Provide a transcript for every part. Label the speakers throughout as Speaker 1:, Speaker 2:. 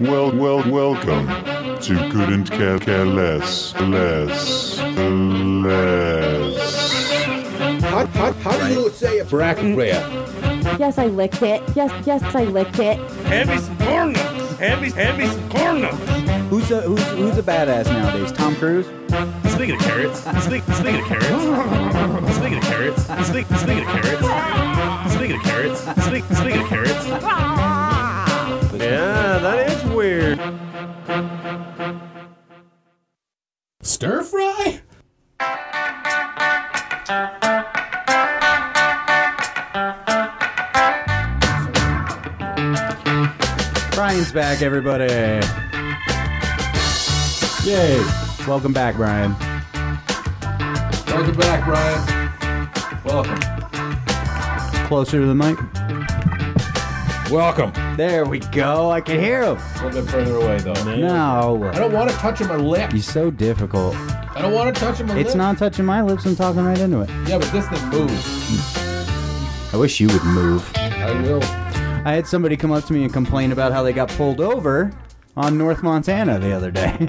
Speaker 1: Well, well, welcome to Couldn't Care, Care Less, Less, Less.
Speaker 2: How, how, how do you say a bracket rare?
Speaker 3: Yes, I licked it. Yes, yes, I licked it.
Speaker 4: Hand me some corn nuts. Hand me, hand me some corn nuts.
Speaker 5: Who's a who's who's a badass nowadays? Tom Cruise?
Speaker 4: Speaking of carrots, speak, speaking of carrots, speaking of carrots, speak, speaking of carrots, speaking of carrots, speak, speaking of carrots. Yeah, that is weird.
Speaker 6: Stir fry?
Speaker 5: Brian's back, everybody. Yay! Welcome back, Brian.
Speaker 2: Welcome back, Brian. Welcome.
Speaker 5: Closer to the mic.
Speaker 2: Welcome.
Speaker 5: There we go. I can hear him.
Speaker 2: A little bit further away, though. I
Speaker 5: No,
Speaker 2: don't want to touch my lip.
Speaker 5: he's so difficult.
Speaker 2: I don't want to touch my lip.
Speaker 5: It's not touching my lips. I'm talking right into it. Hmm.
Speaker 2: Yeah, but this thing moves.
Speaker 5: I wish you would move.
Speaker 2: I will.
Speaker 5: I had somebody come up to me and complain about how they got pulled over on North Montana the other day.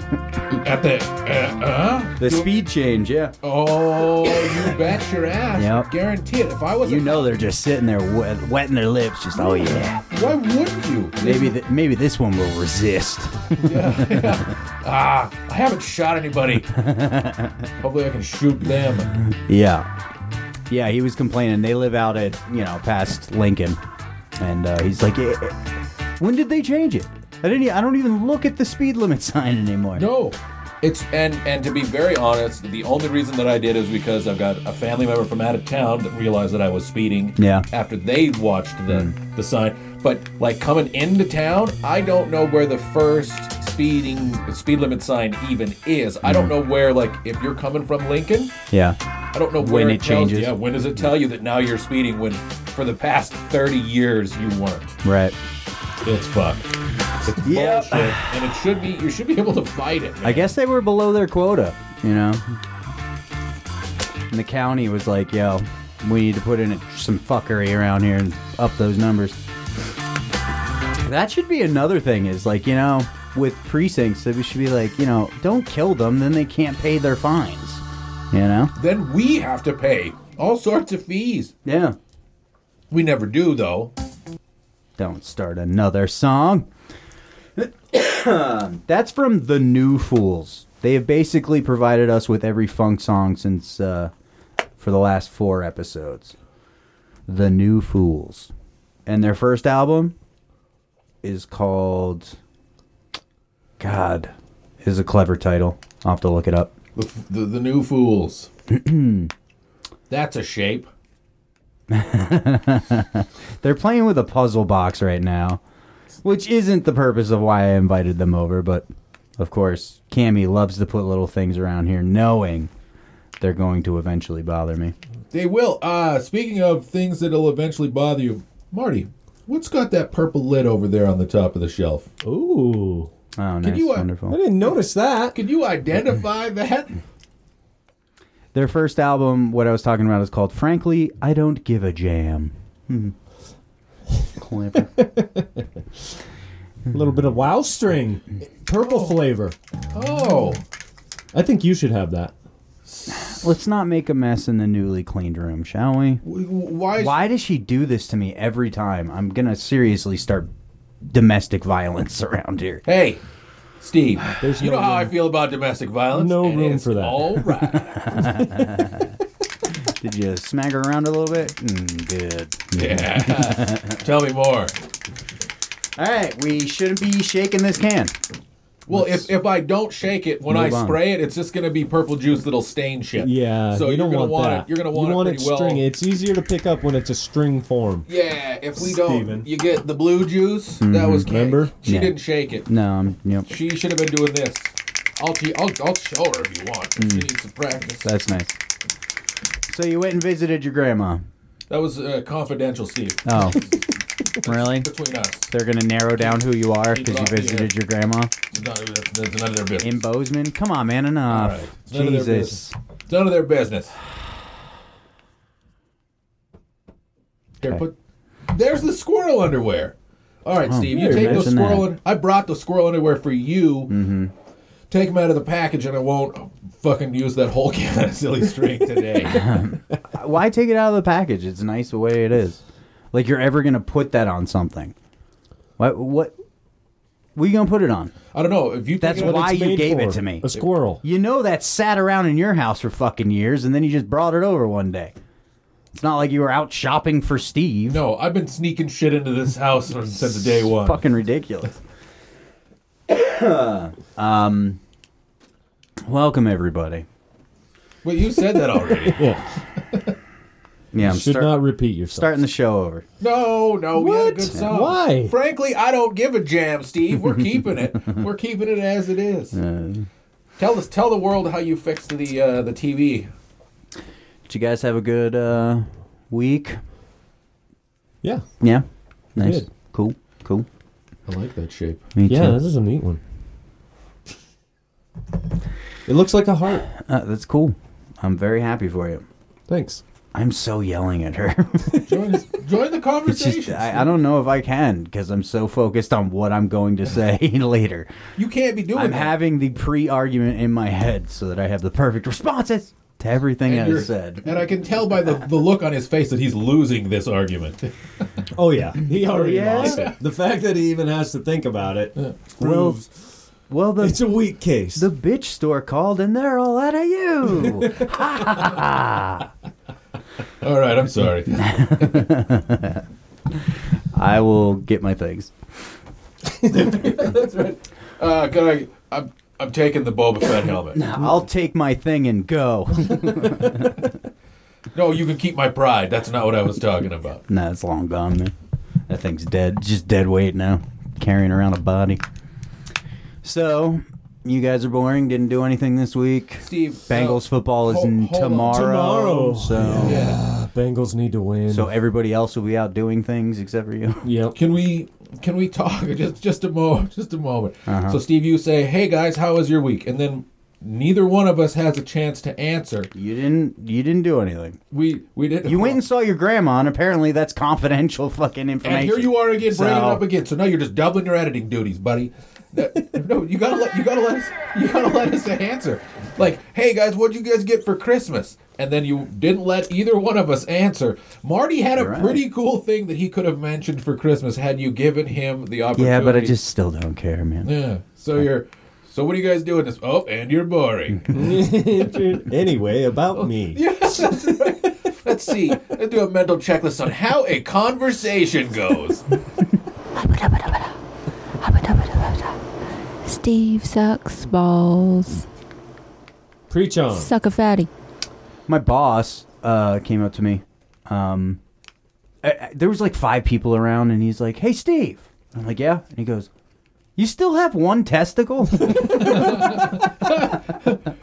Speaker 2: At the. Uh, uh?
Speaker 5: the speed change, yeah.
Speaker 2: Oh, you bet your ass.
Speaker 5: Yep.
Speaker 2: Guarantee it. If I was
Speaker 5: You
Speaker 2: a-
Speaker 5: know they're just sitting there wet, wetting their lips, just oh yeah.
Speaker 2: Why wouldn't you?
Speaker 5: Maybe th- maybe this one will resist.
Speaker 2: Ah, I haven't shot anybody. Hopefully, I can shoot them.
Speaker 5: Yeah. Yeah, he was complaining. They live out at, you know, past Lincoln. And uh, he's like, "Eh, eh, when did they change it? I didn't. e- I don't even look at the speed limit sign anymore.
Speaker 2: No. It's and and to be very honest, the only reason that I did is because I've got a family member from out of town that realized that I was speeding.
Speaker 5: Yeah. Mm.
Speaker 2: After they watched the the sign, but like coming into town, I don't know where the first speeding speed limit sign even is. I
Speaker 5: Mm.
Speaker 2: don't know where like if you're coming from Lincoln,
Speaker 5: Yeah.
Speaker 2: I don't know
Speaker 5: When
Speaker 2: where
Speaker 5: it
Speaker 2: tells-
Speaker 5: changes.
Speaker 2: yeah, when does it tell you that now you're speeding when for the past 30 years you weren't?
Speaker 5: Right.
Speaker 2: It's fucked. It's
Speaker 5: Yep.
Speaker 2: bullshit, and it should be. You should be able to fight it.
Speaker 5: I guess they were below their quota, you know? And the county was like, yo, we need to put in some fuckery around here and up those numbers. That should be another thing is like, you know, with precincts, it should be like, you know, don't kill them, then they can't pay their fines. You know?
Speaker 2: Then we have to pay all sorts of fees.
Speaker 5: Yeah.
Speaker 2: We never do, though.
Speaker 5: Don't start another song. That's from The New Fools. They have basically provided us with every funk song since uh, for the last four episodes. The New Fools. And their first album is called God is a clever title. I'll have to look it up.
Speaker 2: The f- the, the new fools. That's a shape.
Speaker 5: They're playing with a puzzle box right now, which isn't the purpose of why I invited them over, but of course, Cammy loves to put little things around here knowing they're going to eventually bother me.
Speaker 2: They will. Uh, speaking of things that'll eventually bother you, Marty, what's got that purple lid over there on the top of the shelf?
Speaker 6: Ooh.
Speaker 5: Oh, nice.
Speaker 2: you, uh,
Speaker 6: I
Speaker 5: Wonderful.
Speaker 6: didn't notice that.
Speaker 2: Can you identify that?
Speaker 5: Their first album, what I was talking about, is called Frankly, I Don't Give a Jam. Hmm. Clever.
Speaker 6: A little bit of wow string. Purple flavor.
Speaker 2: Oh,
Speaker 6: I think you should have that.
Speaker 5: Let's not make a mess in the newly cleaned room, shall we?
Speaker 2: w- w- why?
Speaker 5: Why does she do this to me every time? I'm going to seriously start domestic violence around here.
Speaker 2: Hey, Steve.
Speaker 6: There's
Speaker 2: you
Speaker 6: no
Speaker 2: know how I
Speaker 6: room.
Speaker 2: feel about domestic violence.
Speaker 6: No
Speaker 2: and
Speaker 6: room
Speaker 2: it's
Speaker 6: for that.
Speaker 2: All right.
Speaker 5: Did you smack her around a little bit? Mm, good.
Speaker 2: Yeah. Tell me more.
Speaker 5: All right, we shouldn't be shaking this can.
Speaker 2: Well, if, if I don't shake it when I
Speaker 5: move on.
Speaker 2: spray it, it's just gonna be purple juice that'll stain shit.
Speaker 6: Yeah.
Speaker 2: So
Speaker 6: you
Speaker 2: are
Speaker 6: don't
Speaker 2: gonna
Speaker 6: want,
Speaker 2: want
Speaker 6: that.
Speaker 2: it. You're gonna want
Speaker 6: you
Speaker 2: it
Speaker 6: want
Speaker 2: pretty
Speaker 6: it
Speaker 2: well.
Speaker 6: string. It's easier to pick up when it's a string form.
Speaker 2: Yeah. If we
Speaker 6: Steven. Mm-hmm.
Speaker 2: don't, you get the blue juice. That was cake.
Speaker 6: Remember?
Speaker 2: She
Speaker 5: Yeah.
Speaker 2: didn't shake it.
Speaker 5: No, I'm, yep,
Speaker 2: She should have been doing this. I'll te- I'll, I'll show her if you want.
Speaker 6: Mm.
Speaker 2: She needs to practice.
Speaker 5: that's nice. So you went and visited your grandma.
Speaker 2: That was uh, confidential, Steve.
Speaker 5: Oh, really?
Speaker 2: Between us,
Speaker 5: They're gonna narrow down who you are because you
Speaker 2: Keep it off the
Speaker 5: visited your grandma
Speaker 2: it's none, it's none of their business.
Speaker 5: in Bozeman. Come on, man, enough.
Speaker 2: All right, it's none of their
Speaker 5: Jesus,
Speaker 2: It's none of their business. Here,
Speaker 5: Okay. Oh,
Speaker 2: put There's the squirrel underwear. All right, Steve, you
Speaker 5: yeah,
Speaker 2: take those
Speaker 5: imagine
Speaker 2: squirrel.
Speaker 5: that. Mm-hmm.
Speaker 2: Un- I brought the squirrel underwear for you. Take them out of the package, and I won't fucking use that whole can of silly string today.
Speaker 5: Why take it out of the package? It's nice the way it is. Like you're ever gonna put that on something? What? What? What you gonna put it on?
Speaker 2: I don't know if you.
Speaker 5: That's
Speaker 2: take it out
Speaker 6: What
Speaker 2: of-
Speaker 5: why
Speaker 6: it's
Speaker 5: you
Speaker 6: made
Speaker 5: gave
Speaker 6: for,
Speaker 5: it to me.
Speaker 6: A squirrel.
Speaker 5: You know that sat around in your house for fucking years, and then you just brought it over one day. It's not like you were out shopping for Steve.
Speaker 2: No, I've been sneaking shit into this house from- since the day one.
Speaker 5: fucking ridiculous. um, welcome everybody.
Speaker 2: Well, you said that already.
Speaker 6: Yeah.
Speaker 5: Yeah, I'm
Speaker 6: Should
Speaker 5: start-
Speaker 6: not repeat yourself.
Speaker 5: starting the show over.
Speaker 2: No, no, we had a
Speaker 6: What?
Speaker 2: good song.
Speaker 6: Why?
Speaker 2: Frankly, I don't give a jam, Steve. We're keeping it. We're keeping it as it is. Tell us, tell the world how you fixed the uh, the TV.
Speaker 5: Did you guys have a good uh, week?
Speaker 6: yeah.
Speaker 5: Yeah, nice,
Speaker 6: Good.
Speaker 5: cool, cool.
Speaker 6: I like that shape.
Speaker 5: Me
Speaker 6: yeah,
Speaker 5: too.
Speaker 6: this is a neat one. It looks like a heart.
Speaker 5: Uh, that's cool. I'm very happy for you.
Speaker 6: Thanks.
Speaker 5: I'm so yelling at her.
Speaker 2: Join, join the
Speaker 5: It's
Speaker 2: conversation.
Speaker 5: just I, I don't know if I can because I'm so focused on what I'm going to say later.
Speaker 2: you can't be doing
Speaker 5: I'm
Speaker 2: that.
Speaker 5: having the pre-argument in my head so that I have the perfect responses to everything
Speaker 2: And
Speaker 5: that
Speaker 2: you're-
Speaker 5: is said.
Speaker 2: And I can tell by the, the look on his face that he's losing this argument.
Speaker 6: Oh yeah, he already
Speaker 5: yeah?
Speaker 6: lost it. The fact that he even has to think about it
Speaker 5: Well,
Speaker 6: proves
Speaker 5: Well, the
Speaker 6: it's a weak case.
Speaker 5: the bitch store called and they're all out of you.
Speaker 2: All right, I'm sorry.
Speaker 5: I will get my things.
Speaker 2: That's right. Uh, can I? I'm I'm taking the Boba Fett helmet.
Speaker 5: I'll take my thing and go.
Speaker 2: No, you can keep my pride. That's not what I was talking about.
Speaker 5: nah, it's long gone, man. That thing's dead. Just dead weight now. Carrying around a body. So, you guys are boring. Didn't do anything this week.
Speaker 2: Steve
Speaker 5: Bengals football is
Speaker 2: Hol-
Speaker 5: in
Speaker 2: hold on.
Speaker 5: tomorrow.
Speaker 6: Tomorrow.
Speaker 5: So,
Speaker 2: no. Yeah.
Speaker 6: Ah, Bengals need to win.
Speaker 5: so everybody else will be out doing things except for you.
Speaker 6: yep.
Speaker 2: Can we can we talk just just a mo just a moment?
Speaker 5: Uh-huh.
Speaker 2: So Steve, you say, "Hey guys, how was your week?" And then neither one of us has a chance to answer.
Speaker 5: You didn't. You didn't do anything.
Speaker 2: We we didn't.
Speaker 5: You went and saw your grandma, and apparently that's confidential fucking information.
Speaker 2: and here you are again, bringing it
Speaker 5: So-
Speaker 2: up again. So now you're just doubling your editing duties, buddy. That- no, you gotta let you gotta let us you gotta let us answer. Like, hey guys, what'd you guys get for Christmas? And then you didn't let either one of us answer. Marty had a
Speaker 5: You're right.
Speaker 2: pretty cool thing that he could have mentioned for Christmas had you given him the opportunity.
Speaker 5: Yeah, but I just still don't care, man.
Speaker 2: Yeah. So you're. So what are you guys doing? This? Oh, and you're boring.
Speaker 6: anyway, about me.
Speaker 2: Let's see. Let's do a mental checklist on how a conversation goes.
Speaker 7: Steve sucks balls.
Speaker 6: Preach on.
Speaker 7: Suck a fatty.
Speaker 5: My boss uh, came up to me. Um, I- I- there was like five people around, and he's like, "Hey, Steve." I'm like, "Yeah," and he goes, "You still have one testicle?"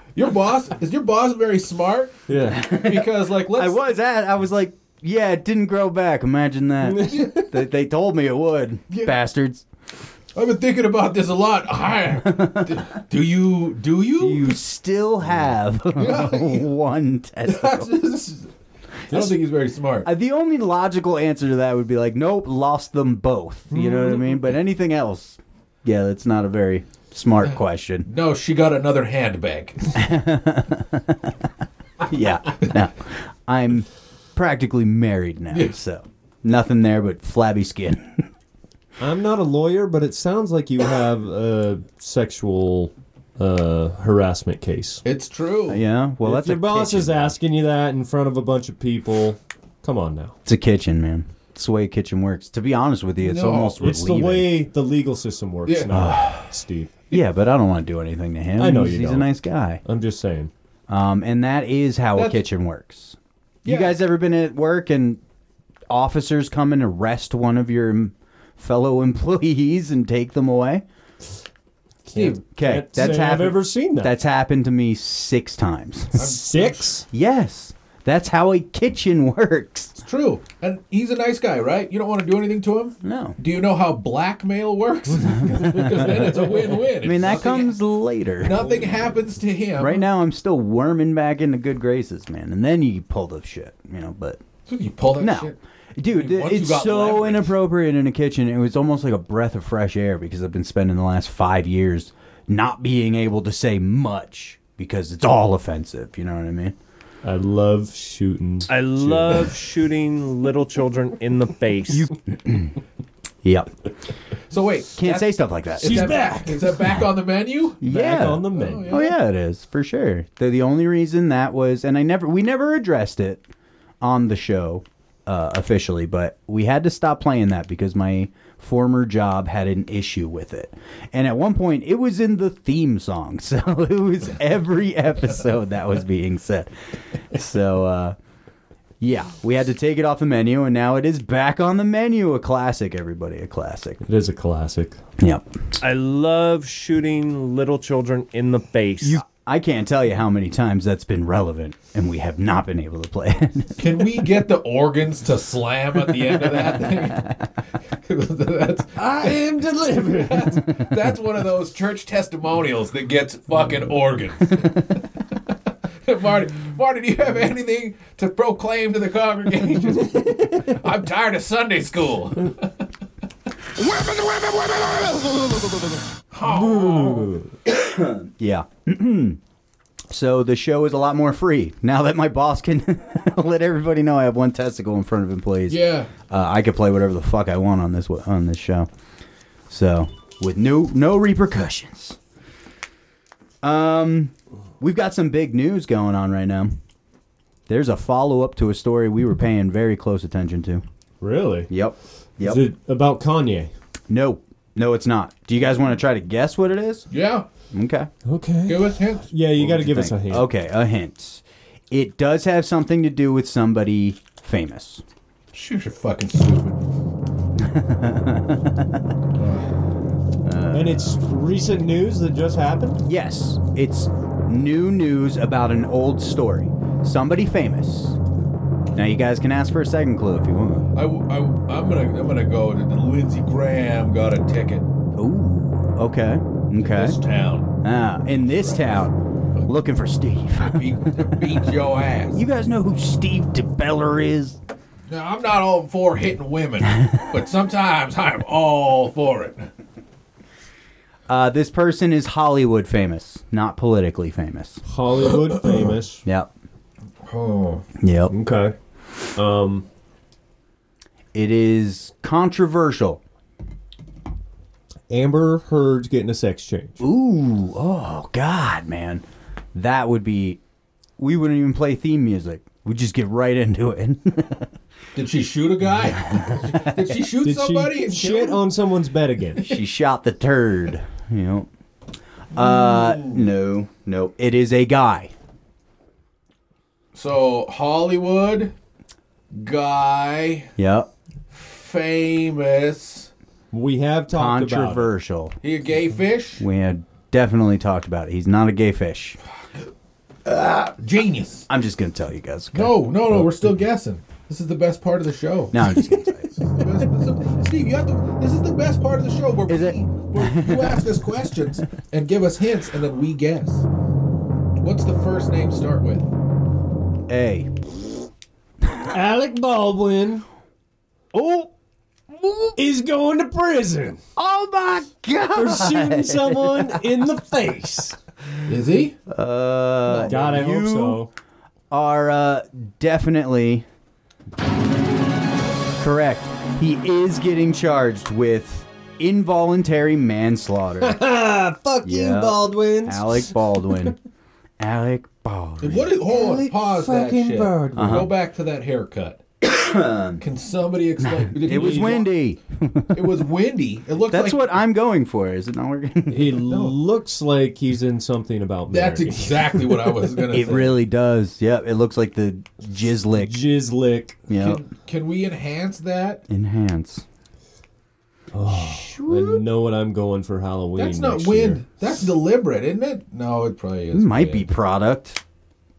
Speaker 2: Your boss is your boss very smart
Speaker 6: Yeah.
Speaker 2: because like let's
Speaker 5: I was at. I was like, "Yeah, it didn't grow back." Imagine that. they, they told me it would, bastards.
Speaker 2: I've been thinking about this a lot. I, d- do you do you?
Speaker 5: You still have one testicle.
Speaker 2: I don't think he's very smart.
Speaker 5: Uh, The only logical answer to that would be like, nope, lost them both. You know what I mean? But anything else, yeah, that's not a very smart question.
Speaker 2: no, she got another handbag.
Speaker 5: yeah, no, I'm practically married now, so nothing there but flabby skin.
Speaker 6: I'm not a lawyer, but it sounds like you have a sexual uh, harassment case.
Speaker 2: It's true.
Speaker 5: yeah, well,
Speaker 6: if
Speaker 5: that's
Speaker 6: your
Speaker 5: a
Speaker 6: boss
Speaker 5: kitchen.
Speaker 6: is asking you that in front of a bunch of people, come on now.
Speaker 5: It's a kitchen, man. It's the way a kitchen works. To be honest with you, it's
Speaker 2: No,
Speaker 5: almost
Speaker 6: It's the
Speaker 5: relieving.
Speaker 6: way the legal system works
Speaker 2: Yeah.
Speaker 5: Ah.
Speaker 6: now, Steve.
Speaker 5: Yeah, but I don't want to do anything to him.
Speaker 6: I know
Speaker 5: he's,
Speaker 6: you
Speaker 5: he's
Speaker 6: don't.
Speaker 5: a nice guy.
Speaker 6: I'm just saying.
Speaker 5: Um, and that is how
Speaker 2: That's-
Speaker 5: a kitchen works.
Speaker 2: Yeah.
Speaker 5: You guys ever been at work and officers come and arrest one of your em- fellow employees and take them away?
Speaker 2: Steve,
Speaker 5: Okay,
Speaker 6: Can't
Speaker 5: that's
Speaker 6: say I've
Speaker 5: happened.
Speaker 6: ever seen that.
Speaker 5: That's happened to me six times.
Speaker 6: six.
Speaker 5: yes, that's how a kitchen works.
Speaker 2: it's true. And he's a nice guy, right? You don't want to do anything to him.
Speaker 5: No,
Speaker 2: Do you know how blackmail works? because then it's a win-win.
Speaker 5: I mean that
Speaker 2: Nothing-
Speaker 5: comes later.
Speaker 2: Nothing happens to him.
Speaker 5: Right now, I'm still worming back into good graces, man. And then you pull the shit, you know. But
Speaker 2: So you pull that
Speaker 5: no,
Speaker 2: shit.
Speaker 5: Dude,
Speaker 2: mean, once you
Speaker 5: it's
Speaker 2: got
Speaker 5: so
Speaker 2: leverage-
Speaker 5: inappropriate in a kitchen. It was almost like a breath of fresh air because I've been spending the last five years not being able to say much because it's all offensive. You know what I mean?
Speaker 6: I love shooting.
Speaker 4: I love shooting little children in the face.
Speaker 5: Yep.
Speaker 2: So wait,
Speaker 5: Can't
Speaker 2: that's-
Speaker 5: say stuff like that.
Speaker 2: is that- Is that back on the menu?
Speaker 5: yeah.
Speaker 6: on the menu.
Speaker 5: Oh yeah, it is for sure. The the only reason that was, and I never we never addressed it on the show uh, officially, but we had to stop playing that because my former job had an issue with it, and at one point it was in the theme song, so it was every episode that was being said. So. uh yeah, we had to take it off the menu, and now it is back on the menu. A classic, everybody, a classic.
Speaker 6: It is a classic.
Speaker 5: Yep.
Speaker 4: I love shooting little children in the face.
Speaker 5: I can't tell you how many times that's been relevant, and we have not been able to play it.
Speaker 2: Can we get the organs to slam at the end of that thing? that's, I am delivered. That's, that's one of those church testimonials that gets fucking organs. Marty, Marty, do you have anything to proclaim to the congregation? I'm tired of Sunday school.
Speaker 5: yeah. so the show is a lot more free now that my boss can let everybody know I have one testicle in front of employees.
Speaker 2: Yeah.
Speaker 5: Uh, I could play whatever the fuck I want on this wa- on this show. So with no no repercussions. Um, we've got some big news going on right now. There's a follow up to a story we were paying very close attention to.
Speaker 6: Really?
Speaker 5: Yep. Yep.
Speaker 6: Is it about Kanye?
Speaker 5: No, no, it's not. Do you guys want to try to guess what it is?
Speaker 2: Yeah.
Speaker 5: Okay.
Speaker 6: Okay.
Speaker 2: Give us hints.
Speaker 6: Yeah, you got to give us a
Speaker 5: Think.
Speaker 6: hand.
Speaker 5: Okay, a hint. It does have something to do with somebody famous.
Speaker 2: Shoot, you're fucking stupid.
Speaker 6: And it's recent news that just happened.
Speaker 5: Yes, it's new news about an old story. Somebody famous. Now you guys can ask for a second clue if you want.
Speaker 2: I, am gonna, I'm gonna go. To, Lindsey Graham got a ticket.
Speaker 5: Ooh. Okay. Okay.
Speaker 2: This town
Speaker 5: Ah, in this town, looking for Steve.
Speaker 2: beat, to beat your ass.
Speaker 5: You guys know who Steve DeBeller is?
Speaker 2: Now, I'm not all for hitting women, but sometimes I'm all for it.
Speaker 5: Uh, this person is Hollywood famous, not politically famous.
Speaker 6: Hollywood famous.
Speaker 5: Yep.
Speaker 2: Oh.
Speaker 5: Yep.
Speaker 6: Okay. Um,
Speaker 5: It is controversial.
Speaker 6: Amber Heard's getting a sex change.
Speaker 5: Ooh, oh God, man, that would be. We wouldn't even play theme music. We'd just get right into it.
Speaker 2: Did she shoot a guy? Did she shoot
Speaker 6: Did
Speaker 2: somebody?
Speaker 6: she
Speaker 2: and kill
Speaker 6: shit
Speaker 2: him?
Speaker 6: on someone's bed again?
Speaker 5: she shot the turd. You know. Uh, no, no. It is a guy.
Speaker 2: So Hollywood guy,
Speaker 5: Yep.
Speaker 2: famous.
Speaker 6: We have talked about. it.
Speaker 5: Controversial.
Speaker 2: He a gay fish?
Speaker 5: We had definitely talked about it. He's not a gay fish.
Speaker 2: Genius.
Speaker 5: I'm just gonna tell you guys. okay?
Speaker 2: No, no, no. We're still guessing. This is the best part of the show.
Speaker 5: No, I'm just gonna tell you.
Speaker 2: The best- this is- Steve, you have to. This is the best part of the show where,
Speaker 5: Is
Speaker 2: we,
Speaker 5: it?
Speaker 2: where you ask us questions and give us hints, and then we guess. What's the first name start with?
Speaker 5: Hey.
Speaker 6: Alec Baldwin
Speaker 5: Oh.
Speaker 6: is going to prison
Speaker 5: Oh my
Speaker 6: for
Speaker 5: God.
Speaker 6: shooting someone in the face.
Speaker 2: Is he?
Speaker 5: Uh,
Speaker 6: God, I hope
Speaker 5: You-
Speaker 6: so.
Speaker 5: are uh, definitely correct. He is getting charged with involuntary manslaughter.
Speaker 6: Ah, fuck
Speaker 5: Yeah.
Speaker 6: you, Baldwin.
Speaker 5: Alec Baldwin. Alec
Speaker 2: And
Speaker 5: Baldwin.
Speaker 2: What is, hold on,
Speaker 6: Alec
Speaker 2: pause that
Speaker 6: fucking
Speaker 2: shit.
Speaker 6: Baldwin.
Speaker 5: Uh-huh.
Speaker 2: Go back to that haircut. Can somebody explain?
Speaker 5: It was windy.
Speaker 2: It was windy. It looked
Speaker 5: That's
Speaker 2: like
Speaker 5: what I'm going for. Is it not working?
Speaker 6: He looks like he's in something about Mary.
Speaker 2: That's exactly what I was gonna
Speaker 5: It
Speaker 2: say.
Speaker 5: really does. Yep. It looks like the jizz lick.
Speaker 6: Jizz lick.
Speaker 5: Yep.
Speaker 2: Can, can we enhance that?
Speaker 5: Enhance.
Speaker 6: I know what I'm going for Halloween.
Speaker 2: That's not
Speaker 6: next
Speaker 2: wind.
Speaker 6: year.
Speaker 2: That's deliberate, isn't it? No, it probably is.
Speaker 5: It might be
Speaker 2: wind.
Speaker 5: product.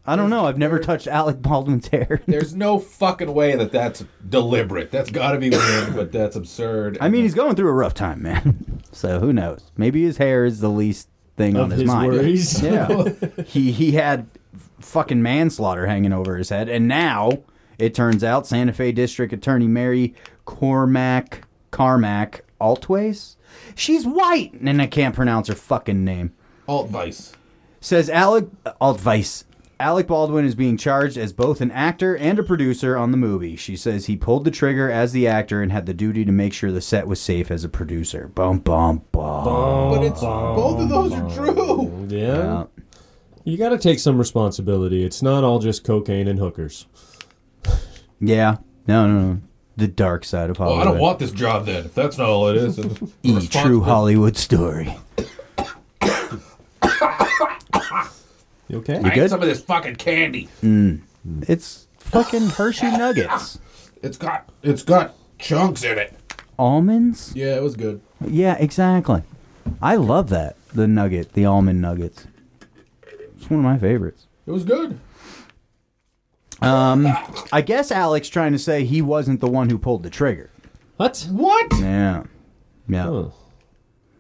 Speaker 5: I don't know. I've never touched Alec Baldwin's hair.
Speaker 2: There's no fucking way that that's deliberate. That's got to be wind, but that's absurd.
Speaker 5: I mean, he's going through a rough time, man. So who knows? Maybe his hair is the least thing on
Speaker 6: Of
Speaker 5: his,
Speaker 6: his
Speaker 5: mind.
Speaker 6: worries.
Speaker 5: Yeah. he he had fucking manslaughter hanging over his head, and now It turns out Santa Fe District Attorney Mary Cormac Carmack Altways. She's white, and I can't pronounce her fucking name
Speaker 2: Alt Vice.
Speaker 5: says Alec Altvice. Alec Baldwin is being charged as both an actor and a producer on the movie. She says he pulled the trigger as the actor and had the duty to make sure the set was safe as a producer. Bum bum bum.
Speaker 2: But it's both of those are true.
Speaker 6: Yeah.
Speaker 5: Uh,
Speaker 6: You got to take some responsibility. It's not all just cocaine and hookers.
Speaker 5: yeah. No, no, no. The dark side of
Speaker 2: Well,
Speaker 5: Hollywood.
Speaker 2: I don't want this job then. If that's not all it is, then
Speaker 5: E true Hollywood story.
Speaker 6: You okay?
Speaker 2: I
Speaker 5: good?
Speaker 2: ate some of this fucking candy.
Speaker 5: It's fucking Hershey Nuggets.
Speaker 2: It's got it's got chunks in it.
Speaker 5: Almonds?
Speaker 2: Yeah, it was good.
Speaker 5: Yeah, exactly. I love that. The nugget, the almond nuggets. It's one of my favorites.
Speaker 2: It was good.
Speaker 5: I guess Alex trying to say he wasn't the one who pulled the trigger.
Speaker 6: What?
Speaker 2: What?
Speaker 5: Yeah. Yeah.
Speaker 6: Oh.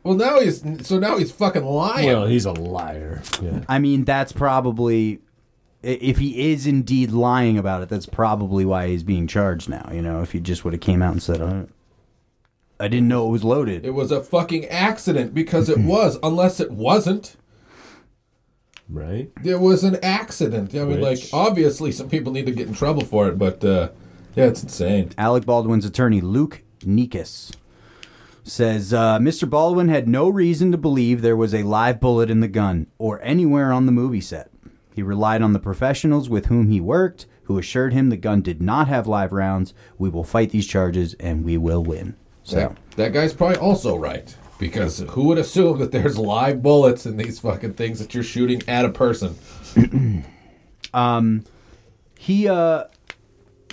Speaker 2: Well, now he's so now he's fucking lying.
Speaker 6: Well, he's a liar. Yeah.
Speaker 5: I mean, that's probably i- if he is indeed lying about it, that's probably why he's being charged now, you know, if he just would have came out and said, "I- I didn't know it was loaded.
Speaker 2: it was a fucking accident because it was, unless it wasn't.
Speaker 6: Right?
Speaker 2: It was an accident. I mean, like
Speaker 6: Which-
Speaker 2: obviously some people need to get in trouble for it, but uh, yeah, it's insane.
Speaker 5: Alec Baldwin's attorney, Luke Nikas, says uh, Mr. Baldwin had no reason to believe there was a live bullet in the gun or anywhere on the movie set. He relied on the professionals with whom he worked, who assured him the gun did not have live rounds. We will fight these charges and we will win. So,
Speaker 2: That, that guy's probably also right because who would assume that there's live bullets in these fucking things that you're shooting at a person?
Speaker 5: he uh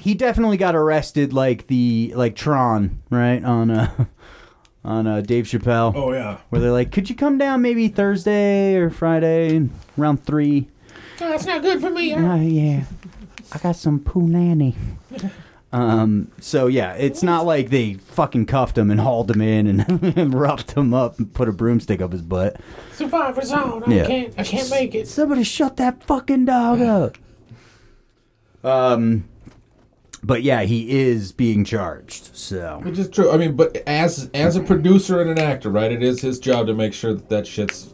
Speaker 5: he definitely got arrested like the like Tron, right? On uh on uh Dave Chappelle.
Speaker 2: Oh, yeah.
Speaker 5: Where they're like, Could you come down maybe Thursday or Friday around three? Oh, that's not good for me. Oh yeah. I got some poo nanny. Um, so yeah, it's not like they fucking cuffed him and hauled him in and roughed him up and put a broomstick up his butt.
Speaker 8: Survivor Zone. I
Speaker 5: Yeah.
Speaker 8: can't. I can't make it.
Speaker 5: Somebody shut that fucking dog up. Um, but yeah, he is being charged. So
Speaker 2: Which is true. I mean, but as as a producer and an actor, right? It is his job to make sure that that shit's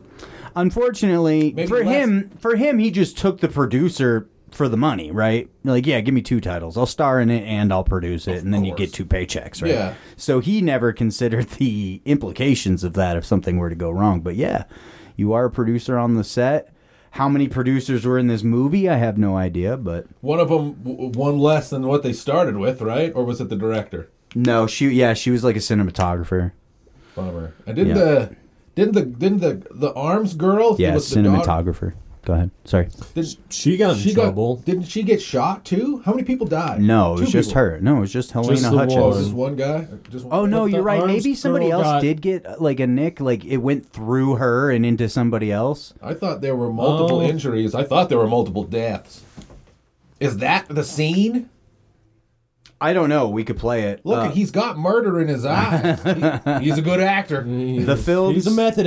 Speaker 5: unfortunately,
Speaker 2: Maybe
Speaker 5: for
Speaker 2: less.
Speaker 5: him, for him, he just took the producer for the money, right? Like, yeah, give me two titles. I'll star in it and I'll produce it, and then you
Speaker 2: course.
Speaker 5: get two paychecks, right?
Speaker 2: Yeah.
Speaker 5: So he never considered the implications of that if something were to go wrong. But yeah, you are a producer on the set. How many producers were in this movie? I have no idea, but
Speaker 2: one of them one less than what they started with, right? Or was it the director?
Speaker 5: no, she yeah, she was like a cinematographer.
Speaker 2: Bummer. And didn't
Speaker 5: Yeah.
Speaker 2: the didn't the didn't the the arms girl? who
Speaker 5: Yeah,
Speaker 2: was the daughter-
Speaker 5: cinematographer. Go ahead. Sorry.
Speaker 2: did-
Speaker 6: She got in
Speaker 2: she
Speaker 6: trouble.
Speaker 2: got didn't she get shot too? How many people died?
Speaker 5: No, it
Speaker 2: Two
Speaker 5: was just
Speaker 2: people.
Speaker 5: her. No, it was just Helena
Speaker 6: the
Speaker 5: Hutchins.
Speaker 2: Oh,
Speaker 6: one.
Speaker 2: just one guy. Just one-
Speaker 5: Oh no,
Speaker 6: But the
Speaker 5: you're right.
Speaker 6: arms
Speaker 5: Maybe somebody
Speaker 6: girl
Speaker 5: else
Speaker 6: got-
Speaker 5: did get uh, like a nick. Like it went through her and into somebody else.
Speaker 2: I thought there were multiple
Speaker 6: Oh.
Speaker 2: injuries. I thought there were multiple deaths. Is that the scene?
Speaker 5: I don't know. We could play it.
Speaker 2: Look,
Speaker 5: Uh,
Speaker 2: he's got murder in his eyes. He- he's a good actor.
Speaker 5: the film's
Speaker 6: He's a method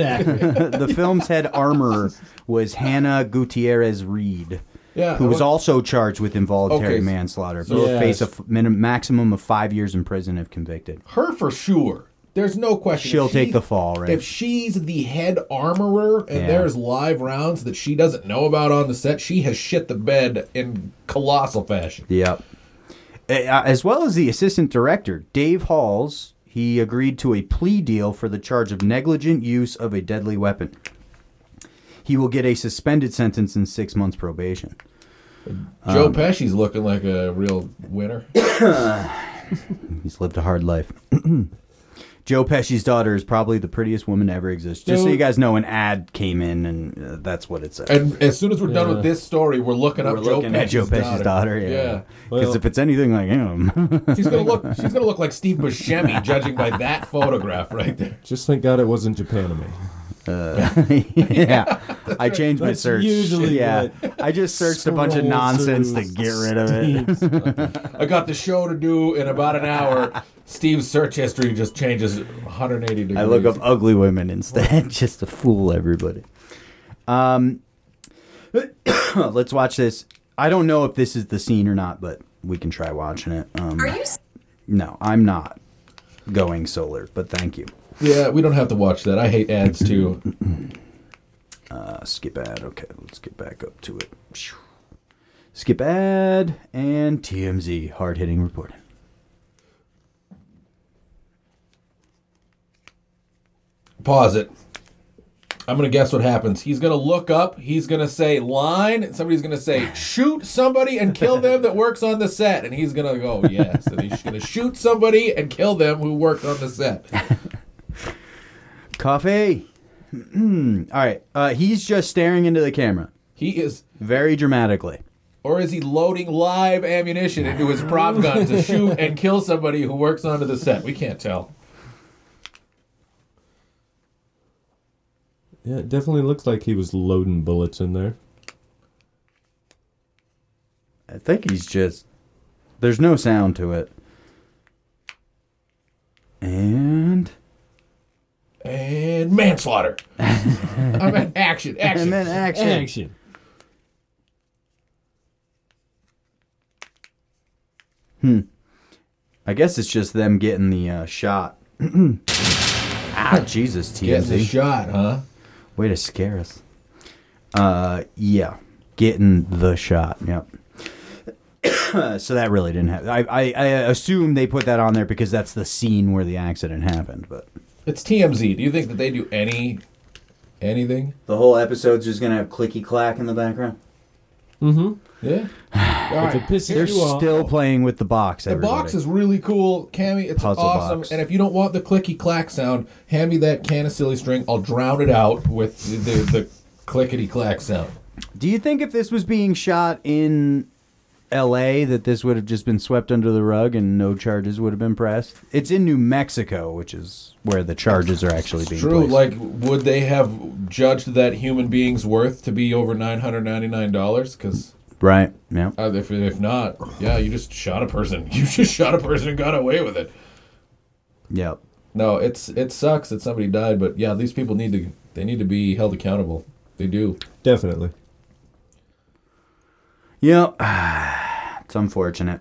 Speaker 6: actor.
Speaker 5: the film's head armor was Hannah Gutierrez Reed,
Speaker 2: Yeah,
Speaker 5: who
Speaker 2: I
Speaker 5: was
Speaker 2: wa-
Speaker 5: also charged with involuntary
Speaker 2: Okay, so-
Speaker 5: manslaughter.
Speaker 2: so-
Speaker 5: will
Speaker 6: Yes.
Speaker 5: face a f- min- maximum of five years in prison if convicted.
Speaker 2: her for sure. There's no question.
Speaker 5: She'll
Speaker 2: If
Speaker 5: take the fall, right?
Speaker 2: If she's the head armorer and
Speaker 5: Yeah.
Speaker 2: there's live rounds that she doesn't know about on the set, she has shit the bed in colossal fashion.
Speaker 5: Yep. Uh, As well as the assistant director, Dave Halls, he agreed to a plea deal for the charge of negligent use of a deadly weapon. He will get a suspended sentence and six months probation. Um.
Speaker 2: Joe Pesci's looking like a real winner.
Speaker 5: He's lived a hard life. Joe Pesci's daughter is probably the prettiest woman to ever exist. Just so you guys know, an ad came in, and uh, that's what it said.
Speaker 2: And as soon as we're done
Speaker 6: Yeah.
Speaker 2: with this story, we're looking
Speaker 5: We're
Speaker 2: up
Speaker 5: looking
Speaker 2: Joe
Speaker 5: at Joe Pesci's daughter, yeah. Because
Speaker 6: Well-
Speaker 5: if it's anything like him,
Speaker 2: She's gonna look. She's gonna look like Steve Buscemi, judging by that photograph right there.
Speaker 6: Just thank God it wasn't Japan
Speaker 5: yeah, I changed my
Speaker 6: That's
Speaker 5: search.
Speaker 6: usually
Speaker 5: yeah,
Speaker 6: what
Speaker 5: I just searched a bunch of nonsense to get rid of it.
Speaker 2: I got the show to do in about an hour. Steve's search history just changes 180 degrees.
Speaker 5: I look up ugly women instead, just to fool everybody. Um, let's watch this. I don't know if this is the scene or not, but we can try watching it. Um,
Speaker 9: Are you s-
Speaker 5: no, I'm not going solar, but thank you.
Speaker 2: Yeah, we don't have to watch that. I hate ads too.
Speaker 5: Uh, skip ad. Okay, let's get back up to it. Phew. Skip ad and TMZ hard hitting reporting.
Speaker 2: Pause it. I'm gonna guess what happens. He's gonna look up. He's gonna say line. And somebody's gonna say shoot somebody and kill them that works on the set. And he's gonna go yes. And he's gonna shoot somebody and kill them who worked on the set.
Speaker 5: Coffee. Mm, All right. Uh, he's just staring into the camera
Speaker 2: He is,
Speaker 5: very dramatically.
Speaker 2: or is he loading live ammunition into his prop gun to shoot and kill somebody who works onto the set? We can't tell.
Speaker 6: Yeah, it definitely looks like he was loading bullets in there.
Speaker 5: I think he's just. There's no sound to it. And.
Speaker 2: And manslaughter. I meant action. Action.
Speaker 5: And then action.
Speaker 6: Action.
Speaker 5: I guess it's just them getting the uh, shot. ah, Jesus,
Speaker 2: Getting the
Speaker 5: TMZ.
Speaker 2: shot, huh?
Speaker 5: Way to scare us. Uh, yeah, getting the shot. Yep. so that really didn't happen. I, I I assume they put that on there because that's the scene where the accident happened. But
Speaker 2: It's TMZ. Do you think that they do any anything?
Speaker 5: the whole episode's just gonna have clicky clack in the background.
Speaker 2: Yeah.
Speaker 6: If it pisses
Speaker 5: They're
Speaker 6: you off,
Speaker 5: still playing with the box.
Speaker 2: The
Speaker 5: everybody.
Speaker 2: box is really cool, Cammy. It's
Speaker 5: Puzzle
Speaker 2: awesome.
Speaker 5: box.
Speaker 2: And if you don't want the clicky clack sound, hand me that can of silly string. I'll drown it out with the, the, the clickety clack sound.
Speaker 5: Do you think if this was being shot in L.A. that this would have just been swept under the rug and no charges would have been pressed? It's in New Mexico, which is where the charges are actually being
Speaker 2: True.
Speaker 5: placed.
Speaker 2: Like, would they have judged that human being's worth to be over nine hundred ninety nine dollars? Because
Speaker 5: right? Yeah.
Speaker 2: uh, if if not, yeah, you just shot a person. You just shot a person and got away with it.
Speaker 5: Yep.
Speaker 2: No, it's it sucks that somebody died, but yeah, these people need to they need to be held accountable. They do.
Speaker 6: definitely.
Speaker 5: Yep. it's unfortunate.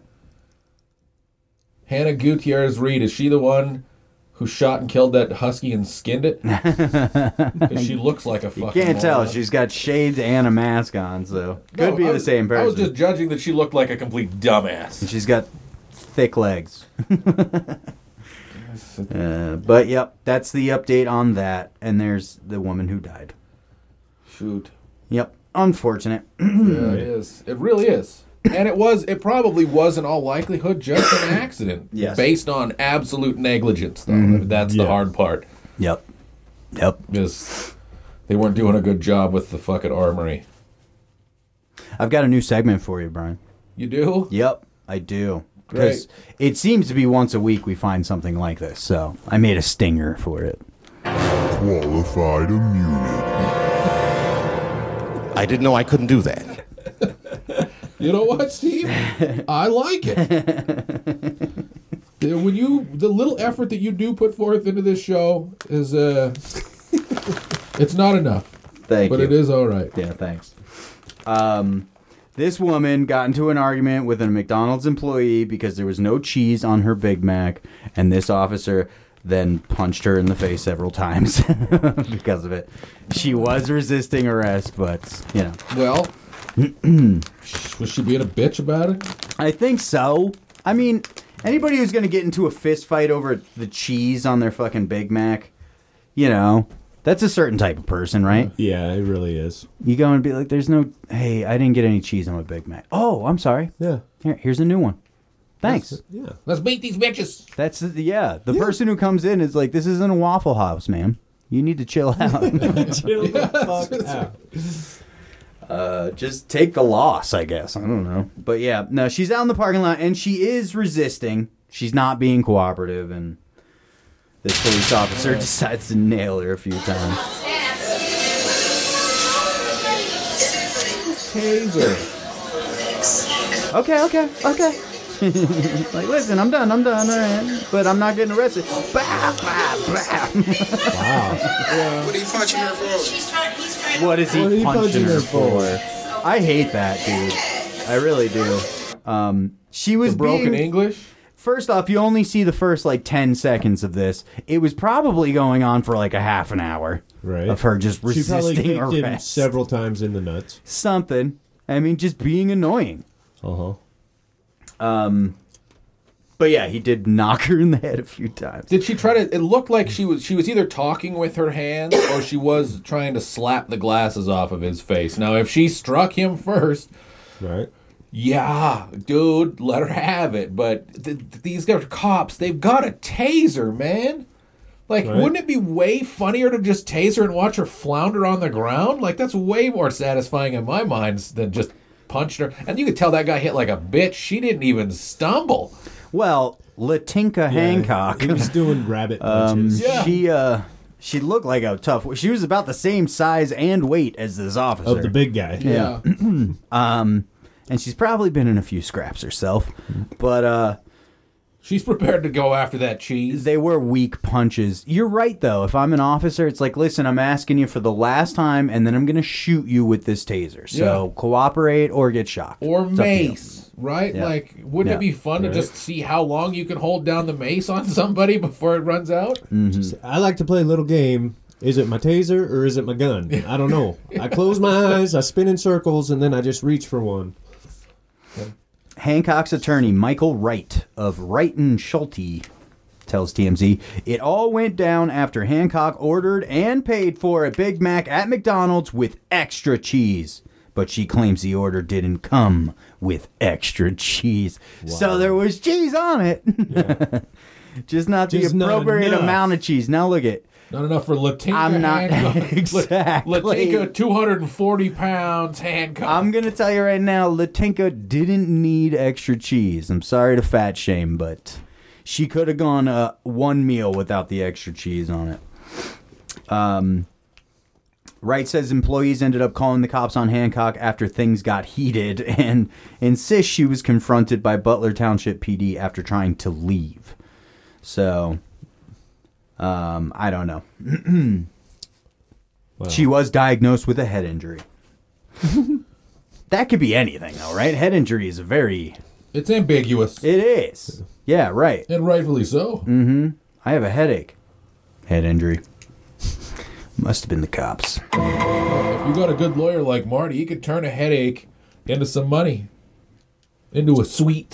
Speaker 2: Hannah Gutierrez Reed, is she the one who shot and killed that husky and skinned it? Because she looks like a fucking.
Speaker 5: Can't tell.
Speaker 2: moron.
Speaker 5: She's got shades and a mask on, so
Speaker 2: No,
Speaker 5: could be
Speaker 2: I
Speaker 5: the
Speaker 2: was-
Speaker 5: same person.
Speaker 2: I was just judging that she looked like a complete dumbass.
Speaker 5: She's got thick legs. Uh, but yep, that's the update on that. And there's the woman who died.
Speaker 2: Shoot.
Speaker 5: Yep. Unfortunate.
Speaker 2: Yeah, Uh, it is. It really is. And it was. It probably was, in all likelihood, just an accident.
Speaker 5: Yes.
Speaker 2: Based on absolute negligence, though. That's the
Speaker 6: Yeah.
Speaker 2: hard part.
Speaker 5: Yep. Yep.
Speaker 2: Is they weren't doing a good job with the fucking armory.
Speaker 5: I've got a new segment for you, Brian.
Speaker 2: You do?
Speaker 5: Yep, I do. Because it seems to be once a week we find something like this. So I made a stinger for it.
Speaker 1: Qualified immunity.
Speaker 4: I didn't know I couldn't do that.
Speaker 2: You know what, Steve? I like it. Yeah, when you the little effort that you do put forth into this show is uh it's not enough,
Speaker 5: Thank
Speaker 2: but
Speaker 5: you.
Speaker 2: it is all right.
Speaker 5: Yeah, thanks. Um, this woman got into an argument with a McDonald's employee because there was no cheese on her Big Mac, and this officer then punched her in the face several times because of it. She was resisting arrest, but you know,
Speaker 2: Well, was she being a bitch about it?
Speaker 5: I think so. I mean, anybody who's gonna get into a fist fight over the cheese on their fucking Big Mac, you know, that's a certain type of person, right?
Speaker 6: Yeah, it really is.
Speaker 5: You go and be like, "There's no, hey, I didn't get any cheese on my Big Mac." Oh, I'm sorry.
Speaker 6: Yeah.
Speaker 5: Here, here's a new one. Thanks.
Speaker 6: Yeah.
Speaker 2: Let's beat these bitches.
Speaker 5: That's the, yeah. The person who comes in is like, this isn't a Waffle House, ma'am. You need to chill out.
Speaker 6: Chill the fuck out.
Speaker 5: uh, just take the loss, I guess. I don't know. But yeah, no, she's out in the parking lot and she is resisting. She's not being cooperative, and this police officer decides to nail her a few times.
Speaker 2: Taser.
Speaker 5: Okay, okay, okay. like, listen, I'm done, I'm done, all right. But I'm not getting arrested. Bah, bah, bah.
Speaker 10: What are you punching her for?
Speaker 5: What is he
Speaker 6: What are you
Speaker 5: punching,
Speaker 6: punching
Speaker 5: her
Speaker 6: her
Speaker 5: for? I hate that dude. I really do. Um, She was
Speaker 2: The broken
Speaker 5: being,
Speaker 2: English.
Speaker 5: First off, you only see the first like 10 seconds of this. It was probably going on for like a half an hour
Speaker 6: Right.
Speaker 5: of her just
Speaker 6: She probably
Speaker 5: resisting
Speaker 6: kicked him
Speaker 5: arrest.
Speaker 6: several times in the nuts.
Speaker 5: Something. I mean, just being annoying.
Speaker 6: Uh
Speaker 5: Uh-huh.
Speaker 6: huh.
Speaker 5: But yeah, he did knock her in the head a few times.
Speaker 2: Did she try to? It looked like she was she was either talking with her hands or she was trying to slap the glasses off of his face. Now, if she struck him first,
Speaker 6: Right.
Speaker 2: yeah, dude, let her have it. But th- th- these guys are cops. They've got a taser, man. Like,
Speaker 6: Right.
Speaker 2: wouldn't it be way funnier to just tase her and watch her flounder on the ground? Like, that's way more satisfying in my mind than just punching her. And you could tell that guy hit like a bitch. She didn't even stumble.
Speaker 5: Well, Latinka Hancock.
Speaker 6: He was doing rabbit
Speaker 5: Um,
Speaker 6: punches.
Speaker 2: Yeah.
Speaker 5: She uh she looked like a tough. She was about the same size and weight as this officer.
Speaker 6: Of the big guy.
Speaker 5: Yeah. um and she's probably been in a few scraps herself. But uh
Speaker 2: She's prepared to go after that cheese.
Speaker 5: they were weak punches. You're right though. If I'm an officer, it's like, "Listen, I'm asking you for the last time and then I'm going to shoot you with this taser." So,
Speaker 2: Yeah.
Speaker 5: cooperate or get shot.
Speaker 2: or mace, right?
Speaker 5: Yeah.
Speaker 2: Like, wouldn't
Speaker 5: Yeah.
Speaker 2: it be fun to just see how long you can hold down the mace on somebody before it runs out?
Speaker 6: I like to play a little game. Is it my taser or is it my gun? I don't know. I close my eyes, I spin in circles, and then I just reach for one.
Speaker 5: Hancock's attorney, Michael Wright of Wright and Schulte, tells TMZ it all went down after Hancock ordered and paid for a Big Mac at McDonald's with extra cheese. But she claims the order didn't come with extra cheese. So there was cheese on it. Just not
Speaker 6: Just
Speaker 5: the
Speaker 6: not
Speaker 5: appropriate
Speaker 6: enough.
Speaker 5: amount of cheese. Now look at
Speaker 2: Not enough for Latinka.
Speaker 5: I'm not-
Speaker 2: Hancock.
Speaker 5: Exactly.
Speaker 2: Latinka, two hundred and forty pounds handcuffed.
Speaker 5: I'm gonna tell you right now, Latinka didn't need extra cheese. I'm sorry to fat shame, but she could have gone uh, one meal without the extra cheese on it. Um, Wright says employees ended up calling the cops on Hancock after things got heated, and insists she was confronted by Butler Township PD after trying to leave. So, um, I don't know. She was diagnosed with a head injury. that could be anything, though, right? Head injury is a very.
Speaker 2: it's ambiguous,
Speaker 5: It Mm. is. Yeah, right.
Speaker 2: and rightfully so.
Speaker 5: I have a headache. Head injury. Must have been the cops.
Speaker 2: If you got a good lawyer like Marty, he could turn a headache into some money, into a sweet,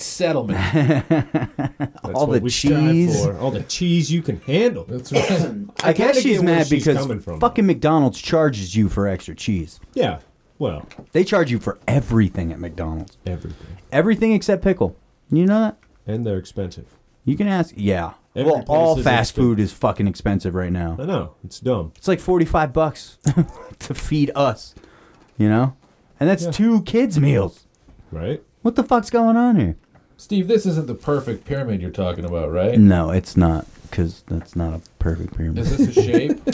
Speaker 2: settlement.
Speaker 6: That's
Speaker 5: All
Speaker 6: what
Speaker 5: the
Speaker 6: we strive
Speaker 5: cheese.
Speaker 6: for. All the cheese you can handle.
Speaker 2: That's right.
Speaker 5: I, guess
Speaker 6: kinda
Speaker 5: she's
Speaker 6: get where
Speaker 5: mad
Speaker 6: she's
Speaker 5: because
Speaker 6: coming from.
Speaker 5: fucking McDonald's charges you for extra cheese.
Speaker 6: Yeah. Well,
Speaker 5: They charge you for everything at McDonald's.
Speaker 6: everything.
Speaker 5: Everything except pickle. You know that?
Speaker 6: And they're expensive.
Speaker 5: You can ask. Yeah.
Speaker 6: Every
Speaker 5: well,
Speaker 6: place
Speaker 5: all
Speaker 6: is
Speaker 5: fast
Speaker 6: expensive.
Speaker 5: food is fucking expensive right now.
Speaker 6: I know. It's dumb.
Speaker 5: It's like 45 bucks to feed us, you know? And that's
Speaker 6: Yeah.
Speaker 5: two kids' meals.
Speaker 6: Right?
Speaker 5: What the fuck's going on here?
Speaker 2: Steve, this isn't the perfect pyramid you're talking about, right?
Speaker 5: No, it's not, because that's not a perfect pyramid.
Speaker 2: Is this a shape?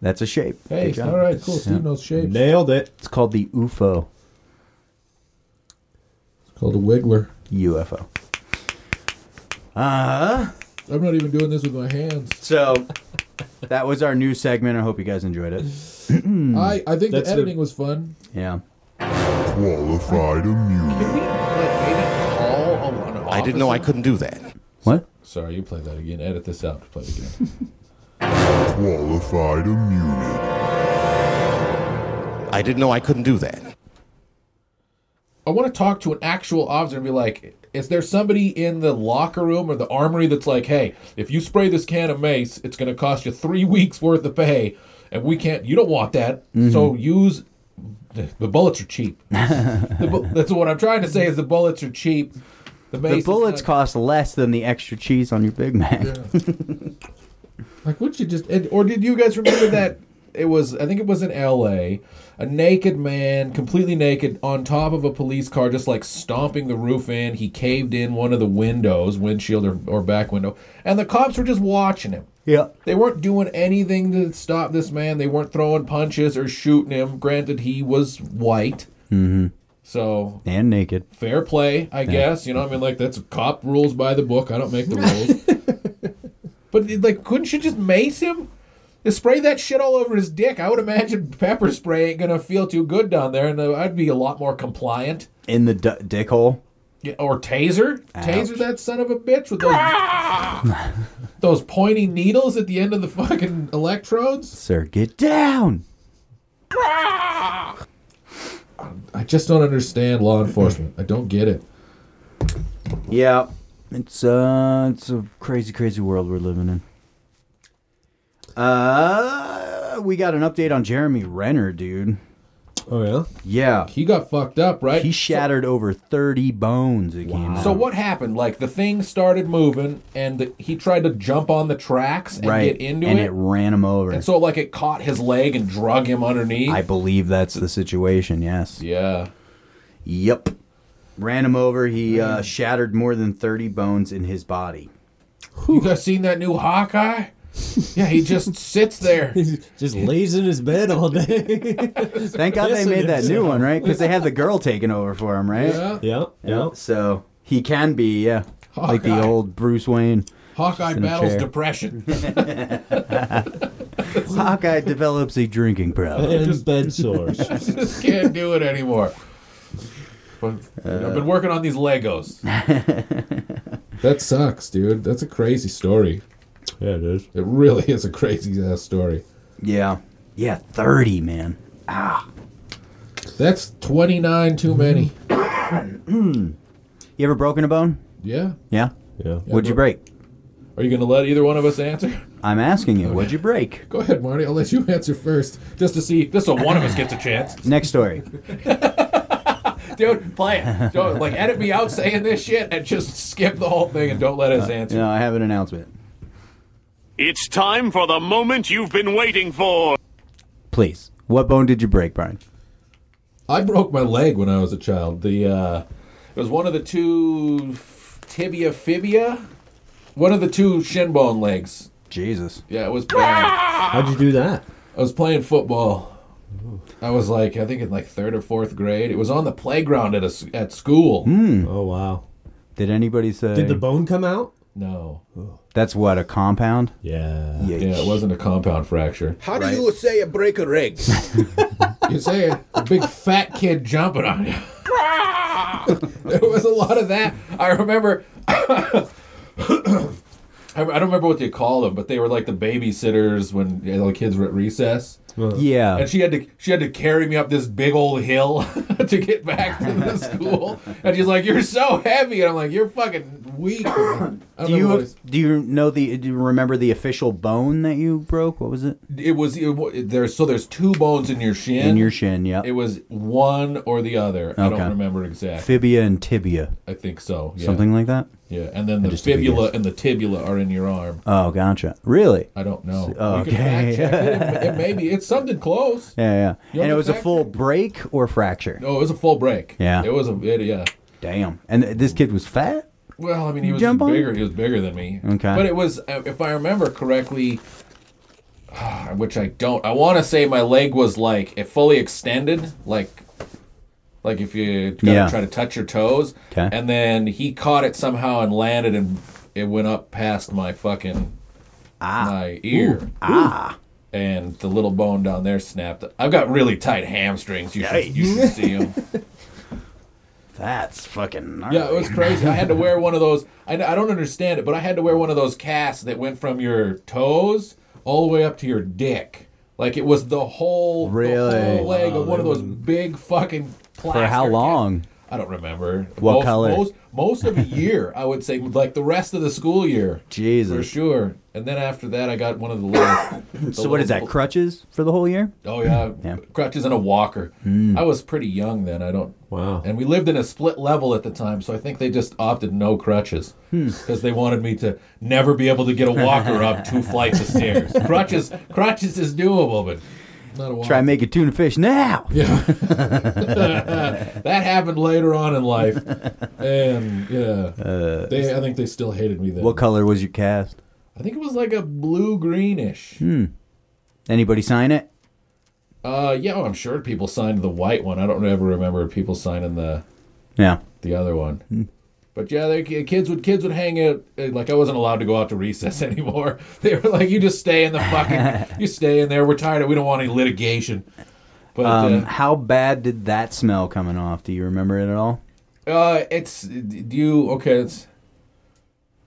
Speaker 5: That's a shape.
Speaker 2: hey,
Speaker 5: Good job.
Speaker 2: all right, cool. Steve
Speaker 5: Yeah.
Speaker 2: knows shapes.
Speaker 6: Nailed it.
Speaker 5: It's called the UFO.
Speaker 2: It's called a wiggler.
Speaker 5: UFO. Uh,
Speaker 2: I'm not even doing this with my hands.
Speaker 5: so that was our new segment. I hope you guys enjoyed it.
Speaker 2: I, I think Hmm.
Speaker 6: That's
Speaker 2: the
Speaker 6: the-
Speaker 2: editing was fun.
Speaker 5: Yeah.
Speaker 1: Qualified immunity.
Speaker 2: Can we like maybe call a one
Speaker 4: I didn't know I couldn't do that.
Speaker 5: What?
Speaker 2: Sorry, you play that again. Edit this out. Play it again.
Speaker 1: Qualified immunity.
Speaker 4: I didn't know I couldn't do that.
Speaker 2: I want to talk to an actual officer and be like, is there somebody in the locker room or the armory that's like, hey, if you spray this can of mace, it's going to cost you three weeks worth of pay, and we can't. You don't want that, so use. The, the bullets are cheap. The bu- that's what I'm trying to say. Is the bullets are cheap. The, mace
Speaker 5: The
Speaker 2: is
Speaker 5: bullets
Speaker 2: not-
Speaker 5: cost less than the extra cheese on your Big Mac.
Speaker 2: Like, would you just? And, or did you guys remember that? It was, I think it was in L.A. A naked man, completely naked, on top of a police car, just like stomping the roof in. He caved in one of the windows, windshield or, or back window, and the cops were just watching him.
Speaker 5: Yeah.
Speaker 2: They weren't doing anything to stop this man. They weren't throwing punches or shooting him. Granted, he was white, mm-hmm. so
Speaker 5: And naked.
Speaker 2: fair play, I guess. You know, what I mean, like that's cop rules by the book. I don't make the rules. but like, couldn't you just mace him? Just spray that shit all over his dick. I would imagine pepper spray ain't gonna feel too good down there, and uh, I'd be a lot more compliant.
Speaker 5: In the d- dick hole.
Speaker 2: Yeah, or taser, taser
Speaker 5: Ouch.
Speaker 2: that son of a bitch with those, those pointy needles at the end of the fucking electrodes.
Speaker 5: Sir, get down.
Speaker 2: I just don't understand law enforcement. I don't get it.
Speaker 5: Yeah. It's uh it's a crazy, crazy world we're living in. Uh we got an update on Jeremy Renner, dude.
Speaker 6: Oh yeah.
Speaker 5: Yeah.
Speaker 2: He got fucked up, right?
Speaker 5: He shattered over thirty bones it came out.
Speaker 2: So what happened? Like the thing started moving, and the, he tried to jump on the tracks and
Speaker 5: right.
Speaker 2: get into
Speaker 5: and
Speaker 2: it.
Speaker 5: it ran him over.
Speaker 2: and so like it caught his leg and drug him underneath.
Speaker 5: I believe that's the situation, yes.
Speaker 2: yeah.
Speaker 5: Yep. Ran him over. He uh, shattered more than 30 bones in his body.
Speaker 2: You guys seen that new Hawkeye? Yeah, he just sits there.
Speaker 6: Just lays in his bed all day.
Speaker 5: Thank God they
Speaker 6: Yes, it
Speaker 5: made that
Speaker 6: is.
Speaker 5: new one, right? Because they had the girl taking over for him, right?
Speaker 2: Yeah.
Speaker 6: yeah. Yeah.
Speaker 5: So he can be, yeah. Like the
Speaker 2: Hawkeye.
Speaker 5: old Bruce Wayne.
Speaker 2: Hawkeye
Speaker 5: in a
Speaker 2: battles
Speaker 5: chair.
Speaker 2: depression.
Speaker 5: Hawkeye develops a drinking problem.
Speaker 6: And bed sores.
Speaker 2: just can't do it anymore. But I've been working on these Legos. that sucks, dude. That's a crazy story.
Speaker 6: yeah, it is.
Speaker 2: It really is a crazy ass story.
Speaker 5: Yeah. Yeah, 30, man.
Speaker 2: That's 29 too many.
Speaker 5: You ever broken a bone?
Speaker 2: Yeah.
Speaker 5: Yeah.
Speaker 6: Yeah.
Speaker 5: What'd you break?
Speaker 2: Are you going to let either one of us answer?
Speaker 5: I'm asking you, what'd you break?
Speaker 2: Go ahead, Marty. I'll let you answer first, just to see, just so one of us gets a chance.
Speaker 5: Next story.
Speaker 2: Dude, play it. Don't, like, edit me out saying this shit and just skip the whole thing and don't let us answer.
Speaker 5: No, I have an announcement.
Speaker 4: It's time for the moment you've been waiting for.
Speaker 5: Please. What bone did you break, Brian?
Speaker 2: I broke my leg when I was a child. The uh, it was one of the two f- tibia fibia, one of the two shin bone legs.
Speaker 5: Jesus.
Speaker 2: Yeah, it was bad.
Speaker 6: How'd you do that?
Speaker 2: I was playing football. I was like, I think in like third or fourth grade. It was on the playground at a s at school.
Speaker 6: Oh wow.
Speaker 5: Did anybody say
Speaker 6: Did the bone come out?
Speaker 2: No,
Speaker 5: that's what a compound?
Speaker 6: Yeah.
Speaker 2: yeah, it wasn't a compound fracture.
Speaker 9: How do you say a break a rig?
Speaker 2: You say a big fat kid jumping on you. there was a lot of that. I remember. I I don't remember what they called them, but they were like the babysitters when you know, the kids were at recess,
Speaker 5: Yeah.
Speaker 2: and she had to she had to carry me up this big old hill to get back to the school. And she's like, "You're so heavy," and I'm like, "You're fucking weak." I don't
Speaker 5: Do
Speaker 2: remember
Speaker 5: you
Speaker 2: what it was.
Speaker 5: do you know the do you remember the official bone that you broke? What was it?
Speaker 2: It was it, wa- there's so there's two bones in your shin.
Speaker 5: In your shin, yeah.
Speaker 2: It was one or the other. I
Speaker 5: Okay.
Speaker 2: don't remember exactly.
Speaker 5: Fibia and tibia,
Speaker 2: I think so. Yeah.
Speaker 5: something like that.
Speaker 2: Yeah, and then the
Speaker 5: just took a
Speaker 2: fibula
Speaker 5: guess.
Speaker 2: and the tibula are in your arm.
Speaker 5: Oh, gotcha. Really?
Speaker 2: I don't know.
Speaker 5: Oh,
Speaker 2: You can
Speaker 5: okay.
Speaker 2: fact check it. It, it may be. It's something close.
Speaker 5: Yeah,
Speaker 2: You
Speaker 5: yeah. And it
Speaker 2: want
Speaker 5: was
Speaker 2: the
Speaker 5: a full break or fracture.
Speaker 2: No, it was a full break.
Speaker 5: Yeah.
Speaker 2: It was a. It, yeah.
Speaker 5: Damn. And th- this kid was fat.
Speaker 2: Well, I mean, he was
Speaker 5: Jump on
Speaker 2: bigger. He was bigger than me.
Speaker 5: Okay.
Speaker 2: But it was, uh, if I remember correctly, which I don't. I want to say my leg was like it fully extended, like, like if you gotta
Speaker 5: Yeah.
Speaker 2: try to touch your toes.
Speaker 5: 'Kay.
Speaker 2: And then he caught it somehow and landed, and it went up past my fucking my ear.
Speaker 5: Ah.
Speaker 2: and the little bone down there snapped. I've got really tight hamstrings. You should, you should see them.
Speaker 5: That's fucking. Gnarly.
Speaker 2: Yeah, it was crazy. I had to wear one of those. I, I don't understand it, but I had to wear one of those casts that went from your toes all the way up to your dick. Like it was the whole, the
Speaker 5: Really?
Speaker 2: whole leg of one of those big fucking.
Speaker 5: For how
Speaker 2: plaster
Speaker 5: long?
Speaker 2: casts. I don't remember.
Speaker 5: What
Speaker 2: most,
Speaker 5: color?
Speaker 2: Most, most of a year, I would say, like the rest of the school year. For
Speaker 5: Jesus.
Speaker 2: sure. And then after that, I got one of the little. the
Speaker 5: So what is that?
Speaker 2: little-
Speaker 5: Crutches for the whole year?
Speaker 2: Oh yeah,
Speaker 5: Yeah. Hmm.
Speaker 2: crutches and a walker. I was pretty young then. I don't.
Speaker 6: Wow.
Speaker 2: And we lived in a split level at the time, so I think they just opted no crutches
Speaker 5: Hmm.
Speaker 2: because they wanted me to never be able to get a walker up two flights of stairs. Crutches, crutches is doable, but not a walker.
Speaker 5: Try and make a tuna fish now.
Speaker 2: that happened later on in life, and yeah, they. I think they still hated me then.
Speaker 5: Uh, What color was your cast?
Speaker 2: I think it was like a blue greenish.
Speaker 5: Hmm. Anybody sign it?
Speaker 2: Uh, yeah, well, I'm sure people signed the white one. I don't ever remember people signing the.
Speaker 5: Yeah.
Speaker 2: the other one.
Speaker 5: Hmm.
Speaker 2: But yeah, they, kids would kids would hang out. uh, Like I wasn't allowed to go out to recess anymore. They were like, "You just stay in the fucking, you stay in there. We're tired. of We don't want any litigation." But
Speaker 5: Um,
Speaker 2: uh,
Speaker 5: how bad did that smell coming off? Do you remember it at all?
Speaker 2: Uh, it's do you okay? It's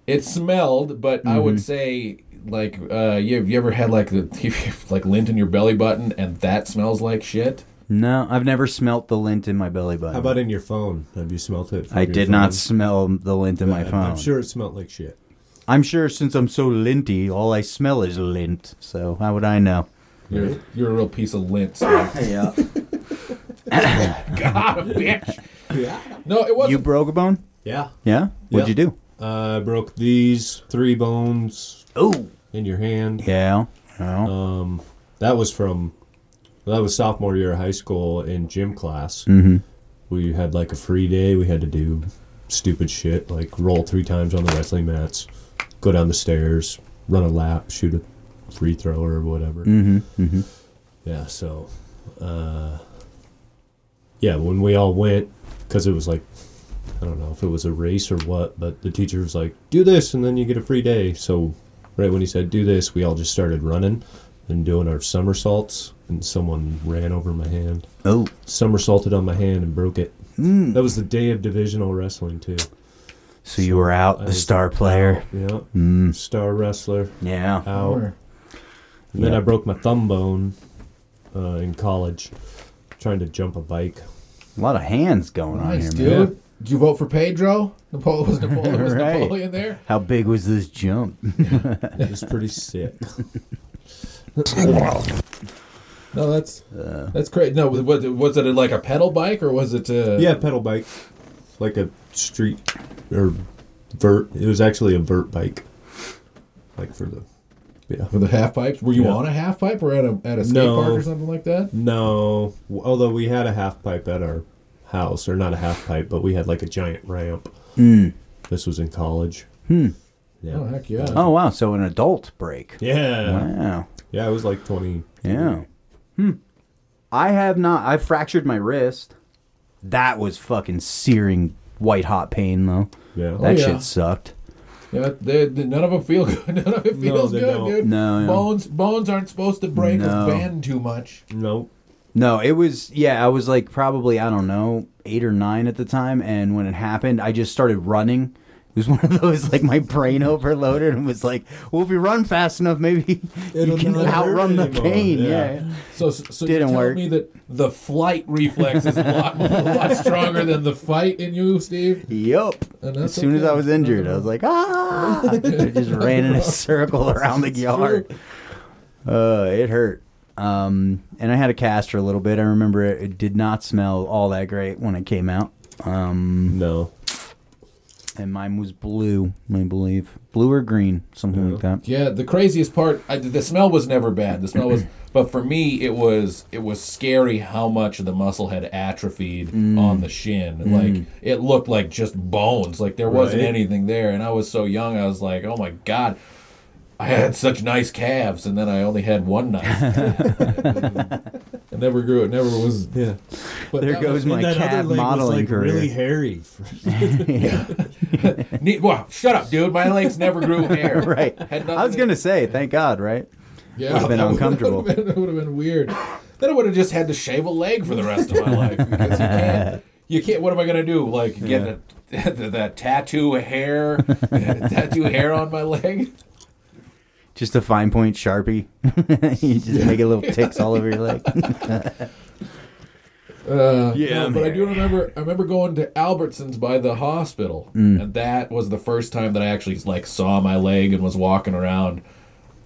Speaker 2: it smelled, but I
Speaker 5: Mm-hmm.
Speaker 2: would say like uh, you have you ever had like the like lint in your belly button and that smells like shit?
Speaker 5: No, I've never smelt the lint in my belly button.
Speaker 6: How about in your phone? Have you smelt it? from
Speaker 5: I
Speaker 6: your
Speaker 5: did not
Speaker 6: phone?
Speaker 5: smell the lint in my
Speaker 6: I'm-
Speaker 5: phone.
Speaker 6: I'm sure it smelled like shit.
Speaker 5: I'm sure since I'm so linty, all I smell is lint. So how would I know?
Speaker 2: You're you're a real piece of lint. Steve.
Speaker 5: Yeah.
Speaker 2: God, a bitch. No, it wasn't.
Speaker 5: You broke a bone?
Speaker 6: Yeah.
Speaker 5: Yeah. What'd
Speaker 6: Yep.
Speaker 5: you do?
Speaker 6: I broke these three bones
Speaker 5: Oh.
Speaker 6: in your hand.
Speaker 5: Yeah. No.
Speaker 6: Um, that was from that was sophomore year of high school in gym class. Mm-hmm. We had like a free day. We had to do stupid shit like roll three times on the wrestling mats, go down the stairs, run a lap, shoot a free throw or whatever. Mm-hmm. Mm-hmm. Yeah. So, uh, yeah, when we all went, because it was like. I don't know if it was a race or what, but the teacher was like, "Do this, and then you get a free day." So right when he said do this, we all just started running and doing our somersaults, and someone ran over my hand,
Speaker 5: oh.
Speaker 6: somersaulted on my hand, and broke it. Mm. That was the day of divisional wrestling too.
Speaker 5: So you were out, the
Speaker 6: was
Speaker 5: star player.
Speaker 6: Yeah, star wrestler
Speaker 5: Yeah.
Speaker 6: out. And then I
Speaker 5: Yep.
Speaker 6: broke my thumb bone uh, in college trying to jump a bike.
Speaker 5: A lot of hands going on
Speaker 2: Nice,
Speaker 5: here,
Speaker 2: dude.
Speaker 5: man.
Speaker 2: Did you vote for Pedro? Napoleon was Napoleon, was
Speaker 5: Right.
Speaker 2: Napoleon there?
Speaker 5: How big was this jump?
Speaker 6: It was pretty sick.
Speaker 2: No, that's that's great. No, was, was it like a pedal bike or was it? Uh,
Speaker 6: Yeah, pedal bike, like a street or vert. It was actually a vert bike, like for the yeah.
Speaker 2: for the half pipes. Were you
Speaker 6: Yeah.
Speaker 2: on a half pipe or at a at a skate
Speaker 6: No.
Speaker 2: park or something like that?
Speaker 6: No, w- although we had a half pipe at our house, or not a half pipe, but we had like a giant ramp.
Speaker 5: Hmm.
Speaker 6: This was in college. Hmm. Yeah.
Speaker 2: Oh heck yeah!
Speaker 5: Oh wow, so an adult break.
Speaker 6: Yeah.
Speaker 5: Wow.
Speaker 6: Yeah, I was like 20.
Speaker 5: Yeah. Hmm. I have not. I fractured my wrist. That was fucking searing, white hot pain though.
Speaker 6: Oh, Yeah.
Speaker 5: That
Speaker 2: yeah.
Speaker 5: shit sucked.
Speaker 2: Yeah, they, they- none of them feel good. None of it
Speaker 6: No,
Speaker 2: feels
Speaker 6: they
Speaker 2: good,
Speaker 6: don't.
Speaker 2: dude.
Speaker 5: No, yeah.
Speaker 2: bones bones aren't supposed to break
Speaker 5: No.
Speaker 2: or bend too much.
Speaker 6: Nope.
Speaker 5: No, it was yeah. I was like probably I don't know eight or nine at the time, and when it happened, I just started running. It was one of those like my brain overloaded and was like, "Well, if you run fast enough, maybe you
Speaker 6: It'll
Speaker 5: can
Speaker 6: not hurt
Speaker 5: outrun the
Speaker 6: anymore."
Speaker 5: pain."
Speaker 6: Yeah.
Speaker 5: Yeah.
Speaker 2: So so
Speaker 5: Didn't
Speaker 2: you tell
Speaker 5: work.
Speaker 2: me that the flight reflex is a lot, a lot stronger than the fight in you, Steve.
Speaker 5: Yup.
Speaker 2: And that's
Speaker 5: As soon as
Speaker 2: okay.
Speaker 5: I was injured, I was like, "Ah!" I just ran in a circle around the yard. Uh, it hurt. Um, and I had a cast for a little bit. I remember it, it did not smell all that great when it came out. Um,
Speaker 6: No.
Speaker 5: and mine was blue, I believe, blue or green, something like that.
Speaker 2: Yeah, the craziest part, I, the smell was never bad. The smell was, but for me, it was it was scary how much the muscle had atrophied
Speaker 5: Mm.
Speaker 2: on the shin. Like it looked like just bones. Like there wasn't
Speaker 6: Right.
Speaker 2: anything there. And I was so young, I was like, oh my god, I had such nice calves, and then I only had one nice. calf. it never grew. It never was.
Speaker 6: Yeah.
Speaker 2: But
Speaker 5: There
Speaker 2: that
Speaker 5: goes
Speaker 2: was-
Speaker 5: my cab modeling career.
Speaker 6: really hairy.
Speaker 2: Ne- wow, shut up, dude. My legs never grew hair.
Speaker 5: right.
Speaker 2: Had
Speaker 5: I was
Speaker 2: nothing-
Speaker 5: gonna say, thank God, right?
Speaker 2: Yeah,
Speaker 5: Would've been
Speaker 2: that
Speaker 5: uncomfortable.
Speaker 2: Would have been, would've been weird. Then I would have just had to shave a leg for the rest of my life. Because you can't. You can't. What am I gonna do? Like get a, the, the tattoo hair, tattoo hair on my leg?
Speaker 5: Just a fine point sharpie. you just make it little ticks all over your leg.
Speaker 2: Uh,
Speaker 5: Yeah,
Speaker 2: no,
Speaker 5: I'm
Speaker 2: but I
Speaker 5: here.
Speaker 2: do remember. I remember going to Albertsons by the hospital,
Speaker 5: Mm.
Speaker 2: and that was the first time that I actually like saw my leg and was walking around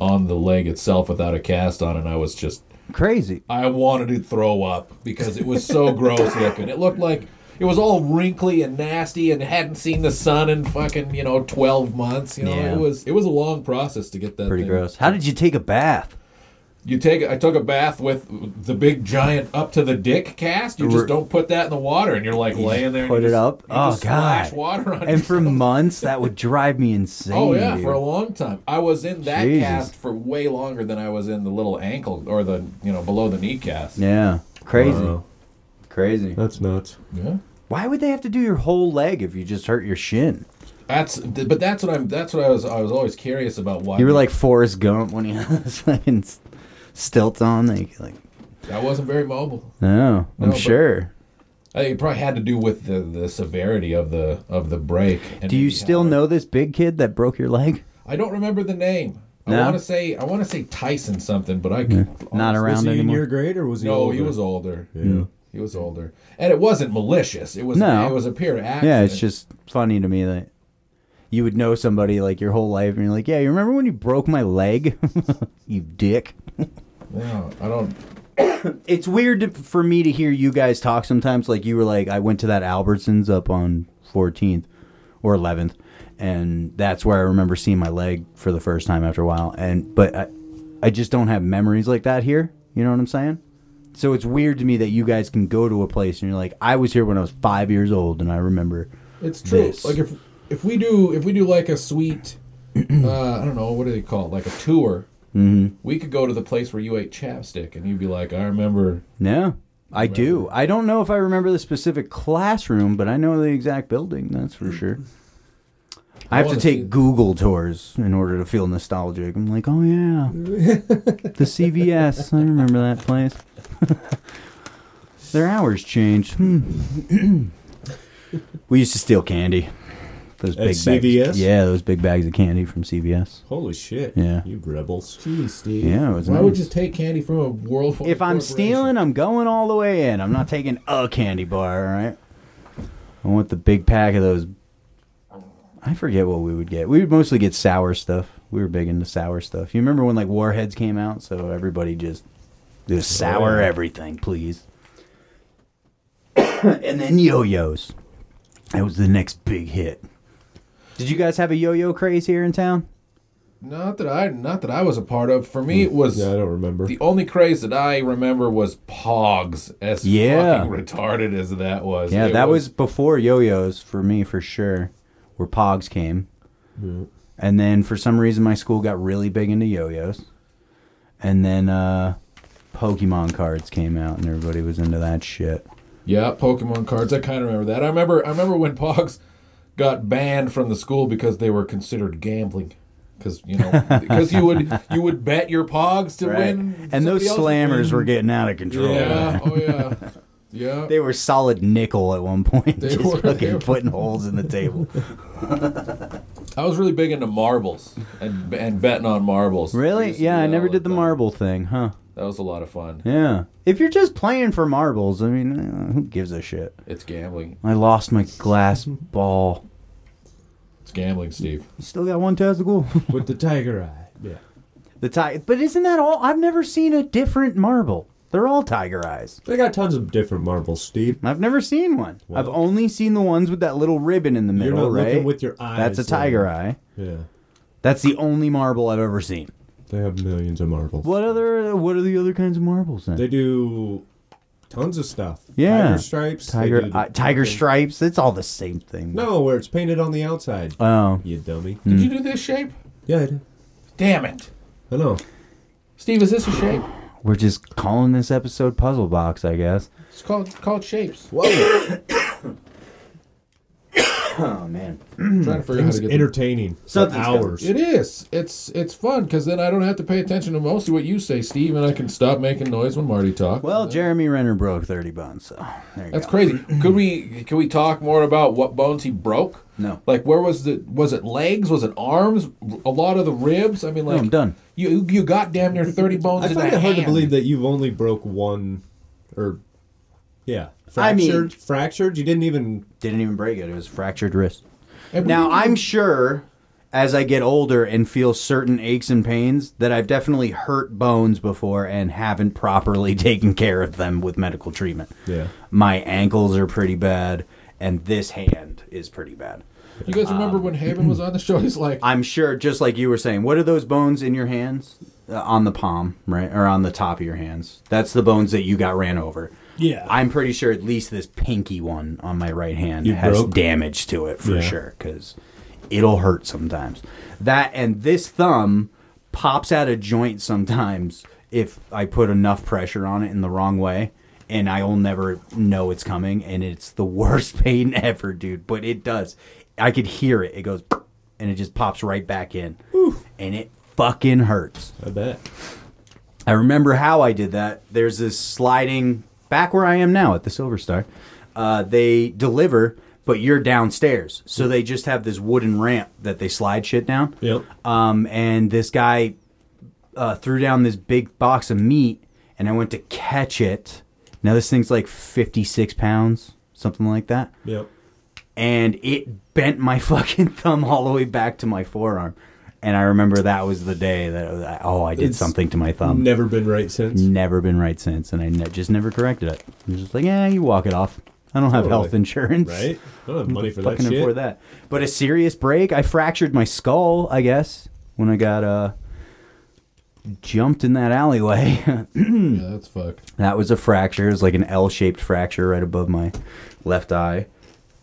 Speaker 2: on the leg itself without a cast on, and I was just
Speaker 5: Crazy.
Speaker 2: I wanted to throw up because it was so gross looking. It looked like it was all wrinkly and nasty and hadn't seen the sun in fucking you know twelve months. You know,
Speaker 5: Yeah.
Speaker 2: it was it was a long process to get that.
Speaker 5: Pretty
Speaker 2: thing.
Speaker 5: gross. How did you take a bath?
Speaker 2: You take I took a bath with the big giant up to the dick cast. You
Speaker 5: We're-
Speaker 2: just don't put that in the water, and you're like laying there. and
Speaker 5: put
Speaker 2: you
Speaker 5: it
Speaker 2: just-
Speaker 5: up?
Speaker 2: you
Speaker 5: Oh,
Speaker 2: just splash
Speaker 5: God.
Speaker 2: water on
Speaker 5: And for months, that would drive me insane.
Speaker 2: Oh yeah,
Speaker 5: dude.
Speaker 2: for a long time. I was in that
Speaker 5: Jesus.
Speaker 2: cast for way longer than I was in the little ankle or the you know below the knee cast.
Speaker 5: yeah, crazy,
Speaker 6: Wow.
Speaker 5: crazy.
Speaker 6: That's nuts.
Speaker 2: yeah.
Speaker 5: Why would they have to do your whole leg if you just hurt your shin?
Speaker 2: That's th- but that's what I'm. That's what I was. I was always curious about why
Speaker 5: You were like Forrest Gump when he has fucking s- stilts on. Like, like
Speaker 2: I wasn't very mobile.
Speaker 5: no, I'm
Speaker 2: but-
Speaker 5: sure.
Speaker 2: I think it probably had to do with the, the severity of the of the break. and
Speaker 5: Do you
Speaker 2: maybe
Speaker 5: still
Speaker 2: how-
Speaker 5: know this big kid that broke your leg?
Speaker 2: I don't remember the name.
Speaker 5: No?
Speaker 2: I want to say I want to say Tyson something, but I
Speaker 5: Not
Speaker 6: Was
Speaker 5: around
Speaker 6: he in
Speaker 5: anymore.
Speaker 6: your grade or was he?
Speaker 2: no,
Speaker 6: older?
Speaker 2: he was older.
Speaker 6: Yeah.
Speaker 2: He was older, and it wasn't malicious. It was
Speaker 5: No.
Speaker 2: it was a pure accident.
Speaker 5: yeah, it's just funny to me that you would know somebody like your whole life, and you're like, "Yeah, you remember when you broke my leg, you dick."
Speaker 2: No, I don't.
Speaker 5: It's weird to, for me to hear you guys talk sometimes. Like you were like, I went to that Albertsons up on 14th or 11th, and that's where I remember seeing my leg for the first time after a while. And but I, I just don't have memories like that here. You know what I'm saying? So it's weird to me that you guys can go to a place and you're like, I was here when I was five years old, and I remember.
Speaker 2: It's true.
Speaker 5: This.
Speaker 2: Like if if we do if we do like a sweet, uh, I don't know what do they call it, like a tour. Mm-hmm. We could go to the place where you ate chapstick, and you'd be like, "I remember."
Speaker 5: No, I do. I don't know if I remember the specific classroom, but I know the exact building. That's for sure. I have to
Speaker 2: wanna see
Speaker 5: take
Speaker 2: it.
Speaker 5: Google tours in order to feel nostalgic. I'm like, oh yeah, the CVS. I remember that place. Their hours changed. Hmm. we used to steal candy. Those big
Speaker 6: CVS?
Speaker 5: bags. Yeah, those big bags of candy from CVS.
Speaker 6: Holy shit!
Speaker 5: Yeah.
Speaker 6: you rebels.
Speaker 8: Jeez, Steve.
Speaker 5: Yeah, it was
Speaker 2: Why
Speaker 5: nice.
Speaker 2: would you take candy from a world?
Speaker 5: If I'm
Speaker 2: corporation?
Speaker 5: stealing, I'm going all the way in. I'm not taking a candy bar, all right? I want the big pack of those. I forget what we would get. We would mostly get sour stuff. We were big into sour stuff. You remember when like Warheads came out, so everybody just just sour everything, please. and then yo-yos. That was the next big hit. Did you guys have a yo-yo craze here in town?
Speaker 2: not that I not that I was a part of. For me, it was
Speaker 6: Yeah, I don't remember.
Speaker 2: the only craze that I remember was pogs. As
Speaker 5: Yeah.
Speaker 2: fucking retarded as that was.
Speaker 5: Yeah,
Speaker 2: It
Speaker 5: that was before yo-yos for me for sure, where Pogs came. And then for some reason my school got really big into yo-yos. And then uh Pokemon cards came out and everybody was into that shit.
Speaker 2: Yeah, Pokemon cards. I kind of remember that. I remember. I remember when Pogs got banned from the school because they were considered gambling. Because you know, because you would you would bet your Pogs to win.
Speaker 5: And those
Speaker 2: somebody else's
Speaker 5: slammers were getting out of control.
Speaker 2: win. Yeah. Oh yeah. Yeah.
Speaker 5: They were solid nickel at one point,
Speaker 2: They
Speaker 5: just
Speaker 2: were- they
Speaker 5: fucking
Speaker 2: were.
Speaker 5: putting holes in the table.
Speaker 2: I was really big into marbles and and betting on marbles.
Speaker 5: Really?
Speaker 2: used to
Speaker 5: Yeah,
Speaker 2: do
Speaker 5: I
Speaker 2: that
Speaker 5: never
Speaker 2: all
Speaker 5: did the
Speaker 2: time.
Speaker 5: marble thing, huh?
Speaker 2: That was a lot of fun.
Speaker 5: Yeah. If you're just playing for marbles, I mean, uh, who gives a shit?
Speaker 2: It's gambling.
Speaker 5: I lost my glass ball.
Speaker 2: It's gambling, Steve.
Speaker 5: You still got one testicle.
Speaker 6: With the tiger eye. Yeah.
Speaker 5: the tiger, but isn't that all? I've never seen a different marble. They're all tiger eyes.
Speaker 6: They got tons of different marbles, Steve.
Speaker 5: I've never seen one. I've only seen the ones with that little ribbon in the
Speaker 6: You're
Speaker 5: middle,
Speaker 6: not
Speaker 5: right?
Speaker 6: looking with your eyes.
Speaker 5: That's a
Speaker 6: then.
Speaker 5: tiger eye.
Speaker 6: Yeah.
Speaker 5: That's the only marble I've ever seen.
Speaker 6: They have millions of marbles.
Speaker 5: What other? What are the other kinds of marbles then?
Speaker 6: They do tons of stuff.
Speaker 5: Yeah.
Speaker 6: Tiger stripes. they
Speaker 5: tiger,
Speaker 6: do
Speaker 5: eye, tiger
Speaker 6: fucking-
Speaker 5: stripes. It's all the same thing.
Speaker 6: No, where it's painted on the outside.
Speaker 5: Oh,
Speaker 6: you dummy.
Speaker 2: Did you do this shape?
Speaker 6: Yeah, I do.
Speaker 2: Damn it,
Speaker 6: I know.
Speaker 2: Steve. Is this a shape?
Speaker 5: we're just calling this episode Puzzle Box, I guess.
Speaker 2: It's called called shapes.
Speaker 5: Oh man.
Speaker 2: I'm trying to figure out how
Speaker 6: It's
Speaker 2: to get
Speaker 6: entertaining for
Speaker 5: Something's got-
Speaker 6: hours.
Speaker 2: It is. It's it's fun because then I don't have to pay attention to mostly what you say, Steve, and I can stop making noise when Marty talks.
Speaker 5: Well, Jeremy Renner broke thirty buns, so there you
Speaker 2: that's
Speaker 5: go.
Speaker 2: crazy. Could we can we talk more about what bones he broke?
Speaker 5: No.
Speaker 2: Like where was the was it legs? Was it arms? A lot of the ribs. I mean, like
Speaker 5: I'm done.
Speaker 2: You you got damn near thirty bones
Speaker 6: I
Speaker 2: in
Speaker 6: find
Speaker 2: that
Speaker 6: it hard to
Speaker 2: hand.
Speaker 6: believe that you've only broke one, or yeah,
Speaker 5: I mean-
Speaker 6: fractured. fractured. You didn't even.
Speaker 5: Didn't even break it. It was fractured wrist.
Speaker 2: And we
Speaker 5: Now,
Speaker 2: didn't-
Speaker 5: I'm sure as I get older and feel certain aches and pains that I've definitely hurt bones before and haven't properly taken care of them with medical treatment.
Speaker 6: Yeah.
Speaker 5: My ankles are pretty bad and this hand is pretty bad.
Speaker 2: You guys remember when Haven was on the show? He's like,
Speaker 5: I'm sure just like you were saying, what are those bones in your hands? Uh, on the palm, right? Or on the top of your hands. That's the bones that you got ran over.
Speaker 6: Yeah.
Speaker 5: I'm pretty sure at least this pinky one on my right hand
Speaker 6: You
Speaker 5: has
Speaker 6: broke?
Speaker 5: damage to it for
Speaker 6: Yeah.
Speaker 5: sure because it'll hurt sometimes. That and this thumb pops out of joint sometimes if I put enough pressure on it in the wrong way. And I will never know it's coming, and it's the worst pain ever, dude. But it does. I could hear it. It goes, and it just pops right back in, and it fucking hurts.
Speaker 6: I bet.
Speaker 5: I remember how I did that. There's this sliding back where I am now at the Silver Star. uh, they deliver, but you're downstairs. So they just have this wooden ramp that they slide shit down.
Speaker 6: Mm-hmm. Yep.
Speaker 5: Um, and this guy uh, threw down this big box of meat, and I went to catch it. Now this thing's like 56 pounds, something like that.
Speaker 6: Yep.
Speaker 5: And it bent my fucking thumb all the way back to my forearm. And I remember that was the day that I was like, oh, I did
Speaker 6: It's
Speaker 5: something to my thumb.
Speaker 6: Never been right since.
Speaker 5: Never been right since, and I ne- just never corrected it. I'm just like, yeah, you walk it off. I don't have
Speaker 6: Totally.
Speaker 5: health insurance,
Speaker 6: Right? I don't have money for that
Speaker 5: Fucking
Speaker 6: shit.
Speaker 5: afford that. But a serious break. I fractured my skull, I guess, when I got uh jumped in that alleyway.
Speaker 2: Yeah, that's fucked.
Speaker 5: that was a fracture. It was like an L-shaped fracture right above my left eye.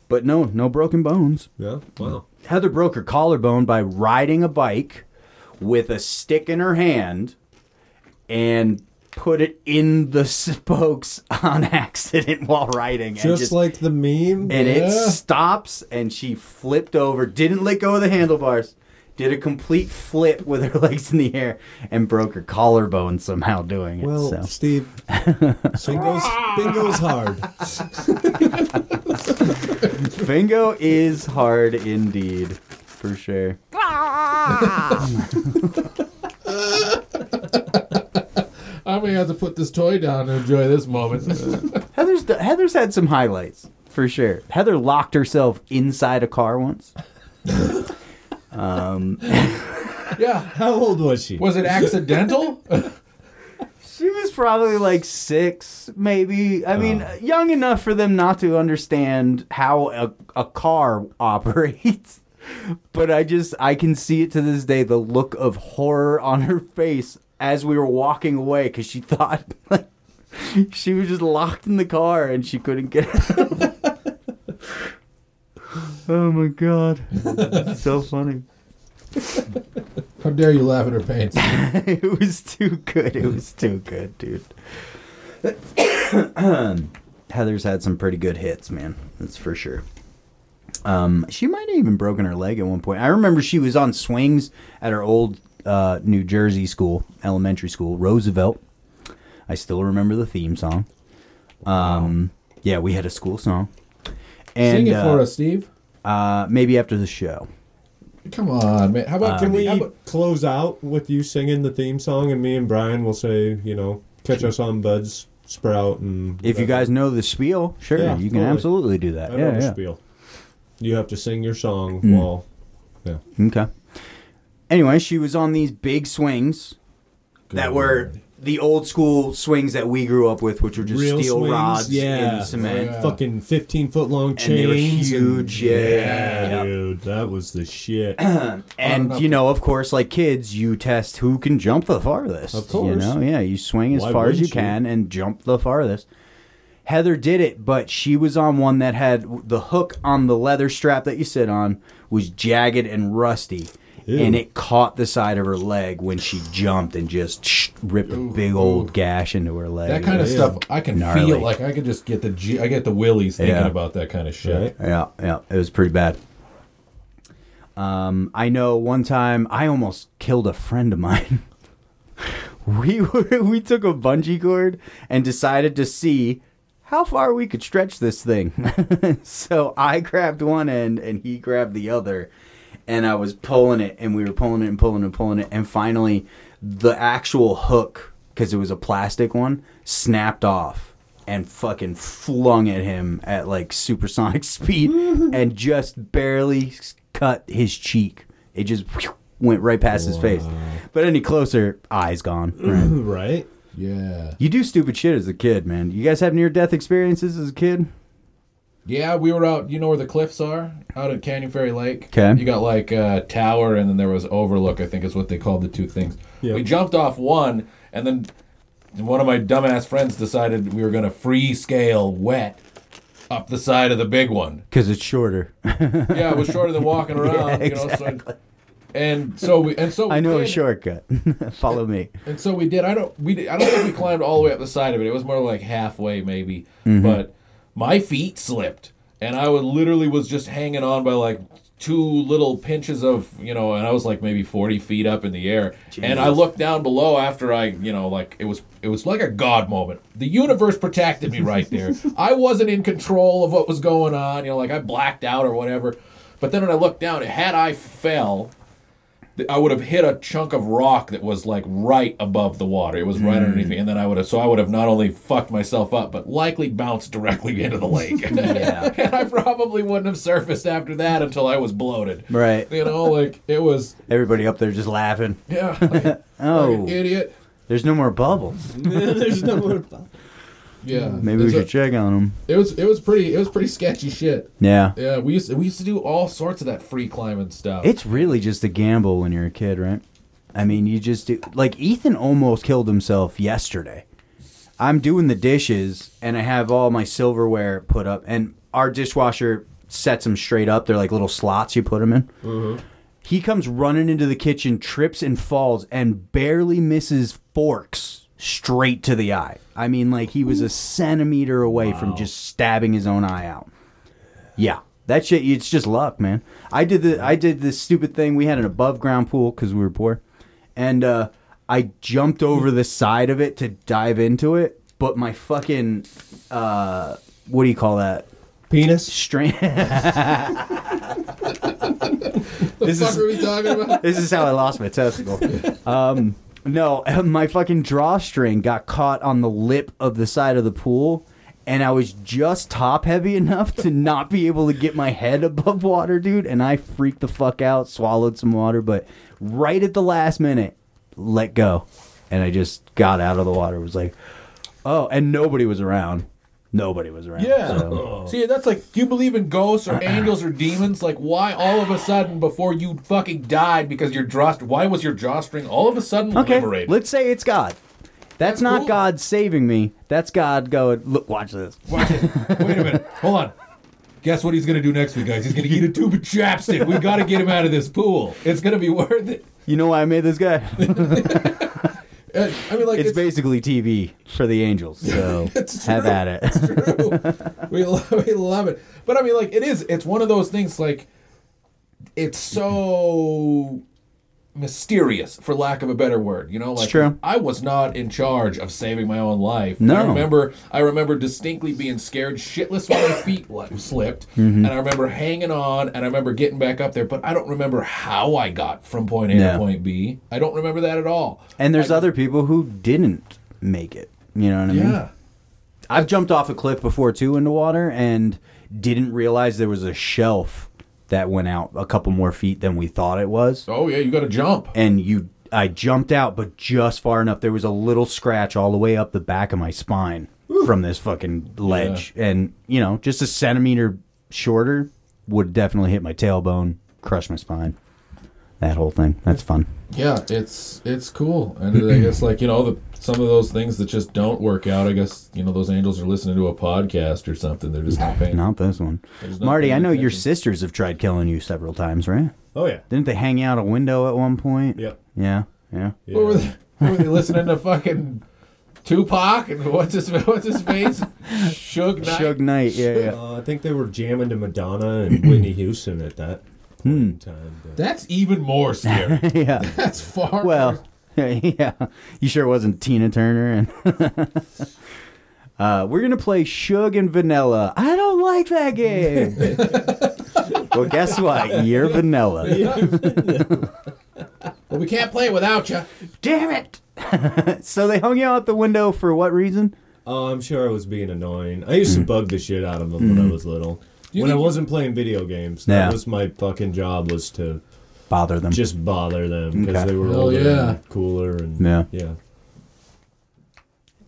Speaker 5: But no, no broken bones.
Speaker 6: Yeah. Wow.
Speaker 5: Heather broke her collarbone by riding a bike with a stick in her hand and put it in the spokes on accident while riding. and
Speaker 6: Just, like the meme.
Speaker 5: and
Speaker 6: yeah.
Speaker 5: it stops and she flipped over, didn't let go of the handlebars, did a complete flip with her legs in the air and broke her collarbone somehow doing it.
Speaker 6: Well,
Speaker 5: so.
Speaker 6: Steve, bingo's, bingo's hard.
Speaker 5: Bingo is hard indeed, for sure.
Speaker 2: I may have to put this toy down to enjoy this moment.
Speaker 5: Heather's Heather's had some highlights for sure. Heather locked herself inside a car once.
Speaker 2: yeah.
Speaker 6: How old was she?
Speaker 2: Was it accidental?
Speaker 5: She was probably like six, maybe. I mean, young enough for them not to understand how a, a car operates. But I just, I can see it to this day the look of horror on her face as we were walking away because she thought, like, she was just locked in the car and she couldn't get out. oh my God. so funny.
Speaker 2: How dare you laugh at her pains?
Speaker 5: it was too good. It was too good, dude. Heather's had some pretty good hits, man. That's for sure. Um, she might have even broken her leg at one point. I remember she was on swings at her old uh, New Jersey school, elementary school, Roosevelt. I still remember the theme song. Um, yeah, we had a school song. And,
Speaker 2: Sing it
Speaker 5: uh,
Speaker 2: for us, Steve.
Speaker 5: Uh, maybe after the show.
Speaker 2: Come on, man. How
Speaker 5: uh,
Speaker 2: about
Speaker 6: Can we
Speaker 2: How about,
Speaker 6: close out with you singing the theme song, and me and Brian will say, you know, catch us on Bud's Sprout, and
Speaker 5: If you guys know the spiel, sure,
Speaker 6: Yeah,
Speaker 5: you can
Speaker 6: totally.
Speaker 5: absolutely do that.
Speaker 6: I
Speaker 5: yeah,
Speaker 6: know the
Speaker 5: yeah. Mm.
Speaker 6: spiel. You have to sing your song while. Yeah.
Speaker 5: Okay. Anyway, she was on these big swings that were the old school swings that we grew up with, which were just
Speaker 6: Real
Speaker 5: steel
Speaker 6: swings?
Speaker 5: rods
Speaker 6: Yeah.
Speaker 5: in cement.
Speaker 2: Yeah.
Speaker 6: Fucking fifteen foot long chains.
Speaker 5: And they were
Speaker 6: and-
Speaker 5: huge, yeah, yeah.
Speaker 6: dude, that was the shit.
Speaker 5: And you know, of course, like kids, you test who can jump the farthest.
Speaker 6: Of course.
Speaker 5: you know, yeah, you swing as
Speaker 6: Why
Speaker 5: far as you
Speaker 6: wouldn't you?
Speaker 5: can and jump the farthest. Heather did it, but she was on one that had the hook on the leather strap that you sit on was jagged and rusty,
Speaker 6: Ew.
Speaker 5: and it caught the side of her leg when she jumped and just ripped a big old gash into her leg.
Speaker 2: that kind of
Speaker 5: Yeah.
Speaker 2: stuff? I can
Speaker 5: Gnarly.
Speaker 2: feel like I could just get the G, I get the willies thinking
Speaker 5: Yeah.
Speaker 2: about that kind of shit.
Speaker 6: Right.
Speaker 5: Yeah, yeah, it was pretty bad. Um, I know one time I almost killed a friend of mine. we were we took a bungee cord and decided to see how far we could stretch this thing. so I grabbed one end and he grabbed the other, and I was pulling it and we were pulling it and pulling and pulling it, and finally the actual hook because it was a plastic one snapped off and fucking flung at him at like supersonic speed and just barely s- cut his cheek. It just went right past his face. But any closer, eyes gone.
Speaker 6: right?
Speaker 2: Yeah.
Speaker 5: You do stupid shit as a kid, man. You guys have near death experiences as a kid?
Speaker 2: Yeah, we were out. You know where the cliffs are out at Canyon Ferry Lake.
Speaker 5: 'Kay.
Speaker 2: You got like a tower, and then there was overlook. I think is what they called the two things.
Speaker 6: Yeah.
Speaker 2: We jumped off one, and then one of my dumbass friends decided we were gonna free scale wet up the side of the big one.
Speaker 5: Because it's shorter.
Speaker 2: Yeah, it was shorter than walking around.
Speaker 5: Yeah,
Speaker 2: you know, so, and so we and so we
Speaker 5: I know a
Speaker 2: did.
Speaker 5: shortcut. Follow me.
Speaker 2: And so we did. I don't. We did, I don't think we climbed all the way up the side of it. It was more like halfway, maybe. But my feet slipped, and I would literally was just hanging on by like two little pinches of you know, and I was like maybe forty feet up in the air, and I looked down below after I you know like it was it was like a god moment. The universe protected me right there. I wasn't in control of what was going on. You know, like I blacked out or whatever. But then when I looked down, had I fell, th- I would have hit a chunk of rock that was like right above the water. It was right
Speaker 5: Hmm.
Speaker 2: underneath me, and then I would have. So I would have not only fucked myself up, but likely bounced directly into the lake.
Speaker 5: Yeah.
Speaker 2: and I probably wouldn't have surfaced after that until I was bloated.
Speaker 5: Right.
Speaker 2: You know, like it was.
Speaker 5: Everybody up there just laughing.
Speaker 2: Yeah. Like, like
Speaker 5: Oh,
Speaker 2: an idiot.
Speaker 5: there's no more bubbles.
Speaker 11: There's no more.
Speaker 2: Yeah.
Speaker 5: Maybe we
Speaker 2: It's a-
Speaker 5: should check on them.
Speaker 2: It was it was pretty it was pretty sketchy shit.
Speaker 5: Yeah.
Speaker 2: Yeah, we used to, we used to do all sorts of that free climbing stuff.
Speaker 5: It's really just a gamble when you're a kid, right? I mean, you just do. Like, Ethan almost killed himself yesterday. I'm doing the dishes and I have all my silverware put up, and our dishwasher sets them straight up. They're like little slots you put them in. He comes running into the kitchen, trips and falls, and barely misses forks straight to the eye. I mean, like, he was a centimeter away from just stabbing his own eye out. Yeah, that shit. It's just luck, man. I did the I did this stupid thing. We had an above ground pool because we were poor, and uh, I jumped over the side of it to dive into it. But my fucking uh, what do you call that?
Speaker 6: Penis.
Speaker 5: Strain.
Speaker 2: the
Speaker 5: this
Speaker 2: fuck
Speaker 5: is-
Speaker 2: are we talking about?
Speaker 5: this is how I lost my testicle. Um, no, my fucking drawstring got caught on the lip of the side of the pool, and I was just top heavy enough to not be able to get my head above water, dude. And I freaked the fuck out, swallowed some water, but right at the last minute, let go, and I just got out of the water. Was like, oh, and nobody was around. Nobody was around.
Speaker 2: Yeah.
Speaker 5: so-
Speaker 2: See, that's like, do you believe in ghosts or angels or demons? Like, why all of a sudden before you fucking died because your drawstring? Why was your drawstring all of a sudden
Speaker 5: Okay,
Speaker 2: liberated?
Speaker 5: let's say it's God. That's not
Speaker 2: cool.
Speaker 5: God saving me. That's God going. Look, watch this.
Speaker 2: Watch it. Wait a minute. Hold on. Guess what he's gonna do next week, guys? He's gonna eat a tube of chapstick. We gotta get him out of this pool. It's gonna be worth it.
Speaker 5: You know why I made this guy?
Speaker 2: Uh, I mean, like
Speaker 5: it's,
Speaker 2: it's,
Speaker 5: basically TV for the angels. So
Speaker 2: It's
Speaker 5: have
Speaker 2: true.
Speaker 5: at it.
Speaker 2: we, lo- we love it. But I mean, like, it is. It's one of those things. Like, it's so mysterious, for lack of a better word. You know, like,
Speaker 5: true.
Speaker 2: I was not in charge of saving my own life. I
Speaker 5: No.
Speaker 2: remember. I remember distinctly being scared shitless when my feet like, slipped,
Speaker 5: Mm-hmm.
Speaker 2: and I remember hanging on, and I remember getting back up there. But I don't remember how I got from point A to
Speaker 5: No.
Speaker 2: point B. I don't remember that at all.
Speaker 5: And there's
Speaker 2: I-
Speaker 5: other people who didn't make it. You know what I mean?
Speaker 2: Yeah.
Speaker 5: I've jumped off a cliff before too into water and didn't realize there was a shelf that went out a couple more feet than we thought it was.
Speaker 2: Oh yeah, you got to jump.
Speaker 5: and you I jumped out but just far enough there was a little scratch all the way up the back of my spine from this fucking ledge and you know just a centimeter shorter would definitely hit my tailbone crush my spine that whole thing that's fun
Speaker 2: yeah it's it's cool and i guess like you know the some of those things that just don't work out i guess you know those angels are listening to a podcast or something they're just not paying
Speaker 5: not this one
Speaker 2: There's nothing
Speaker 5: Marty I know your
Speaker 2: happening.
Speaker 5: sisters have tried killing you several times right
Speaker 6: Oh yeah.
Speaker 5: didn't they hang out a window at one point
Speaker 6: Yep.
Speaker 5: yeah yeah
Speaker 6: Yeah.
Speaker 2: what were, they, what were they listening to fucking tupac and what's his what's his face Suge Knight.
Speaker 5: Shug Knight yeah yeah
Speaker 6: Uh, I think they were jamming to Madonna and Whitney Houston at that
Speaker 5: Hmm.
Speaker 6: point in time. but-
Speaker 2: that's even more scary
Speaker 5: yeah
Speaker 2: that's far
Speaker 5: Well, yeah, you sure it wasn't Tina Turner. And uh, we're gonna play Suge and Vanilla. I don't like that game. well, guess what? You're Vanilla.
Speaker 2: well we can't play without you
Speaker 5: Damn it! so they hung you out the window for what reason?
Speaker 6: Oh, I'm sure I was being annoying. I
Speaker 5: Hmm.
Speaker 6: used to bug the shit out of them when I was little. When I wasn't playing video games,
Speaker 5: Yeah.
Speaker 6: that was my fucking job was to
Speaker 5: Bother them.
Speaker 6: just bother them because
Speaker 5: Okay.
Speaker 6: they were
Speaker 2: Hell
Speaker 6: older
Speaker 2: yeah.
Speaker 6: and cooler and
Speaker 5: Yeah.
Speaker 6: yeah.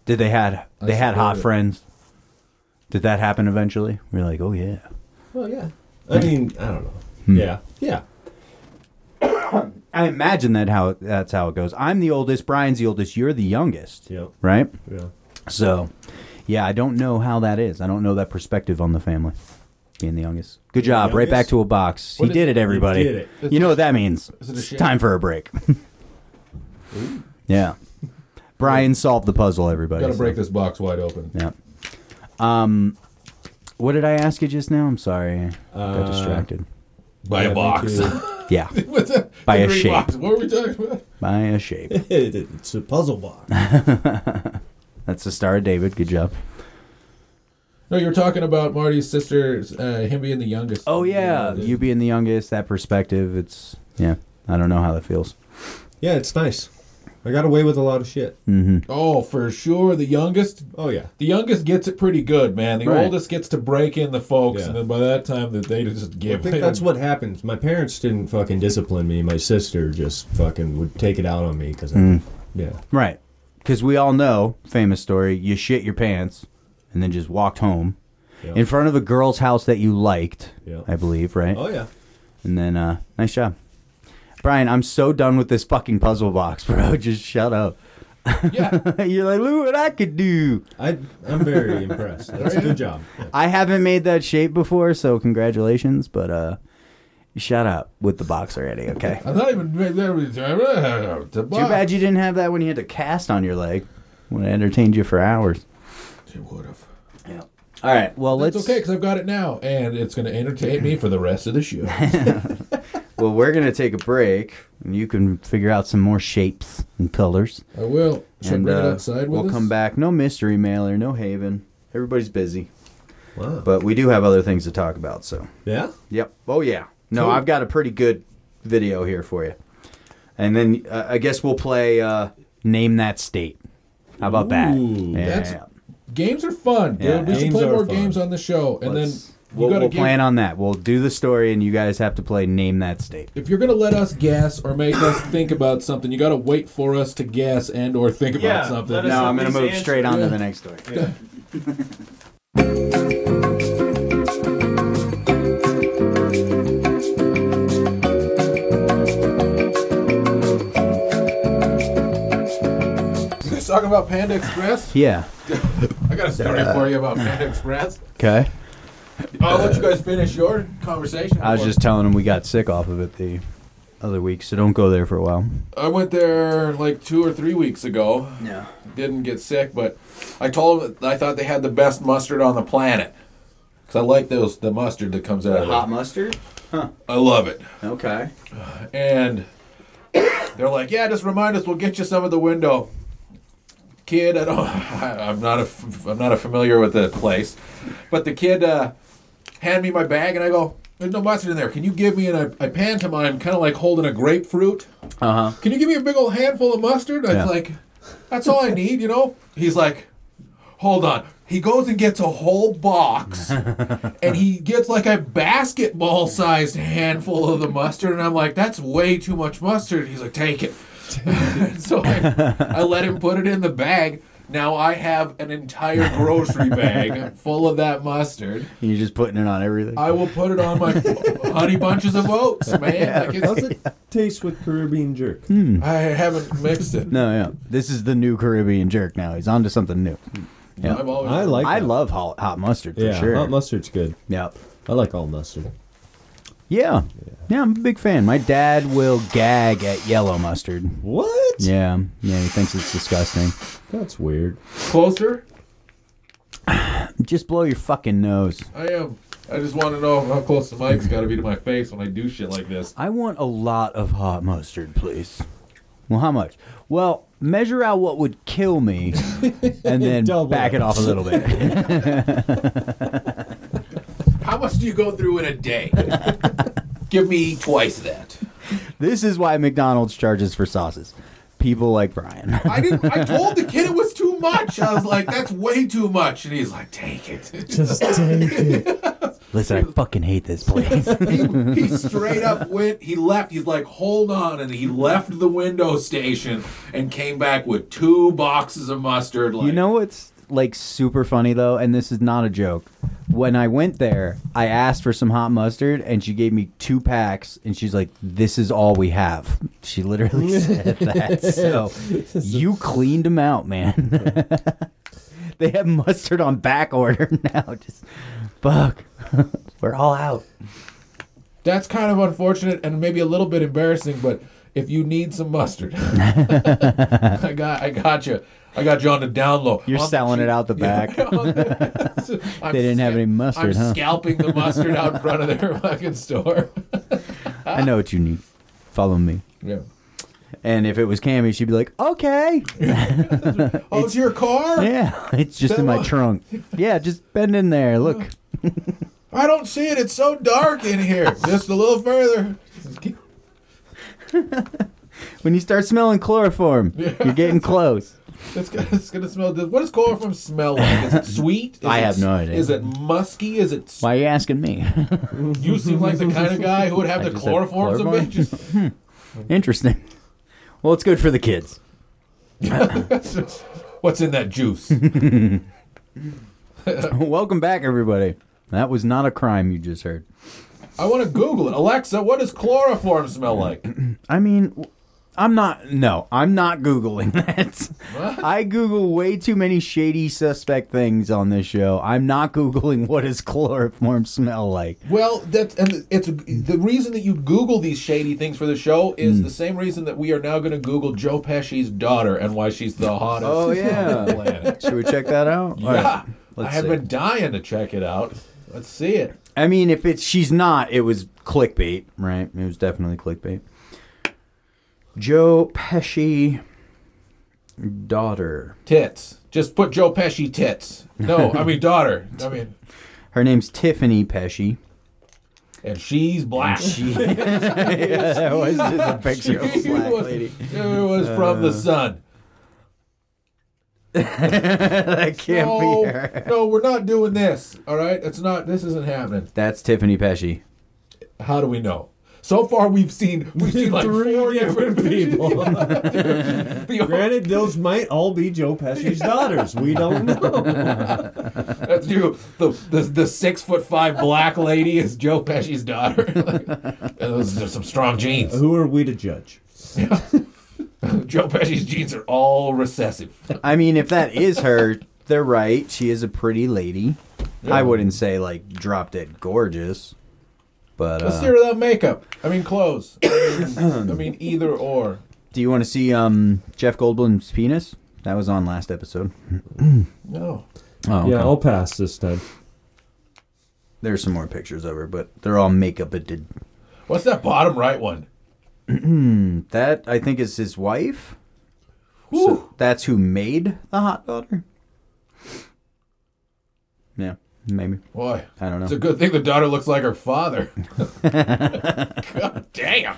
Speaker 5: Did they had they had hot
Speaker 2: suppose it-
Speaker 5: friends? Did that happen eventually? We We're like, oh yeah.
Speaker 6: Well, yeah. I mean, I don't know. Yeah, yeah.
Speaker 5: I imagine that how that's how it goes. I'm the oldest. Brian's the oldest. You're the youngest,
Speaker 6: Yep.
Speaker 5: right?
Speaker 6: Yeah.
Speaker 5: So, yeah, I don't know how that is. I don't know that perspective on the family being the youngest. Good job. Right
Speaker 6: youngest?
Speaker 5: back to a box.
Speaker 2: What
Speaker 5: he
Speaker 2: is-
Speaker 5: did it, everybody.
Speaker 6: he did
Speaker 5: You know what that means.
Speaker 2: Is it a
Speaker 5: It's
Speaker 2: shame?
Speaker 5: time for a break. yeah. Brian solved the puzzle, everybody.
Speaker 2: gotta
Speaker 5: So,
Speaker 2: break this box wide open
Speaker 5: Yeah. Um, what did I ask you just now? I'm sorry. I got distracted.
Speaker 2: Buy
Speaker 6: Yeah,
Speaker 2: a
Speaker 6: me
Speaker 2: box.
Speaker 6: too.
Speaker 5: Yeah.
Speaker 2: What's that?
Speaker 5: Buy
Speaker 2: The
Speaker 5: a
Speaker 2: green
Speaker 5: shape.
Speaker 2: box. What were we talking about?
Speaker 5: By a shape.
Speaker 6: it's a puzzle box.
Speaker 5: That's the Star of David. Good job.
Speaker 2: No, you were talking about Marty's sister, uh, him being the youngest.
Speaker 5: Oh yeah, you being the youngest, that perspective. It's yeah. I don't know how that feels.
Speaker 6: Yeah, it's nice. I got away with a lot of shit.
Speaker 5: Hmm.
Speaker 2: Oh, for sure, the youngest.
Speaker 6: Oh yeah.
Speaker 2: The youngest gets it pretty good, man. The
Speaker 5: Right.
Speaker 2: oldest gets to break in the folks,
Speaker 6: Yeah.
Speaker 2: and then by that time, that they just
Speaker 6: I
Speaker 2: give.
Speaker 6: think
Speaker 2: in.
Speaker 6: that's what happens. My parents didn't fucking discipline me. My sister just fucking would take it out on me because,
Speaker 5: Hmm.
Speaker 6: yeah,
Speaker 5: Right. Because we all know, famous story, you shit your pants and then just walked home
Speaker 6: Yeah.
Speaker 5: in front of a girl's house that you liked,
Speaker 6: Yeah.
Speaker 5: I believe, right?
Speaker 6: oh yeah.
Speaker 5: And then, uh, nice job. Brian, I'm so done with this fucking puzzle box, bro. Just shut up.
Speaker 2: Yeah.
Speaker 5: You're like, look what I could do.
Speaker 6: I I'm very impressed. That's a good job. Yeah.
Speaker 5: I haven't made that shape before, so congratulations, but uh, shut up with the box already, okay?
Speaker 2: I'm not even. Too
Speaker 5: Too bad you didn't have that when you had to cast on your leg. Would have entertained you for hours.
Speaker 2: would have.
Speaker 5: All right, well,
Speaker 2: It's
Speaker 5: let's.
Speaker 2: okay because I've got it now, and it's going to entertain me for the rest of the show.
Speaker 5: Well, we're going to take a break, and you can figure out some more shapes and colors.
Speaker 2: I will. Should I
Speaker 5: and
Speaker 2: bring it
Speaker 5: uh,
Speaker 2: outside with
Speaker 5: we'll
Speaker 2: us?
Speaker 5: come back. No mystery mailer, no haven. Everybody's busy,
Speaker 6: Wow.
Speaker 5: but we do have other things to talk about. So,
Speaker 6: yeah.
Speaker 5: yep. Oh yeah. No, I've got a pretty good video here for you. And then uh, I guess we'll play uh, name that state. How about that?
Speaker 6: Ooh,
Speaker 5: Yeah.
Speaker 2: that's- Games are fun, dude.
Speaker 5: Yeah,
Speaker 2: we should
Speaker 6: games
Speaker 2: play
Speaker 6: are
Speaker 2: more
Speaker 6: fun.
Speaker 2: games on the show, and
Speaker 5: Let's-
Speaker 2: then you
Speaker 5: we'll,
Speaker 2: got to
Speaker 5: we'll
Speaker 2: give
Speaker 5: plan on that. We'll do the story, and you guys have to play name that state.
Speaker 2: if you're gonna let us guess or make us think about something, you gotta wait for us to guess and or think about
Speaker 4: Yeah,
Speaker 2: something.
Speaker 4: let us-
Speaker 5: No, I'm gonna
Speaker 4: Please
Speaker 5: move
Speaker 4: answer.
Speaker 5: straight on
Speaker 2: Yeah.
Speaker 5: to the next story.
Speaker 2: You guys talking about Panda Express?
Speaker 5: Yeah.
Speaker 2: I got a story for you about Panda Express.
Speaker 5: Okay.
Speaker 2: I'll let you guys finish your conversation.
Speaker 5: I was
Speaker 2: before-
Speaker 5: just telling him we got sick off of it the other week, so don't go there for a while.
Speaker 2: I went there like two or three weeks ago.
Speaker 5: Yeah.
Speaker 2: Didn't get sick, but I told them I thought they had the best mustard on the planet. Cause I like those the mustard that comes out. of it.
Speaker 5: mustard?
Speaker 2: I love it.
Speaker 5: Okay.
Speaker 2: and they're like, "Yeah, just remind us. We'll get you some at the window." Kid, I don't. I, I'm not a. f- I'm not a familiar with the place, but the kid uh, hand me my bag, and I go, "There's no mustard in there. Can you give me?" And I, I pantomime, kind of like holding a grapefruit.
Speaker 5: Uh huh.
Speaker 2: Can you give me a big old handful of mustard? I
Speaker 5: Yeah.
Speaker 2: was like, "That's all I need," you know. He's like, "Hold on." He goes and gets a whole box, and he gets like a basketball-sized handful of the mustard, and I'm like, "That's way too much mustard." He's like, "Take it." so I, I let him put it in the bag. Now I have an entire grocery bag full of that mustard.
Speaker 5: You're just putting it on everything.
Speaker 2: I will put it on my honey bunches of oats, man. Like, it's-
Speaker 6: How's it taste with Caribbean jerk?
Speaker 5: Hmm.
Speaker 2: I haven't mixed it.
Speaker 5: no, yeah. This is the new Caribbean jerk now. He's on to something new. Yeah.
Speaker 2: I've always
Speaker 6: I like.
Speaker 5: I
Speaker 6: that.
Speaker 5: love hot, hot mustard for
Speaker 6: Yeah,
Speaker 5: sure.
Speaker 6: hot mustard's good.
Speaker 5: Yep.
Speaker 6: I like all mustard.
Speaker 5: Yeah. Yeah, I'm a big fan. My dad will gag at yellow mustard.
Speaker 6: What?
Speaker 5: Yeah. Yeah, he thinks it's disgusting.
Speaker 6: That's weird.
Speaker 2: closer.
Speaker 5: Just blow your fucking nose.
Speaker 2: I am. I just want to know how close the mic's got to be to my face when I do shit like this.
Speaker 5: I want a lot of hot mustard, please. Well, how much? Well, measure out what would kill me and then
Speaker 6: Double
Speaker 5: back
Speaker 6: it.
Speaker 5: it off a little bit.
Speaker 2: How much do you go through in a day? Give me twice that.
Speaker 5: this is why McDonald's charges for sauces. People like Brian.
Speaker 2: I didn't. I told the kid it was too much. I was like, "That's way too much," and he's like, "Take it."
Speaker 6: Just take it.
Speaker 5: Listen, I fucking hate this place.
Speaker 2: he, he straight up went. He left. He's like, "Hold on," and he left the window station and came back with two boxes of mustard. Like,
Speaker 5: you know what's like super funny though, and this is not a joke. When I went there, I asked for some hot mustard, and she gave me two packs, and she's like, "This is all we have." She literally said that. So you cleaned them out, man. they have mustard on back order now. Just fuck, we're all out.
Speaker 2: that's kind of unfortunate and maybe a little bit embarrassing, but if you need some mustard, I got I got you. I got you on the down low.
Speaker 5: You're
Speaker 2: On the
Speaker 5: selling it
Speaker 2: cheap.
Speaker 5: out the back.
Speaker 2: Oh, I'm
Speaker 5: They didn't have any mustard,
Speaker 2: I'm
Speaker 5: huh?
Speaker 2: scalping the mustard out in front of their fucking store.
Speaker 5: I know what you need. Follow me.
Speaker 2: Yeah.
Speaker 5: And if it was Cammy, she'd be like, "Okay,
Speaker 2: Oh, it's, your car?
Speaker 5: yeah, it's just in my trunk. Yeah, just bend in there. Look,
Speaker 2: I don't see it. It's so dark in here. Just a little further.
Speaker 5: when you start smelling chloroform, you're getting close."
Speaker 2: It's gonna, it's gonna smell. dis- What does chloroform smell like? Is it sweet? Is
Speaker 5: I
Speaker 2: it
Speaker 5: have no
Speaker 2: s-
Speaker 5: idea.
Speaker 2: Is it musky? Is it?
Speaker 5: Why are you asking me?
Speaker 2: You seem like the kind of guy who would have
Speaker 5: I
Speaker 2: the
Speaker 5: just said
Speaker 2: chloroforms of
Speaker 5: chloroform?
Speaker 2: bitches.
Speaker 5: Interesting. Well, it's good for the kids.
Speaker 2: What's in that juice?
Speaker 5: Welcome back, everybody. That was not a crime you just heard.
Speaker 2: I want to Google it. Alexa, what does chloroform smell like?
Speaker 5: I mean, I'm not. No, I'm not googling that. I Google way too many shady, suspect things on this show. I'm not googling what does chloroform smell like.
Speaker 2: Well, that's and it's the reason that you Google these shady things for the show is
Speaker 5: Hmm.
Speaker 2: the same reason that we are now going to Google Joe Pesci's daughter and why she's the hottest.
Speaker 5: Oh,
Speaker 2: on the
Speaker 5: yeah.
Speaker 2: planet.
Speaker 5: Should we check that out? All
Speaker 2: yeah.
Speaker 5: right, let's
Speaker 2: I have
Speaker 5: see.
Speaker 2: been dying to check it out. Let's see it.
Speaker 5: I mean, if it's she's not, it was clickbait, right? It was definitely clickbait. Joe Pesci daughter.
Speaker 2: Tits. Just put Joe Pesci tits. No, I mean daughter. I mean,
Speaker 5: Her name's Tiffany Pesci.
Speaker 2: and she's black.
Speaker 5: yeah, that was just a picture of a
Speaker 2: She
Speaker 5: black
Speaker 2: was-
Speaker 5: lady. Uh,
Speaker 2: It was from the sun.
Speaker 5: That can't
Speaker 2: No,
Speaker 5: be her.
Speaker 2: no, we're not doing this. All right, it's not. This isn't happening.
Speaker 5: That's Tiffany Pesci.
Speaker 2: How do we know? So far, we've seen we've seen like four different
Speaker 6: people.
Speaker 2: people.
Speaker 6: Granted, those might all be Joe Pesci's daughters. We don't know.
Speaker 2: That's you. The, the the six foot five black lady is Joe Pesci's daughter. Like, and those are some strong genes.
Speaker 6: Who are we to judge?
Speaker 2: Joe Pesci's genes are all recessive.
Speaker 5: I mean, if that is her, they're right. She is a pretty lady. I wouldn't say like drop dead gorgeous, but
Speaker 2: Let's
Speaker 5: uh,
Speaker 2: see her without makeup. I mean clothes. I mean, I mean either or.
Speaker 5: do you want to see um, Jeff Goldblum's penis? That was on last episode.
Speaker 2: No.
Speaker 5: Oh, okay.
Speaker 6: Yeah, I'll pass this time.
Speaker 5: there's some more pictures of her, but they're all makeup. It did
Speaker 2: What's that bottom right one?
Speaker 5: that. I think is his wife.
Speaker 2: Whew.
Speaker 5: That's who made the hot daughter. Yeah, maybe.
Speaker 2: Boy,
Speaker 5: I don't know.
Speaker 2: it's a good thing the daughter looks like her father. God damn.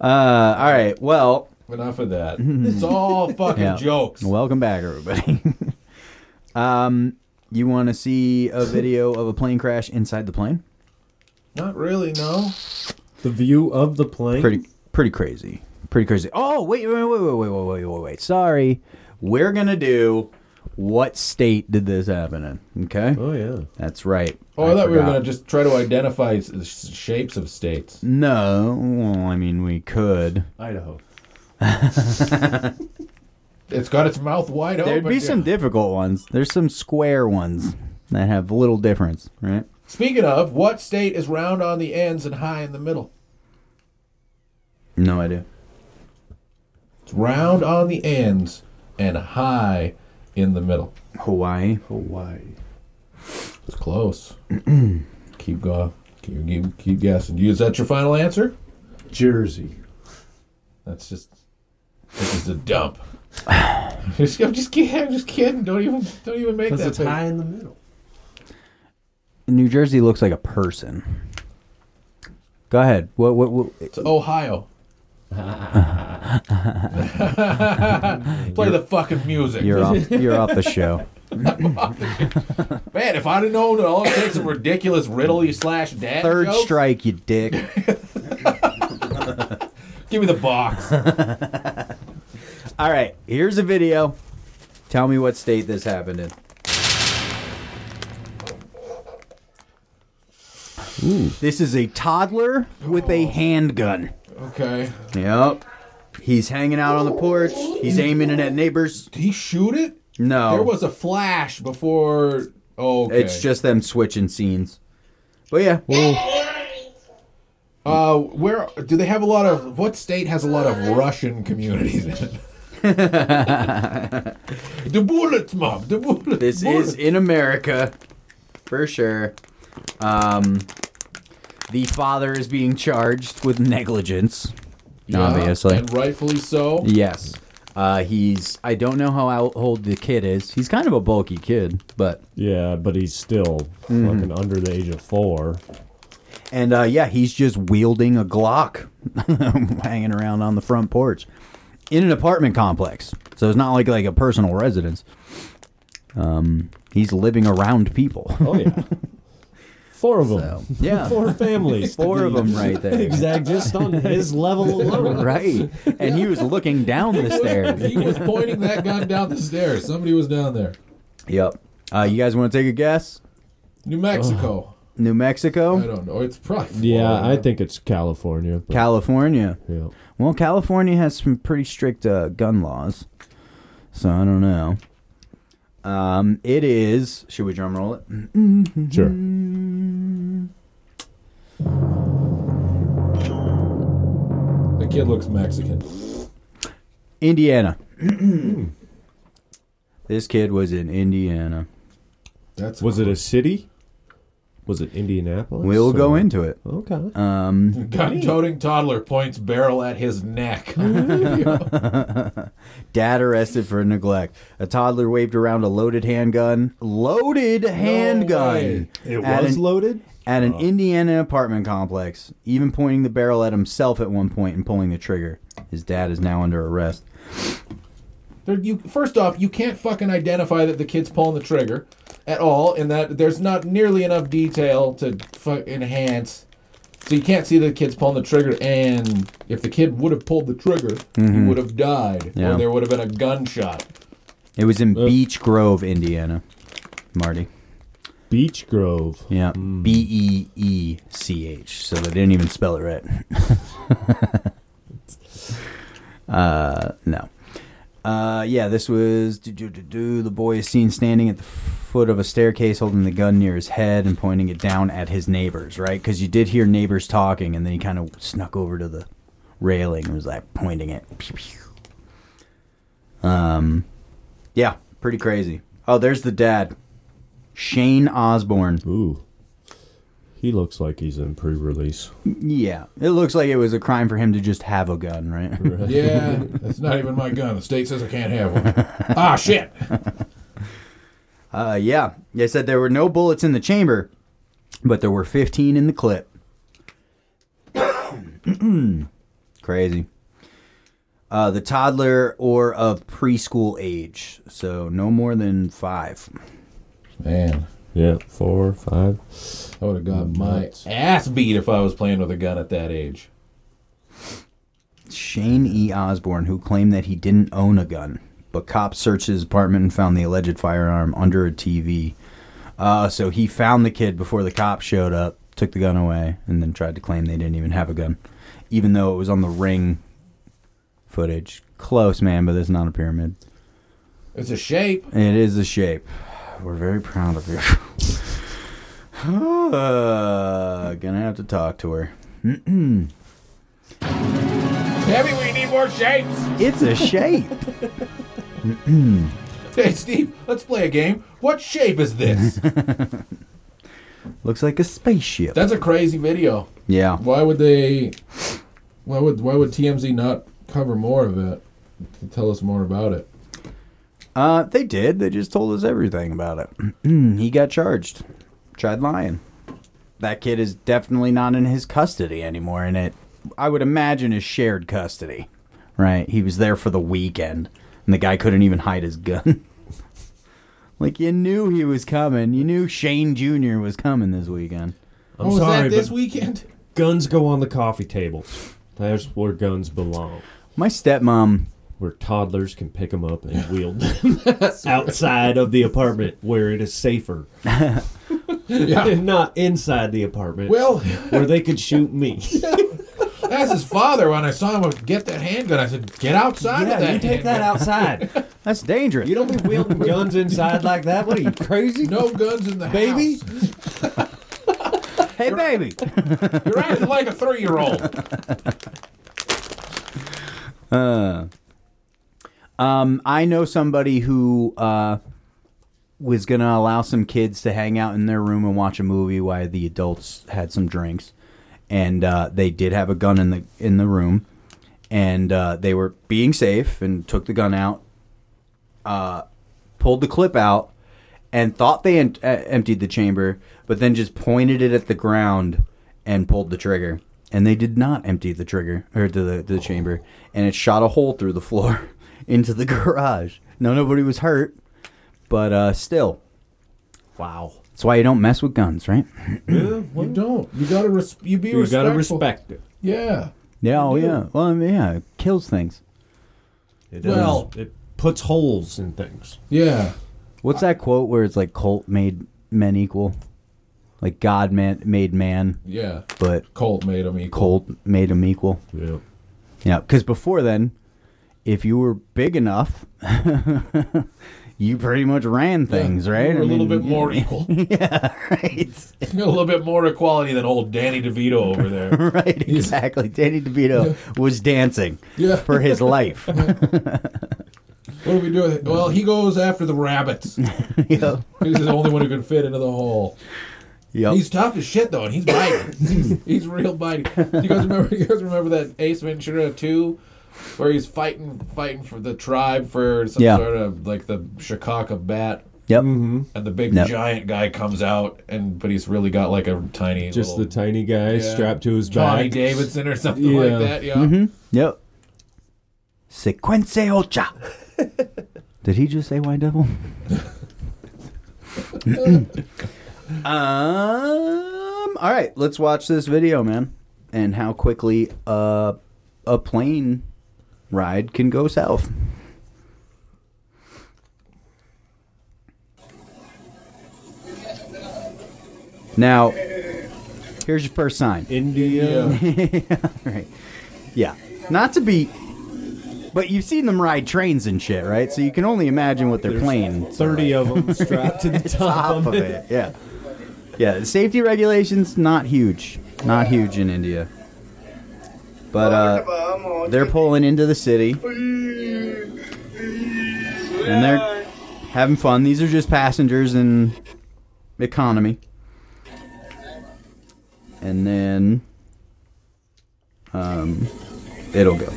Speaker 5: Uh, all right. Well,
Speaker 2: Enough of that. It's all fucking
Speaker 5: Yeah.
Speaker 2: jokes.
Speaker 5: welcome back, everybody. um, you want to see a video of a plane crash inside the plane?
Speaker 2: Not really, no.
Speaker 6: The view of the plane.
Speaker 5: Pretty, pretty crazy. Pretty crazy. Oh, wait, wait, wait, wait, wait, wait, wait, wait, wait. Sorry, we're gonna do. What state did this happen in? Okay,
Speaker 6: Oh yeah.
Speaker 5: that's right.
Speaker 2: Oh, I, thought we were
Speaker 5: forgot.
Speaker 2: going to just try to identify s- s- shapes of states.
Speaker 5: No, well, I mean we could.
Speaker 6: Idaho.
Speaker 2: It's got its mouth wide open.
Speaker 5: There'd be
Speaker 2: dude.
Speaker 5: some difficult ones. There's some square ones that have little difference, right?
Speaker 2: Speaking of, what state is round on the ends and high in the middle?
Speaker 5: No idea.
Speaker 2: It's round on the ends and high in the middle.
Speaker 5: Hawaii.
Speaker 6: Hawaii.
Speaker 2: It's close. keep going. Keep, keep, keep guessing. Is that your final answer?
Speaker 6: Jersey.
Speaker 2: That's just. This is a dump. just, I'm just kidding. I'm just kidding. Don't even. Don't even make
Speaker 6: Because
Speaker 2: that.
Speaker 6: it's
Speaker 2: face.
Speaker 6: high in the middle.
Speaker 5: New Jersey looks like a person. Go ahead. What? What? what
Speaker 2: It's Ohio. Play the fucking music.
Speaker 5: you're off. You're off the show.
Speaker 2: Man, if I'd have known that all it takes is a ridiculous riddle you slash dad
Speaker 5: Third
Speaker 2: jokes,
Speaker 5: strike, you dick.
Speaker 2: give me the box.
Speaker 5: All right. Here's a video. Tell me what state this happened in. This is a toddler with a handgun.
Speaker 2: okay.
Speaker 5: Yep. He's hanging out on the porch. He's aiming it at neighbors.
Speaker 2: Did he shoot it?
Speaker 5: No.
Speaker 2: There was a flash before. Oh, okay.
Speaker 5: It's just them switching scenes. But yeah,
Speaker 2: Uh, where do they have a lot of? What state has a lot of Russian communities in it? the bullets, mom. The bullets.
Speaker 5: This is in America, for sure. Um, the father is being charged with negligence, obviously.
Speaker 2: and rightfully so.
Speaker 5: Yes. Uh, he's. I don't know how out- old the kid is. He's kind of a bulky kid, but
Speaker 6: Yeah, but he's still
Speaker 5: Mm-hmm.
Speaker 6: fucking under the age of four.
Speaker 5: and uh, yeah, he's just wielding a Glock, hanging around on the front porch, in an apartment complex. So it's not like like a personal residence. Um, he's living around people.
Speaker 6: Oh yeah, four of them.
Speaker 5: yeah.
Speaker 6: four families.
Speaker 5: Four of them right there.
Speaker 6: Exactly, just on his level alone.
Speaker 5: Right. And he was looking down the stairs.
Speaker 2: He was pointing that gun down the stairs. Somebody was down there.
Speaker 5: Yep. Uh, you guys want to take a guess?
Speaker 2: New Mexico.
Speaker 5: New
Speaker 2: I
Speaker 5: Mexico,
Speaker 2: don't know. It's probably
Speaker 6: Yeah, I
Speaker 2: Florida.
Speaker 6: think it's California. but-
Speaker 5: California.
Speaker 6: yeah.
Speaker 5: Well, California has some pretty strict uh, gun laws, so I don't know. Um, it is. Should we drum roll it?
Speaker 6: Sure.
Speaker 2: the kid looks Mexican.
Speaker 5: Indiana. this kid was in Indiana.
Speaker 2: That's
Speaker 6: Was it a city? Was it Indianapolis?
Speaker 5: We'll go
Speaker 6: or-
Speaker 5: into it.
Speaker 6: Okay.
Speaker 5: Um,
Speaker 2: gun-toting toddler points barrel at his neck.
Speaker 5: dad arrested for neglect. A toddler waved around a loaded handgun. Loaded handgun.
Speaker 2: way.
Speaker 6: it
Speaker 5: at
Speaker 6: was
Speaker 5: an-
Speaker 6: loaded.
Speaker 5: at an Indiana apartment complex, even pointing the barrel at himself at one point and pulling the trigger. His dad is now under arrest.
Speaker 2: There, you first off, you can't fucking identify that the kid's pulling the trigger at all, and that there's not nearly enough detail to fu- enhance. So you can't see the kid's pulling the trigger, and if the kid would have pulled the trigger, he would have died,
Speaker 5: Yeah.
Speaker 2: or there would have been a gunshot.
Speaker 5: It was in Beech Grove, Indiana. Marty.
Speaker 6: Beach Grove.
Speaker 5: Yeah. B E E C H. So they didn't even spell it right. uh, no. Uh, yeah, this was. do, do, do, do. The boy is seen standing at the foot of a staircase holding the gun near his head and pointing it down at his neighbors, right? Because you did hear neighbors talking, and then he kind of snuck over to the railing and was like pointing it. Pew, pew. Um, yeah, pretty crazy. Oh, there's the dad, Shane Osborne.
Speaker 6: Ooh. He looks like he's in pre-release.
Speaker 5: Yeah, it looks like it was a crime for him to just have a gun, right?
Speaker 2: Yeah, that's not even my gun. The state says I can't have one. ah, shit.
Speaker 5: Uh, yeah, they said there were no bullets in the chamber, but there were 15 in the clip. Crazy. Uh, the toddler or of preschool age, so no more than five.
Speaker 2: Man,
Speaker 6: Yeah, four, five.
Speaker 2: I would have got my Mm, ass beat if I was playing with a gun at that age.
Speaker 5: Shane E. Osborne, who claimed that he didn't own a gun, but cops searched his apartment and found the alleged firearm under a TV. Uh, so he found the kid before the cops showed up, took the gun away, and then tried to claim they didn't even have a gun, even though it was on the ring footage. Close, man, but it's not a pyramid.
Speaker 2: It's a shape.
Speaker 5: It is a shape. We're very proud of you. uh, gonna have to talk to her.
Speaker 2: Debbie, we need more shapes.
Speaker 5: It's a shape.
Speaker 2: Hey, Steve, let's play a game. What shape is this?
Speaker 5: Looks like a spaceship.
Speaker 2: That's a crazy video.
Speaker 5: Yeah.
Speaker 2: Why would they? Why would why would TMZ not cover more of it? To tell us more about it.
Speaker 5: Uh, they did. They just told us everything about it. he got charged. Tried lying. That kid is definitely not in his custody anymore, and it, I would imagine, is shared custody. Right? He was there for the weekend, and the guy couldn't even hide his gun. like you knew he was coming. You knew Shane Junior was coming this weekend.
Speaker 6: I'm
Speaker 2: oh, was
Speaker 6: sorry,
Speaker 2: that this
Speaker 6: but
Speaker 2: weekend?
Speaker 6: guns go on the coffee tables. That's where guns belong.
Speaker 5: My stepmom.
Speaker 6: Where toddlers can pick them up and wield them outside of the apartment, where it is safer,
Speaker 2: Yeah.
Speaker 6: and not inside the apartment,
Speaker 2: Well,
Speaker 6: where they could shoot me.
Speaker 2: that's his father. When I saw him get that handgun, I said, "Get outside with that." handgun."
Speaker 6: outside.
Speaker 5: That's dangerous.
Speaker 6: You don't be wielding guns inside like that. What are you crazy?
Speaker 2: No guns in the
Speaker 6: Baby?
Speaker 2: house.
Speaker 5: Hey, baby.
Speaker 2: You're acting like a three year old.
Speaker 5: Uh, um, I know somebody who uh, was going to allow some kids to hang out in their room and watch a movie while the adults had some drinks, and uh, they did have a gun in the in the room, and uh, they were being safe and took the gun out, uh, pulled the clip out, and thought they em- uh, emptied the chamber, but then just pointed it at the ground and pulled the trigger. And they did not empty the trigger or to the, to the chamber, and it shot a hole through the floor into the garage. No, nobody was hurt, but uh, still,
Speaker 6: Wow.
Speaker 5: that's why you don't mess with guns, right?
Speaker 2: You don't. You gotta. Res- you be.
Speaker 6: You
Speaker 2: respectful.
Speaker 6: gotta respect it.
Speaker 2: Yeah.
Speaker 5: Yeah, oh yeah. Well, I mean, yeah, it kills things.
Speaker 6: It does.
Speaker 2: Well-
Speaker 6: it puts holes in things.
Speaker 2: Yeah.
Speaker 5: What's that quote where it's like cult made men equal, like God man made man,
Speaker 2: Yeah.
Speaker 5: but
Speaker 2: Colt made him equal.
Speaker 5: cult made him equal.
Speaker 6: Yeah.
Speaker 5: Yeah, because before then, if you were big enough, you pretty much ran things, right?
Speaker 2: You were
Speaker 5: I
Speaker 2: a little
Speaker 5: mean,
Speaker 2: bit more equal. You
Speaker 5: Yeah, right.
Speaker 2: got a little bit more equality than old Danny DeVito over there.
Speaker 5: Right, exactly. Danny DeVito was dancing
Speaker 2: Yeah.
Speaker 5: for his life.
Speaker 2: What do we do with it? Well, he goes after the rabbits.
Speaker 5: yep.
Speaker 2: He's the only one who can fit into the hole.
Speaker 5: Yep.
Speaker 2: He's tough as shit though, and he's biting. he's real biting. Do you guys remember? You guys remember that Ace Ventura two, where he's fighting, fighting for the tribe for some
Speaker 5: Yeah.
Speaker 2: sort of like the Shikaka bat,
Speaker 5: yep.
Speaker 2: and the big
Speaker 5: Yep.
Speaker 2: giant guy comes out, and but he's really got like a tiny,
Speaker 6: Just the
Speaker 2: little
Speaker 6: tiny guy strapped to his
Speaker 2: Johnny
Speaker 6: back.
Speaker 2: Davidson or something
Speaker 6: Yeah.
Speaker 2: like that. Yeah,
Speaker 5: Yep. Sequence ocha. Did he just say white devil? um. All right, let's watch this video, man, and how quickly uh, a plane ride can go south. Now, here's your first sign.
Speaker 6: India.
Speaker 5: right. Yeah. Not to be. But you've seen them ride trains and shit, right? So you can only imagine what they're playing.
Speaker 6: Thirty of them strapped to the top,
Speaker 5: Top of it. Yeah. Yeah. the Safety regulations, not huge. Not huge in India. But uh, they're pulling into the city. And they're having fun. These are just passengers in economy. And then um, it'll go.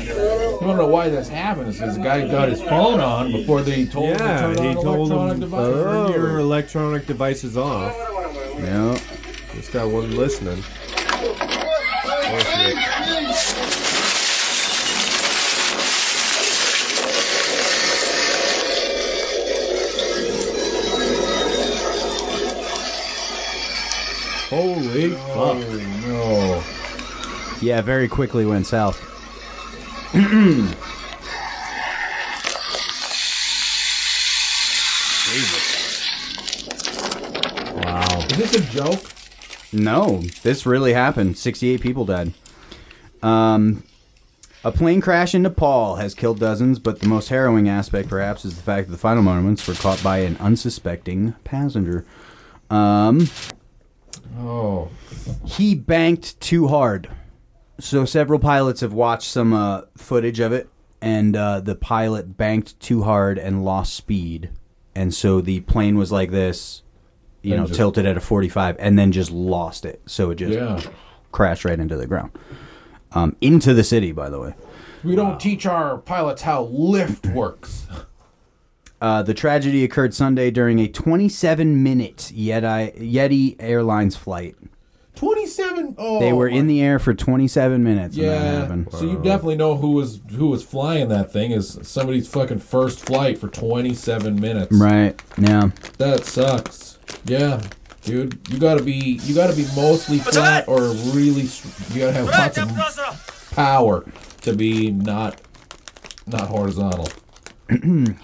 Speaker 2: you want to know why this happened? Is because the guy got his phone on before they told him to turn
Speaker 6: Yeah,
Speaker 2: on
Speaker 6: he told "Oh."
Speaker 2: electronic
Speaker 6: them
Speaker 2: devices.
Speaker 6: turn your electronic devices off.
Speaker 5: Yeah.
Speaker 6: This guy wasn't listening. Oh, Holy fuck!
Speaker 2: No.
Speaker 5: Yeah, very quickly went south.
Speaker 6: Wow.
Speaker 2: Is this a joke?
Speaker 5: No, this really happened. 68 people died. Um, a plane crash in Nepal has killed dozens, but the most harrowing aspect, perhaps, is the fact that the final moments were caught by an unsuspecting passenger. Um,
Speaker 2: Oh.
Speaker 5: he banked too hard. So several pilots have watched some uh, footage of it, and uh, the pilot banked too hard and lost speed, and so the plane was like this, you
Speaker 2: And
Speaker 5: know,
Speaker 2: just-
Speaker 5: tilted at a forty-five, and then just lost it. So it just
Speaker 2: Yeah.
Speaker 5: crashed right into the ground, um, into the city. By the way,
Speaker 2: We don't teach our pilots how lift works.
Speaker 5: Uh, the tragedy occurred Sunday during a 27-minute Yeti, Yeti Airlines flight.
Speaker 2: 27 oh
Speaker 5: They were
Speaker 2: my-
Speaker 5: in the air for 27 minutes when that
Speaker 2: yeah
Speaker 5: happened.
Speaker 2: so you definitely know who was who was flying that thing is somebody's fucking first flight for 27 minutes
Speaker 5: Right? Yeah.
Speaker 2: that sucks yeah dude you gotta be you gotta be mostly flat or really s- you gotta have lots of power to be not not horizontal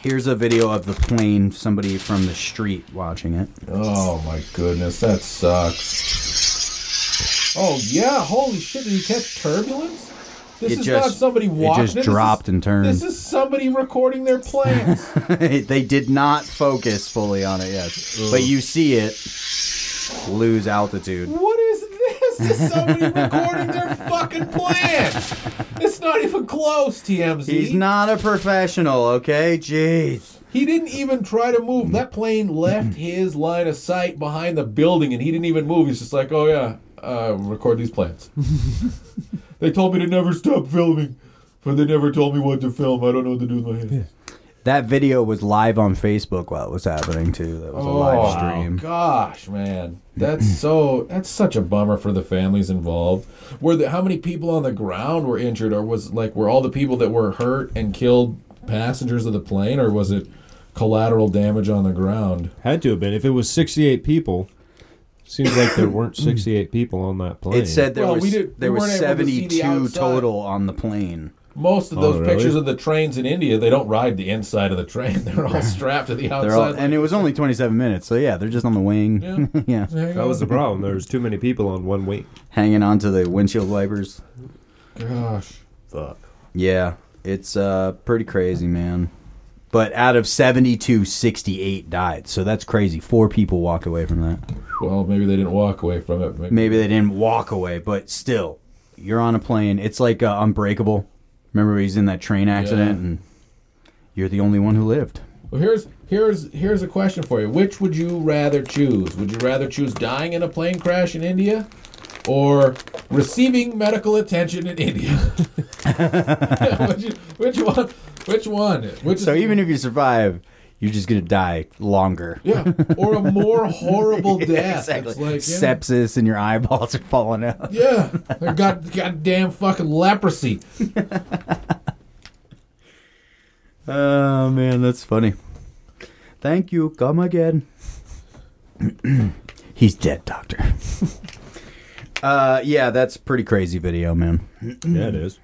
Speaker 5: Here's a video of the plane, somebody from the street watching it.
Speaker 2: oh my goodness that sucks oh yeah holy shit did you catch turbulence This
Speaker 5: It
Speaker 2: is
Speaker 5: just-
Speaker 2: not somebody
Speaker 5: it
Speaker 2: walking.
Speaker 5: just
Speaker 2: This
Speaker 5: dropped
Speaker 2: is-
Speaker 5: and turned.
Speaker 2: This is somebody recording their plans.
Speaker 5: they did not focus fully on it, yes. But you see it lose altitude.
Speaker 2: what is this? This is somebody recording their fucking plans. It's not even close, TMZ.
Speaker 5: He's not a professional, okay? Jeez.
Speaker 2: He didn't even try to move.
Speaker 5: Mm-hmm.
Speaker 2: That plane left his line of sight behind the building, and he didn't even move. He's just like, "Oh yeah, uh, record these plans." they told me to never stop filming, but they never told me what to film. I don't know what to do with my hands.
Speaker 5: That video was live on Facebook while it was happening too. That
Speaker 2: Oh,
Speaker 5: was a live stream.
Speaker 2: gosh, man, that's so that's such a bummer for the families involved. Were the how many people on the ground were injured, or was like were all the people that were hurt and killed passengers of the plane, or was it collateral damage on the ground?
Speaker 6: Had to have been. If it was 68 people, seems like there weren't 68 people on that plane.
Speaker 5: It said there
Speaker 2: Well,
Speaker 5: was
Speaker 2: we did-
Speaker 5: there
Speaker 2: we
Speaker 5: was
Speaker 2: weren't able to see the
Speaker 5: 72
Speaker 2: outside.
Speaker 5: total on the plane.
Speaker 2: Most of
Speaker 6: Oh,
Speaker 2: those
Speaker 6: really?
Speaker 2: pictures of the trains in India, they don't ride the inside of the train. They're all strapped to the outside.
Speaker 5: They're all, and it was only 27 minutes, so yeah, they're just on the wing.
Speaker 2: Yeah.
Speaker 5: yeah.
Speaker 2: Hang
Speaker 6: that
Speaker 2: on.
Speaker 6: was the problem. There was too many people on one wing.
Speaker 5: Hanging onto the windshield wipers.
Speaker 2: Gosh.
Speaker 6: Fuck.
Speaker 5: Yeah, it's uh pretty crazy, man. But out of 72, 68 died. So that's crazy. Four people walked away from that.
Speaker 2: Well, maybe they didn't walk away from it. Maybe.
Speaker 5: Maybe they didn't walk away, but still, you're on a plane. It's like uh, Unbreakable. Remember, when he's in that train accident,
Speaker 2: Yeah.
Speaker 5: and you're the only one who lived.
Speaker 2: Well, here's here's here's a question for you. Which would you rather choose? Would you rather choose dying in a plane crash in India, or receiving medical attention in India? which, you- which one? Which one? Which
Speaker 5: So
Speaker 2: is,
Speaker 5: even if you survive, you're just gonna die longer.
Speaker 2: yeah, or a more horrible death.
Speaker 5: exactly.
Speaker 2: It's like, you know,
Speaker 5: Sepsis and your eyeballs are falling out.
Speaker 2: Yeah, I got goddamn fucking leprosy.
Speaker 5: Oh man, that's funny. Thank you. Come again. He's dead, doctor. uh, yeah, that's pretty crazy video, man.
Speaker 6: Yeah, it is.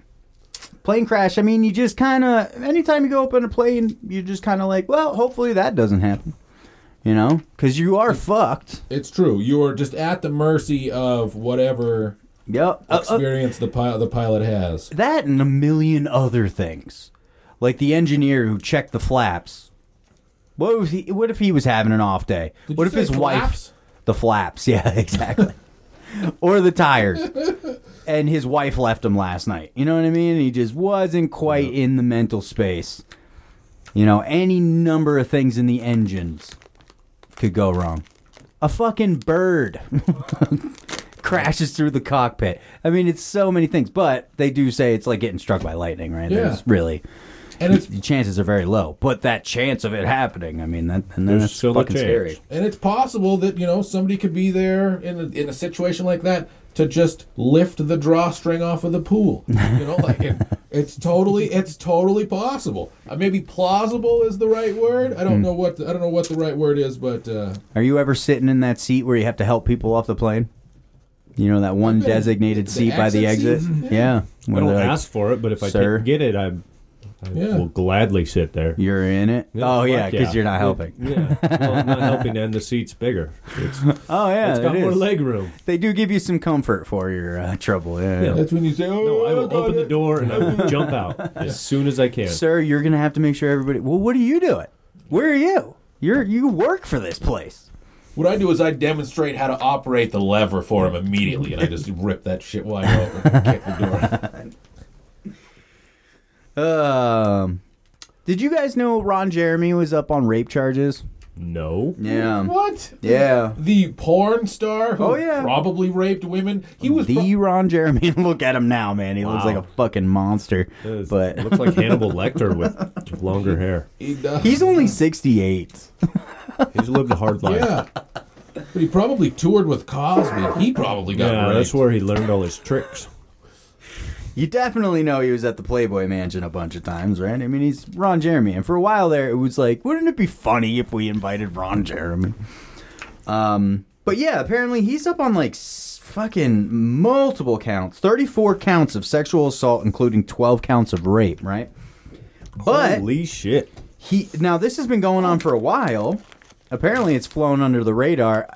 Speaker 5: Plane crash. I mean, you just kind of anytime you go up in a plane, you're just kind of like, well, hopefully that doesn't happen. You know, because you are fucked.
Speaker 2: It's true. You are just at the mercy of whatever
Speaker 5: Yep. Uh, uh,
Speaker 2: experience the pilot the pilot has.
Speaker 5: that and a million other things, like the engineer who checked the flaps. What if he? What if he was having an off day?
Speaker 2: Did
Speaker 5: what
Speaker 2: you
Speaker 5: if
Speaker 2: say
Speaker 5: his wife?
Speaker 2: flaps?
Speaker 5: The flaps, yeah, exactly. or the tires. And his wife left him last night. You know what I mean? He just wasn't quite in the mental space. You know, any number of things in the engines could go wrong. A fucking bird crashes through the cockpit. I mean, it's so many things, but they do say it's like getting struck by lightning, right?
Speaker 2: Yeah.
Speaker 5: There's really
Speaker 2: And it's
Speaker 5: the chances are very low, but that chance of it happening, I mean, that and then
Speaker 6: There's
Speaker 5: that's
Speaker 6: still a
Speaker 5: fucking
Speaker 6: chance.
Speaker 5: scary.
Speaker 2: and it's possible that you know somebody could be there in a, in a situation like that to just lift the drawstring off of the pool. You know, like it, it's totally it's totally possible. Uh, maybe plausible is the right word. I don't
Speaker 6: Hmm.
Speaker 2: know what the, I don't know what the right word is, but uh,
Speaker 5: Are you ever sitting in that seat where you have to help people off the plane? You know that one
Speaker 2: been-
Speaker 5: designated
Speaker 2: the
Speaker 5: seat by the
Speaker 2: exit
Speaker 5: exit.
Speaker 2: seat?
Speaker 5: Yeah,
Speaker 6: I
Speaker 5: where
Speaker 6: don't
Speaker 5: they're like,
Speaker 6: ask for it, but if I
Speaker 5: "Sir?"
Speaker 6: can't get it, I'm, I
Speaker 2: Yeah.
Speaker 6: will gladly sit there.
Speaker 5: you're in it. oh
Speaker 6: fuck
Speaker 5: yeah, because you're not helping.
Speaker 6: Yeah, well, I'm not helping, and the seat's bigger. It's, it's
Speaker 5: Oh yeah,
Speaker 6: got
Speaker 5: it
Speaker 6: more
Speaker 5: is.
Speaker 6: leg room.
Speaker 5: They do give you some comfort for your uh, trouble. Yeah. yeah.
Speaker 2: that's when you say, "Oh,
Speaker 6: No, I will
Speaker 2: got
Speaker 6: open the
Speaker 2: it."
Speaker 6: door and I will jump out as soon as I can.
Speaker 5: Sir, you're gonna have to make sure everybody. Well, what are you doing? Where are you? You're you work for this place.
Speaker 2: What I do is I demonstrate how to operate the lever for him immediately, and I just rip that shit wide open, and kick the door.
Speaker 5: Um, did you guys know Ron Jeremy was up on rape charges?
Speaker 6: No.
Speaker 5: Yeah.
Speaker 2: What?
Speaker 5: Um, Yeah.
Speaker 2: The porn star who
Speaker 5: Oh, yeah.
Speaker 2: probably raped women. He was pro-
Speaker 5: The Ron Jeremy. Look at him now, man. He looks
Speaker 6: Wow.
Speaker 5: like a fucking monster.
Speaker 6: It
Speaker 5: But
Speaker 6: looks like Hannibal Lecter with longer hair.
Speaker 2: he, uh,
Speaker 5: He's only 68.
Speaker 6: He's lived a hard life.
Speaker 2: yeah. But he probably toured with Cosby. He probably got
Speaker 6: Yeah,
Speaker 2: raped.
Speaker 6: that's where he learned all his tricks.
Speaker 5: You definitely know he was at the Playboy Mansion a bunch of times, right? I mean, he's Ron Jeremy. And for a while there, it was like, wouldn't it be funny if we invited Ron Jeremy? Um, but yeah, apparently he's up on like s- fucking multiple counts 34 counts of sexual assault, including 12 counts of rape, right? But
Speaker 6: Holy shit!
Speaker 5: he now this has been going on for a while. Apparently, it's flown under the radar.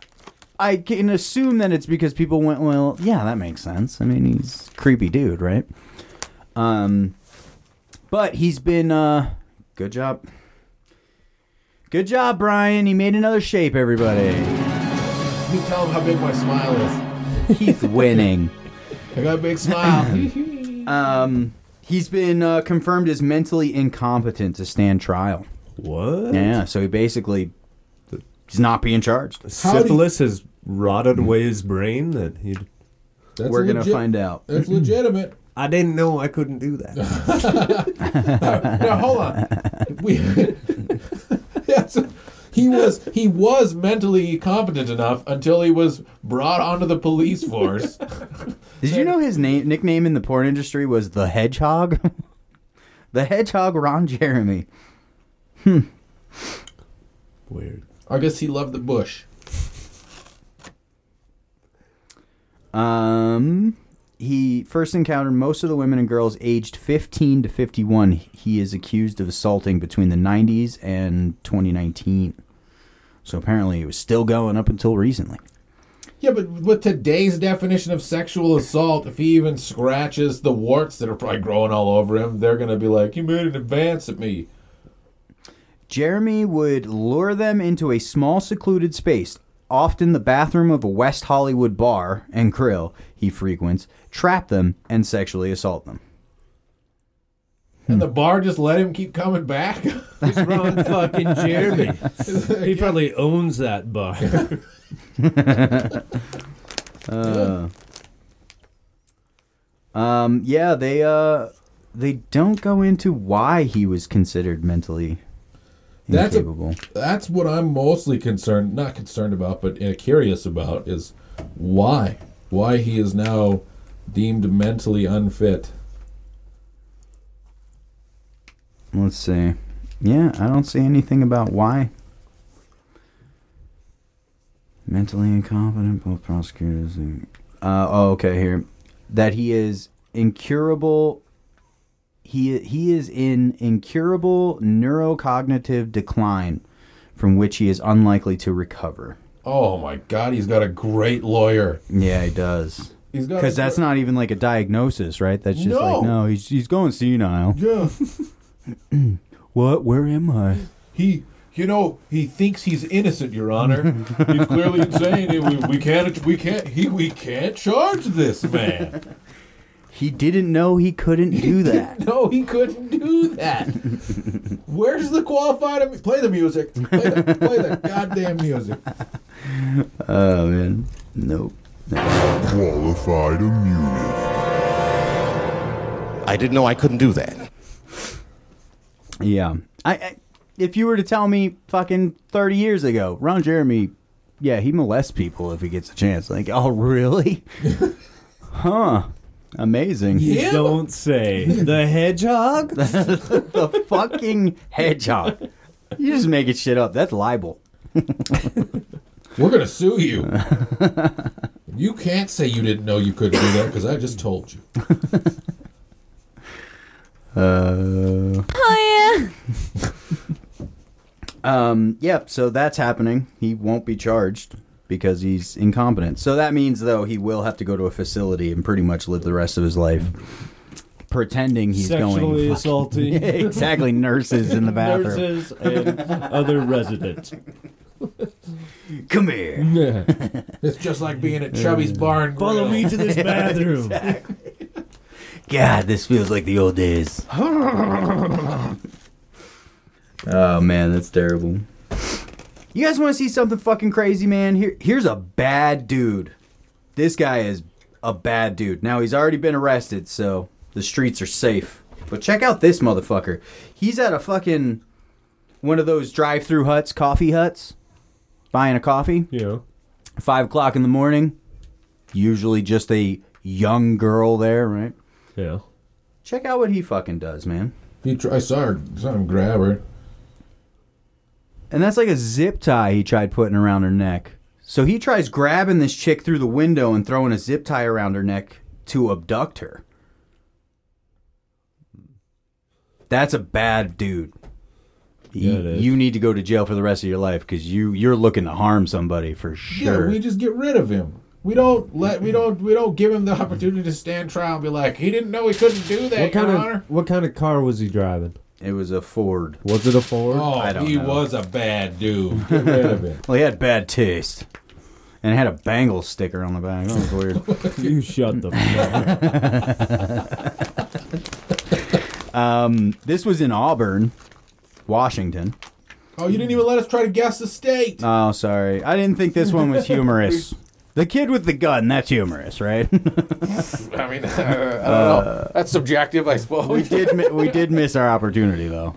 Speaker 5: I can assume that it's because people went, well, yeah, that makes sense. I mean, he's a creepy dude, right? Um, but he's been uh, good job. Good job, Brian. He made another shape, everybody.
Speaker 2: You tell him how big my smile is.
Speaker 5: Keith winning.
Speaker 2: I got a big smile.
Speaker 5: Um, he's been uh, confirmed as mentally incompetent to stand trial.
Speaker 6: What?
Speaker 5: Yeah, so he basically he's not being charged.
Speaker 6: Syphilis has rotted away his brain that he.
Speaker 2: That's
Speaker 5: We're gonna
Speaker 2: legit-
Speaker 5: find out.
Speaker 2: That's legitimate.
Speaker 6: I didn't know I couldn't do that.
Speaker 2: Now hold on. We, yes, he was he was mentally competent enough until he was brought onto the police force.
Speaker 5: Did you know his name nickname in the porn industry was the Hedgehog? the Hedgehog Ron Jeremy.
Speaker 6: Weird.
Speaker 2: I guess he loved the bush.
Speaker 5: Um, he first encountered most of the women and girls aged 15 to 51. He is accused of assaulting between the 90s and 2019. So apparently, he was still going up until recently.
Speaker 2: Yeah, but with today's definition of sexual assault, if he even scratches the warts that are probably growing all over him, they're gonna be like, "You made an advance at me."
Speaker 5: Jeremy would lure them into a small, secluded space, often the bathroom of a West Hollywood bar and grill he frequents, trap them, and sexually assault them.
Speaker 2: And the bar just let him keep coming back.
Speaker 6: He's wrong fucking Jeremy. He probably owns that bar.
Speaker 5: Um, yeah, they uh, they don't go into why he was considered mentally
Speaker 2: That's a-
Speaker 5: incapable.
Speaker 2: That's what I'm mostly concerned, not concerned about, but uh, curious about is why why he is now deemed mentally unfit.
Speaker 5: Let's see. Yeah, I don't see anything about why. Mentally incompetent, both prosecutors. And, uh, oh, okay, here that he is incurable. He he is in incurable neurocognitive decline, from which he is unlikely to recover.
Speaker 2: Oh my God, he's got a great lawyer.
Speaker 5: Yeah, he does.
Speaker 2: He's got
Speaker 5: Because that's not even like a diagnosis, right? That's just
Speaker 2: No.
Speaker 5: like no, he's he's going senile.
Speaker 2: Yeah,
Speaker 5: What? Where am I?
Speaker 2: he. You know, he thinks he's innocent, Your Honor. He's clearly insane. and We, we can't. We can't. He. We can't charge this man.
Speaker 5: He didn't know he couldn't do that.
Speaker 2: No, he couldn't do that. Where's the qualified? am- Play the music. Play the, play the goddamn music.
Speaker 5: Oh man, nope.
Speaker 1: Qualified immunity.
Speaker 10: I didn't know I couldn't do that.
Speaker 5: Yeah, I, I if you were to tell me fucking thirty years ago, Ron Jeremy, yeah, he molests people if he gets a chance. Like, oh really? huh? Amazing.
Speaker 2: Yeah.
Speaker 6: Don't say the hedgehog.
Speaker 5: the fucking hedgehog. You just making shit up. That's libel.
Speaker 2: We're gonna sue you. you can't say you didn't know you couldn't do that because I just told you.
Speaker 5: Uh.
Speaker 7: Oh
Speaker 5: Um. Yep. So that's happening. He won't be charged because he's incompetent. So that means though he will have to go to a facility and pretty much live the rest of his life pretending he's
Speaker 6: Sexually
Speaker 5: going
Speaker 6: assaulting
Speaker 5: exactly nurses in the bathroom.
Speaker 6: nurses and other residents.
Speaker 5: Come here.
Speaker 2: It's just like being at Chubby's Bar and
Speaker 6: Follow
Speaker 2: Grill.
Speaker 6: me to this bathroom.
Speaker 5: God, this feels like the old days. oh man, that's terrible. You guys want to see something fucking crazy, man? Here, here's a bad dude. This guy is a bad dude. Now he's already been arrested, so the streets are safe. But check out this motherfucker. He's at a fucking one of those drive-through huts, coffee huts, buying a coffee
Speaker 6: You know,
Speaker 5: five o'clock in the morning. Usually just a young girl there, right?
Speaker 6: yeah.
Speaker 5: Check out what he fucking does, man.
Speaker 2: He tr- I saw her. Saw him grab her.
Speaker 5: And that's like a zip tie he tried putting around her neck. So he tries grabbing this chick through the window and throwing a zip tie around her neck to abduct her. That's a bad dude.
Speaker 6: Yeah,
Speaker 5: You-
Speaker 6: it is.
Speaker 5: you need to go to jail for the rest of your life because you you're looking to harm somebody for
Speaker 2: Yeah,
Speaker 5: sure.
Speaker 2: we just get rid of him. We don't let we don't we don't give him the opportunity to stand trial and be like he didn't know he couldn't do that,
Speaker 6: What kind
Speaker 2: Your
Speaker 6: of
Speaker 2: Honor.
Speaker 6: what kind of car was he driving?
Speaker 5: It was a Ford.
Speaker 6: Was it a Ford?
Speaker 2: Oh,
Speaker 5: I don't
Speaker 2: he
Speaker 5: know.
Speaker 2: was a bad dude.
Speaker 6: Get rid of it.
Speaker 5: Well, he had bad taste. And it had a bangle sticker on the back. That was weird.
Speaker 6: You shut the. fuck up.
Speaker 5: this was in Auburn, Washington.
Speaker 2: oh, you didn't even let us try to guess the state.
Speaker 5: Oh, sorry. I didn't think this one was humorous. the kid with the gun, that's humorous, right? Uh,
Speaker 2: I mean, I don't know. That's subjective, I suppose.
Speaker 5: we
Speaker 2: We,
Speaker 5: did mi- we did miss our opportunity though.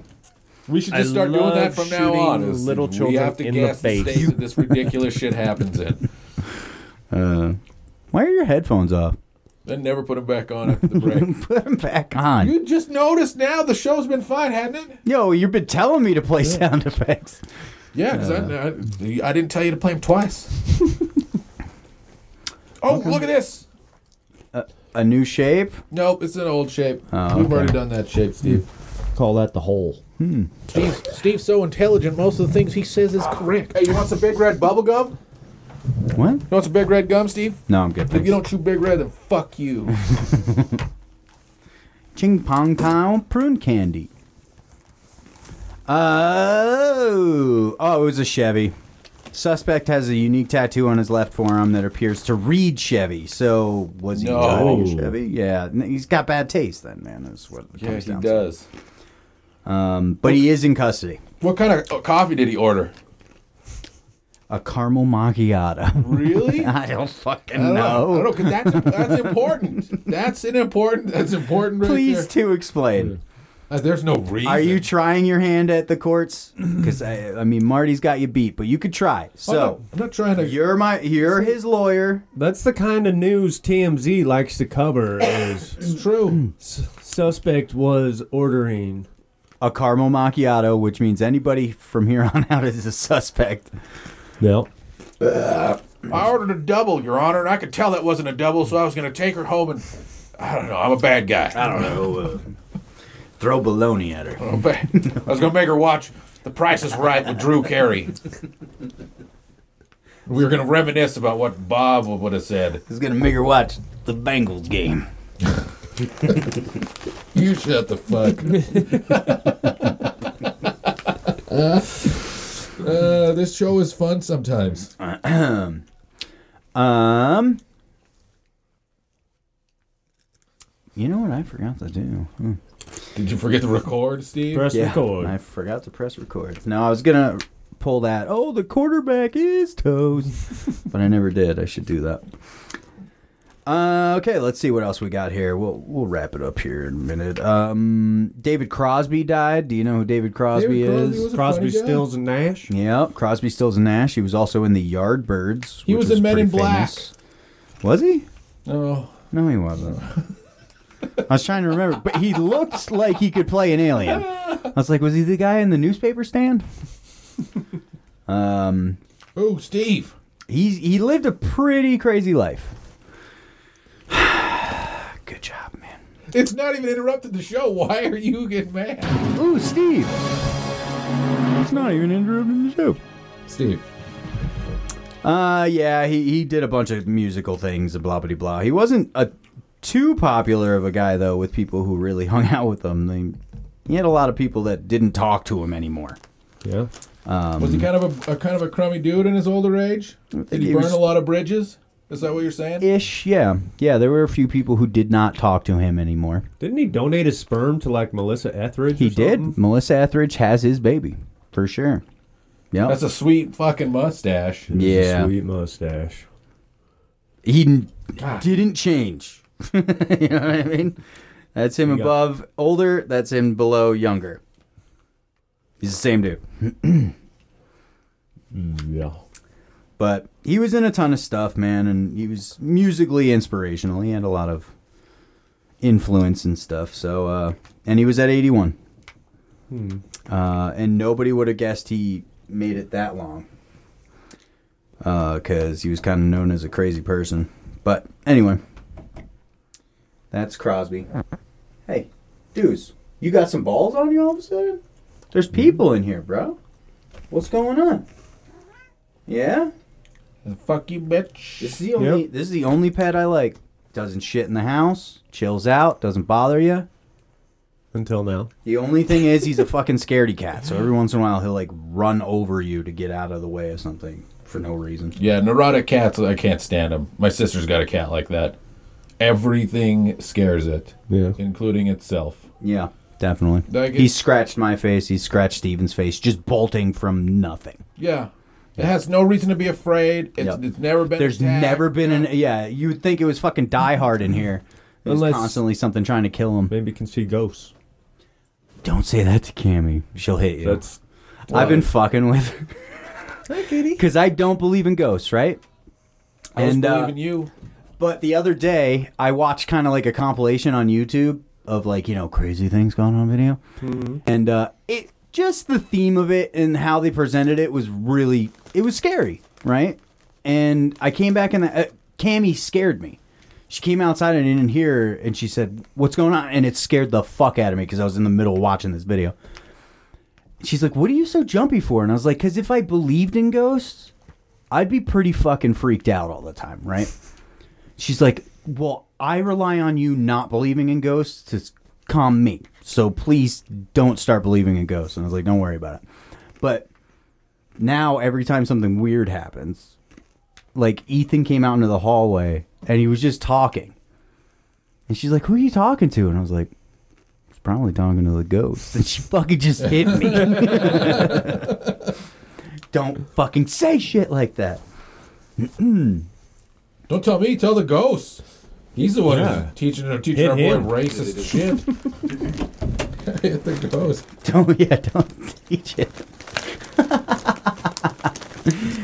Speaker 2: should
Speaker 4: I
Speaker 2: just start doing that
Speaker 4: love
Speaker 2: from now
Speaker 4: shooting
Speaker 2: on. is
Speaker 4: little
Speaker 2: we
Speaker 4: children
Speaker 2: have to
Speaker 4: in the
Speaker 2: guess the,
Speaker 4: face.
Speaker 2: state that this ridiculous shit happens in.
Speaker 5: Uh, Why are your headphones off?
Speaker 2: Then never put them back on after the break.
Speaker 5: Put them back on.
Speaker 2: you just noticed now the show's been fine, hadn't it?
Speaker 5: Yo, you've been telling me to play sound effects.
Speaker 2: Yeah, because I, I, I didn't tell you to play him twice. oh, look at this.
Speaker 5: A new shape.
Speaker 2: Nope, it's an old shape.
Speaker 5: Oh,
Speaker 2: We've
Speaker 5: okay.
Speaker 2: already done that shape, Steve.
Speaker 6: Call that the hole.
Speaker 8: Steve, Steve's so intelligent, most of the things he says is correct.
Speaker 2: Hey, you want some big red bubble gum? You
Speaker 5: What?
Speaker 2: want some big red gum, Steve?
Speaker 5: No, I'm good.
Speaker 2: If
Speaker 5: thanks.
Speaker 2: you don't chew big red, then fuck you.
Speaker 5: Ching Pong Town prune candy. Oh, oh, it was a Chevy. Suspect has a unique tattoo on his left forearm that appears to read Chevy. So was he
Speaker 2: No.
Speaker 5: driving a Chevy? Yeah, n- he's got bad taste. Then man, is what it
Speaker 2: yeah,
Speaker 5: comes
Speaker 2: he
Speaker 5: down
Speaker 2: does.
Speaker 5: to. Um, but he is in custody.
Speaker 2: What kind of uh, coffee did he order?
Speaker 5: A caramel macchiato.
Speaker 2: Really?
Speaker 5: I don't fucking
Speaker 2: I don't
Speaker 5: know.
Speaker 2: know. I don't, 'cause that's, that's important. That's an important. That's important. Right
Speaker 5: Please
Speaker 2: there.
Speaker 5: to explain.
Speaker 2: Uh, there's no reason.
Speaker 5: Are you trying your hand at the courts? Because I, I mean, Marty's got you beat, but you could try.
Speaker 2: I'm not-
Speaker 5: So
Speaker 2: I'm not trying to.
Speaker 5: you're my, you're his lawyer.
Speaker 6: That's the kind of news TMZ likes to cover. Is
Speaker 2: It's true.
Speaker 6: s- suspect was ordering
Speaker 5: a caramel macchiato, which means anybody from here on out is a suspect.
Speaker 6: No.
Speaker 2: I ordered a double, Your Honor, and I could tell that wasn't a double, so I was going to take her home and. I don't know. I'm a bad guy. I don't know.
Speaker 5: Throw baloney at her.
Speaker 2: I'm bad. I was going to make her watch The Price is Right with Drew Carey. We were going to reminisce about what Bob would have said.
Speaker 5: This is gonna make her watch the Bengals game.
Speaker 2: You shut the fuck. uh, this show is fun sometimes.
Speaker 5: Um, you know what I forgot to do? Hmm.
Speaker 2: Did you forget to record, Steve?
Speaker 6: Press record.
Speaker 5: I forgot to press record. No, I was gonna pull that. Oh, the quarterback is toast, but I never did. I should do that. Uh, okay, let's see what else we got here. We'll we'll wrap it up here in a minute. Um, David Crosby died. Do you know who David Crosby, is?
Speaker 2: was a
Speaker 6: Crosby,
Speaker 2: funny guy.
Speaker 6: Stills, and Nash.
Speaker 5: Yep, Crosby, Stills, and Nash. He was also in the Yardbirds.
Speaker 2: He
Speaker 5: which
Speaker 2: was in Men
Speaker 5: pretty
Speaker 2: in Black.
Speaker 5: famous. Was he?
Speaker 2: Oh,
Speaker 5: No, he wasn't. I was trying to remember, but he looked like he could play an alien. I was like, was he the guy in the newspaper stand? Um,
Speaker 2: oh, Steve.
Speaker 5: he's he lived a pretty crazy life. Good job, man.
Speaker 2: It's not even interrupted the show. Why are you getting mad,
Speaker 5: Ooh, Steve. It's not even interrupting the show.
Speaker 2: Steve?
Speaker 5: Uh, yeah, he, he did a bunch of musical things and blah blah blah. He wasn't a too popular of a guy though with people who really hung out with him. They, he had a lot of people that didn't talk to him anymore.
Speaker 6: Yeah.
Speaker 2: was he kind of a, a kind of a crummy dude in his older age? Did he
Speaker 5: um, he
Speaker 2: burn
Speaker 5: was-
Speaker 2: a lot of bridges? Is that what you're saying?
Speaker 5: Ish, yeah, yeah. There were a few people who did not talk to him anymore.
Speaker 6: Didn't he donate his sperm to like Melissa Etheridge?
Speaker 5: He
Speaker 6: or something?
Speaker 5: did. Melissa Etheridge has his baby for sure. Yeah,
Speaker 2: That's a sweet fucking mustache.
Speaker 6: It was a
Speaker 5: Yeah.
Speaker 6: Sweet mustache.
Speaker 5: he n- didn't change. you know what I mean? That's him
Speaker 6: got-
Speaker 5: above older. That's him below younger. He's the same dude.
Speaker 6: Yeah.
Speaker 5: but he was in a ton of stuff, man, and he was musically inspirational. He had a lot of influence and stuff. So, uh, and he was at 81, uh, and nobody would have guessed he made it that long, because he was kind of known as a crazy person. But anyway, that's Crosby. Hey, dudes, you got some balls on you all of a sudden? There's people in here, bro. What's going on? Yeah?
Speaker 2: And fuck you, bitch.
Speaker 5: This is the only. This is the only pet I like. Doesn't shit in the house. Chills out. Doesn't bother you.
Speaker 6: Until now.
Speaker 5: The only thing is, he's a fucking scaredy cat. So every once in a while, he'll like run over you to get out of the way of something for no reason.
Speaker 2: Yeah, neurotic cats. I can't stand them. My sister's got a cat like that. Everything scares it,
Speaker 6: Yeah.
Speaker 2: including itself.
Speaker 5: Yeah, definitely.
Speaker 2: Like it-
Speaker 5: he scratched my face. He scratched Steven's face, just bolting from nothing.
Speaker 2: Yeah. It has no reason to be afraid. It's,
Speaker 5: Yep.
Speaker 2: it's never been.
Speaker 5: There's
Speaker 2: attacked.
Speaker 5: never been an yeah. You would think it was fucking Die Hard in here. There's
Speaker 6: Unless-
Speaker 5: constantly something trying to kill him.
Speaker 6: Maybe you can see ghosts.
Speaker 5: Don't say that to Cammy. She'll hit you.
Speaker 6: That's
Speaker 5: I've been fucking with her. Because I don't believe in ghosts, right?
Speaker 2: I was
Speaker 5: and uh,
Speaker 2: believing you.
Speaker 5: but the other day I watched kind of like a compilation on YouTube of like you know crazy things going on video, and uh, it just the theme of it and how they presented it was really it was scary, right? And I came back and the, uh, Cammy scared me. She came outside and I didn't hear her, and she said, "What's going on?" And it scared the fuck out of me because I was in the middle of watching this video. She's like, "What are you so jumpy for?" And I was like, "Cause if I believed in ghosts, I'd be pretty fucking freaked out all the time, right?" She's like, "Well, I rely on you not believing in ghosts to s- calm me. So please don't start believing in ghosts." And I was like, "Don't worry about it." But now every time something weird happens, like Ethan came out into the hallway and he was just talking. And she's like, "Who are you talking to?" And I was like, "He's probably talking to the ghost." And she fucking just hit me. Don't fucking say shit like that.
Speaker 2: Don't tell me. Tell the ghost. He's the one
Speaker 6: Yeah.
Speaker 2: who's teaching her, teaching
Speaker 6: Hit
Speaker 2: our boy
Speaker 6: him.
Speaker 2: racist shit. Hit the ghost.
Speaker 5: Don't yeah, don't teach it.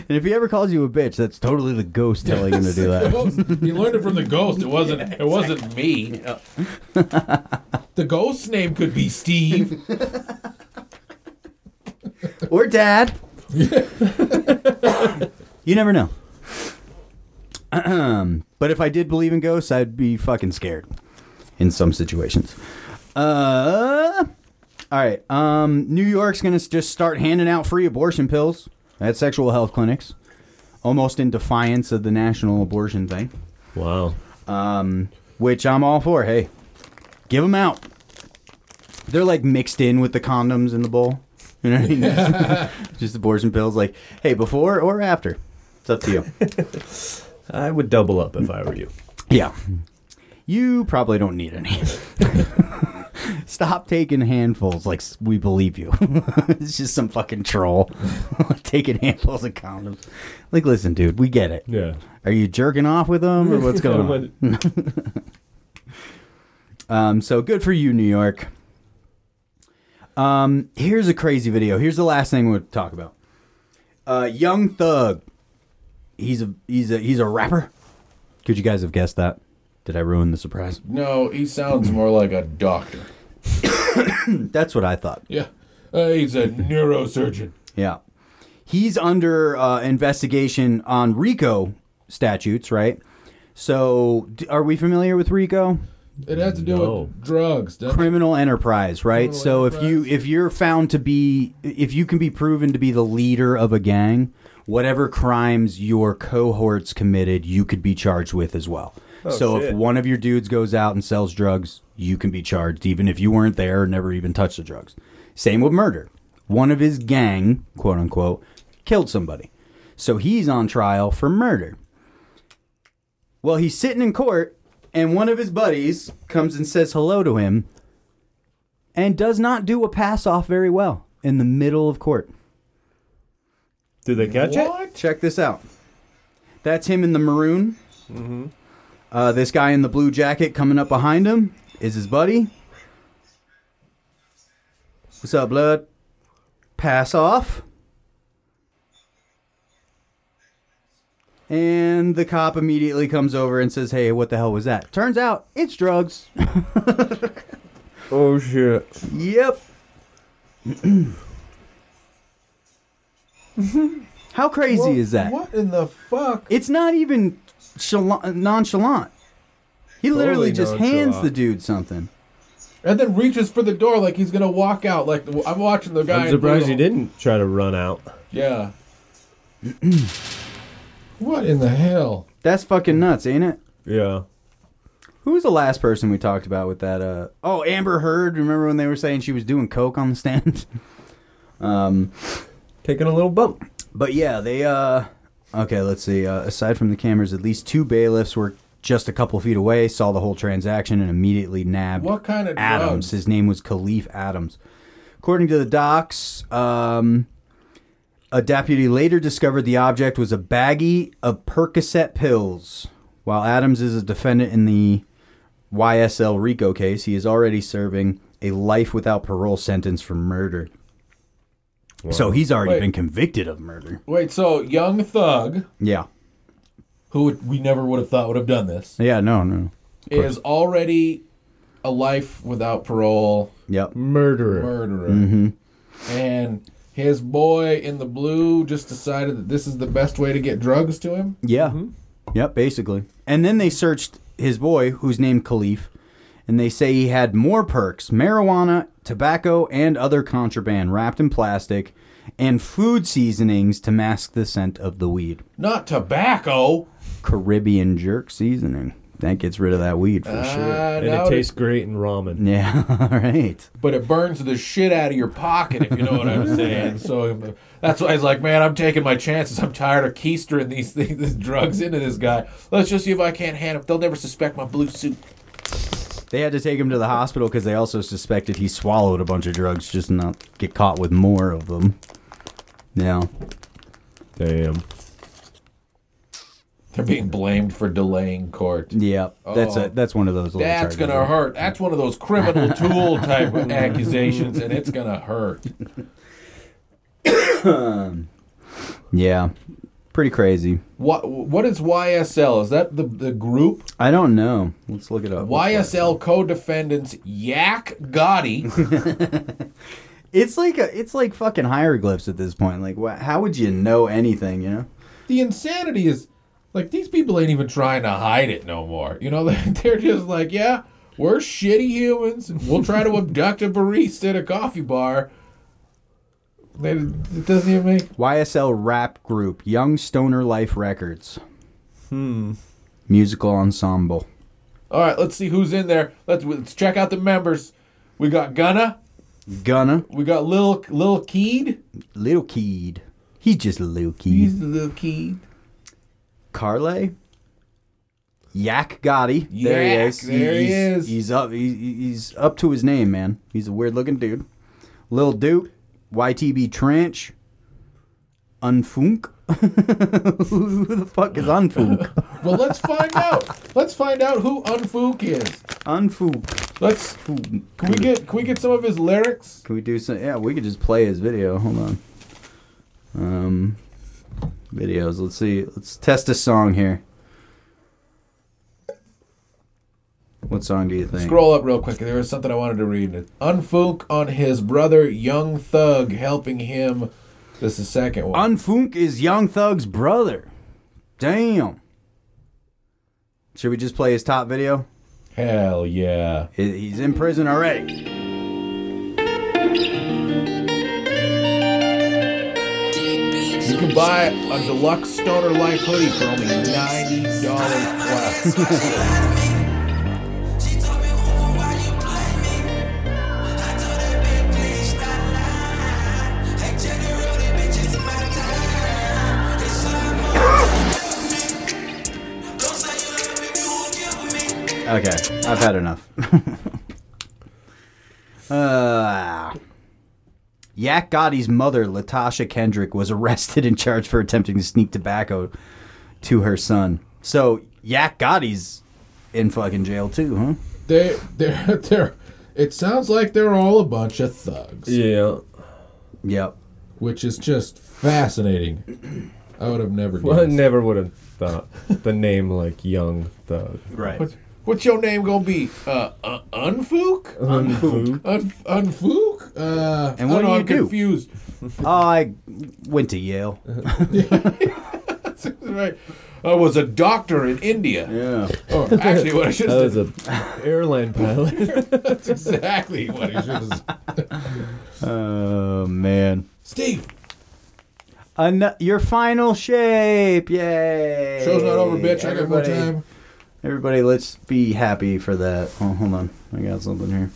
Speaker 5: and if he ever calls you a bitch, that's totally the ghost telling him to do that.
Speaker 2: Ghost. He learned it from the ghost. It wasn't. It wasn't me. the ghost's name could be Steve.
Speaker 5: or dad. you never know. Ahem. but if I did believe in ghosts, I'd be fucking scared in some situations. Uh, all right. Um, New York's going to just start handing out free abortion pills at sexual health clinics, almost in defiance of the national abortion thing,
Speaker 6: wow.
Speaker 5: which I'm all for. Hey, give them out. They're like mixed in with the condoms in the bowl. You know what I mean? just abortion pills like hey before or after it's up to you
Speaker 6: I would double up if I were you.
Speaker 5: yeah you probably don't need any stop taking handfuls like s- we believe you it's just some fucking troll taking handfuls of condoms like listen dude we get it
Speaker 6: Yeah.
Speaker 5: are you jerking off with them or what's going on Um, so good for you, New York. Um, here's a crazy video. Here's the last thing we'll talk about. Uh, Young Thug. He's a he's a he's a rapper. Could you guys have guessed that? Did I ruin the surprise?
Speaker 2: No, he sounds more like a doctor.
Speaker 5: That's what I thought.
Speaker 2: Yeah, uh, he's a neurosurgeon.
Speaker 5: Yeah. He's under uh, investigation on RICO statutes, right? So, d- are we familiar with RICO?
Speaker 2: It has to do
Speaker 6: No.
Speaker 2: with drugs. doesn't it?
Speaker 5: criminal enterprise, right? so if you if you're found to be if you can be proven to be the leader of a gang, whatever crimes your cohorts committed, you could be charged with as well. so if one of your dudes goes out and sells drugs, you can be charged even if you weren't there or never even touched the drugs. Same with murder. One of his gang, quote unquote, killed somebody. So he's on trial for murder. Well, he's sitting in court, and one of his buddies comes and says hello to him and does not do a pass off very well in the middle of court.
Speaker 6: Did they catch
Speaker 5: Check this out. That's him in the maroon. Uh, this guy in the blue jacket coming up behind him is his buddy. What's up, blood? Pass off. And the cop immediately comes over and says, Hey, what the hell was that? Turns out it's drugs.
Speaker 6: Oh shit.
Speaker 5: Yep. How crazy is that?
Speaker 2: What in the fuck?
Speaker 5: It's not even chalant- nonchalant. He literally just hands
Speaker 6: nonchalant.
Speaker 5: the dude something.
Speaker 2: And then reaches for the door like he's gonna walk out. Like I'm watching the guy.
Speaker 6: I'm
Speaker 2: in
Speaker 6: surprised
Speaker 2: blue.
Speaker 6: he didn't try to run out.
Speaker 2: Yeah. What in the hell?
Speaker 5: That's fucking nuts, ain't it?
Speaker 6: Yeah.
Speaker 5: Who was the last person we talked about with that? Uh, oh, Amber Heard. Remember when they were saying she was doing coke on the stand? um,
Speaker 6: Taking a little bump.
Speaker 5: but yeah, they. Uh, okay, let's see. Uh, aside from the cameras, at least two bailiffs were just a couple feet away, saw the whole transaction, and immediately nabbed.
Speaker 2: What kind of
Speaker 5: Adams?
Speaker 2: drugs?
Speaker 5: His name was Khalif Adams. According to the docs, um, a deputy later discovered the object was a baggie of Percocet pills. While Adams is a defendant in the YSL Rico case, he is already serving a life without parole sentence for murder. So he's already
Speaker 2: Wait.
Speaker 5: been convicted of murder.
Speaker 2: Wait, so Young Thug,
Speaker 5: Yeah.
Speaker 2: who would- we never would have thought would have done this,
Speaker 5: Yeah, no, no.
Speaker 2: is already a life without parole
Speaker 5: Yep.
Speaker 6: Murderer.
Speaker 2: murderer. And his boy in the blue just decided that this is the best way to get drugs to him.
Speaker 5: Yeah. Yep, basically. And then they searched his boy, who's named Khalif, and they say he had more perks marijuana, tobacco, and other contraband wrapped in plastic, and food seasonings to mask the scent of the weed.
Speaker 2: Not tobacco.
Speaker 5: Caribbean jerk seasoning. That gets rid of that weed for sure.
Speaker 2: Uh,
Speaker 6: And
Speaker 2: now
Speaker 6: it tastes great in ramen.
Speaker 5: Yeah, all right.
Speaker 2: but it burns the shit out of your pocket if you know what I'm saying. So that's why I was like, man, I'm taking my chances. I'm tired of keistering these things, these drugs into this guy. Let's just see if I can't hand him. They'll never suspect my blue suit.
Speaker 5: They had to take him to the hospital because they also suspected he swallowed a bunch of drugs just to not get caught with more of them. Yeah.
Speaker 6: Damn.
Speaker 2: They're being blamed for delaying court.
Speaker 5: Yeah. That's
Speaker 2: Oh.
Speaker 5: a that's one of those little
Speaker 2: That's
Speaker 5: charges,
Speaker 2: gonna
Speaker 5: right?
Speaker 2: hurt. That's one of those criminal tool type of accusations, and it's gonna hurt.
Speaker 5: Yeah. Pretty crazy.
Speaker 2: What what is YSL? Is that the the group
Speaker 5: I don't know. Let's look it up.
Speaker 2: YSL co-defendants Yak Gotti?
Speaker 5: It's like a, it's like fucking hieroglyphs at this point. Like, wha how would you know anything? You know?
Speaker 2: the insanity is like these people ain't even trying to hide it no more. You know, they're just like, yeah, we're shitty humans. and We'll try to abduct a barista at a coffee bar. They, it doesn't even make
Speaker 5: YSL rap group, Young Stoner Life Records. Hmm. Musical ensemble.
Speaker 2: All right, let's see who's in there. Let's let's check out the members. We got Gunna.
Speaker 5: Gunna,
Speaker 2: We got Lil Lil Keed.
Speaker 5: Little Keed. He's just a little
Speaker 2: He's
Speaker 5: Keed.
Speaker 2: the Lil Keed.
Speaker 5: Carlay. Yak Gotti. there he
Speaker 2: Yak,
Speaker 5: is.
Speaker 2: there he
Speaker 5: he's,
Speaker 2: is.
Speaker 5: He's up. He, he- he's up to his name, man. He's a weird looking dude. Lil Duke. YTB Trench. Unfunk. Who the fuck is Unfunk?
Speaker 2: Well, let's find out. Let's find out who Unfook is.
Speaker 5: Unfunk.
Speaker 2: Let's can we get can we get some of his lyrics?
Speaker 5: Can we do some? Yeah, we could just play his video. Hold on. Um, videos. Let's see. Let's test a song here. What song do you think?
Speaker 2: Scroll up real quick. There was something I wanted to read. Unfook on his brother Young Thug helping him. This is the second one.
Speaker 5: Unfunk is Young Thug's brother. Damn. Should we just play his top video?
Speaker 2: Hell yeah.
Speaker 5: He- He's in prison already.
Speaker 2: You can buy a deluxe Stoner Life hoodie for only ninety dollars plus.
Speaker 5: Okay, I've had enough. uh, Yak Gotti's mother, Latasha Kendrick, was arrested and charged for attempting to sneak tobacco to her son. So Yak Gotti's in fucking jail too, huh?
Speaker 2: They they're they're. It sounds like they're all a bunch of thugs.
Speaker 6: Yeah.
Speaker 5: Yep.
Speaker 2: which is just fascinating. I would have never
Speaker 6: Well, I
Speaker 2: guessed.
Speaker 6: never would have thought the name like Young Thug.
Speaker 5: Right.
Speaker 2: What's, what's your name gonna be? Uh, uh Unfook?
Speaker 6: Unfook.
Speaker 2: Un, Unfook? Uh,
Speaker 5: And what
Speaker 2: I
Speaker 5: do
Speaker 2: know,
Speaker 5: you
Speaker 2: I'm
Speaker 5: do?
Speaker 2: confused.
Speaker 5: Oh, I went to Yale.
Speaker 2: right. I was a doctor in India.
Speaker 5: Yeah.
Speaker 2: Or actually, what I should
Speaker 6: That
Speaker 2: have
Speaker 6: was
Speaker 2: said.
Speaker 6: a airline pilot.
Speaker 2: That's exactly what I should have said.
Speaker 5: Oh man.
Speaker 2: Steve,
Speaker 5: An- your final shape. Yay.
Speaker 2: Show's not over, bitch. I got more
Speaker 5: Everybody-
Speaker 2: time.
Speaker 5: Everybody, let's be happy for that. Oh, hold on. I got something here.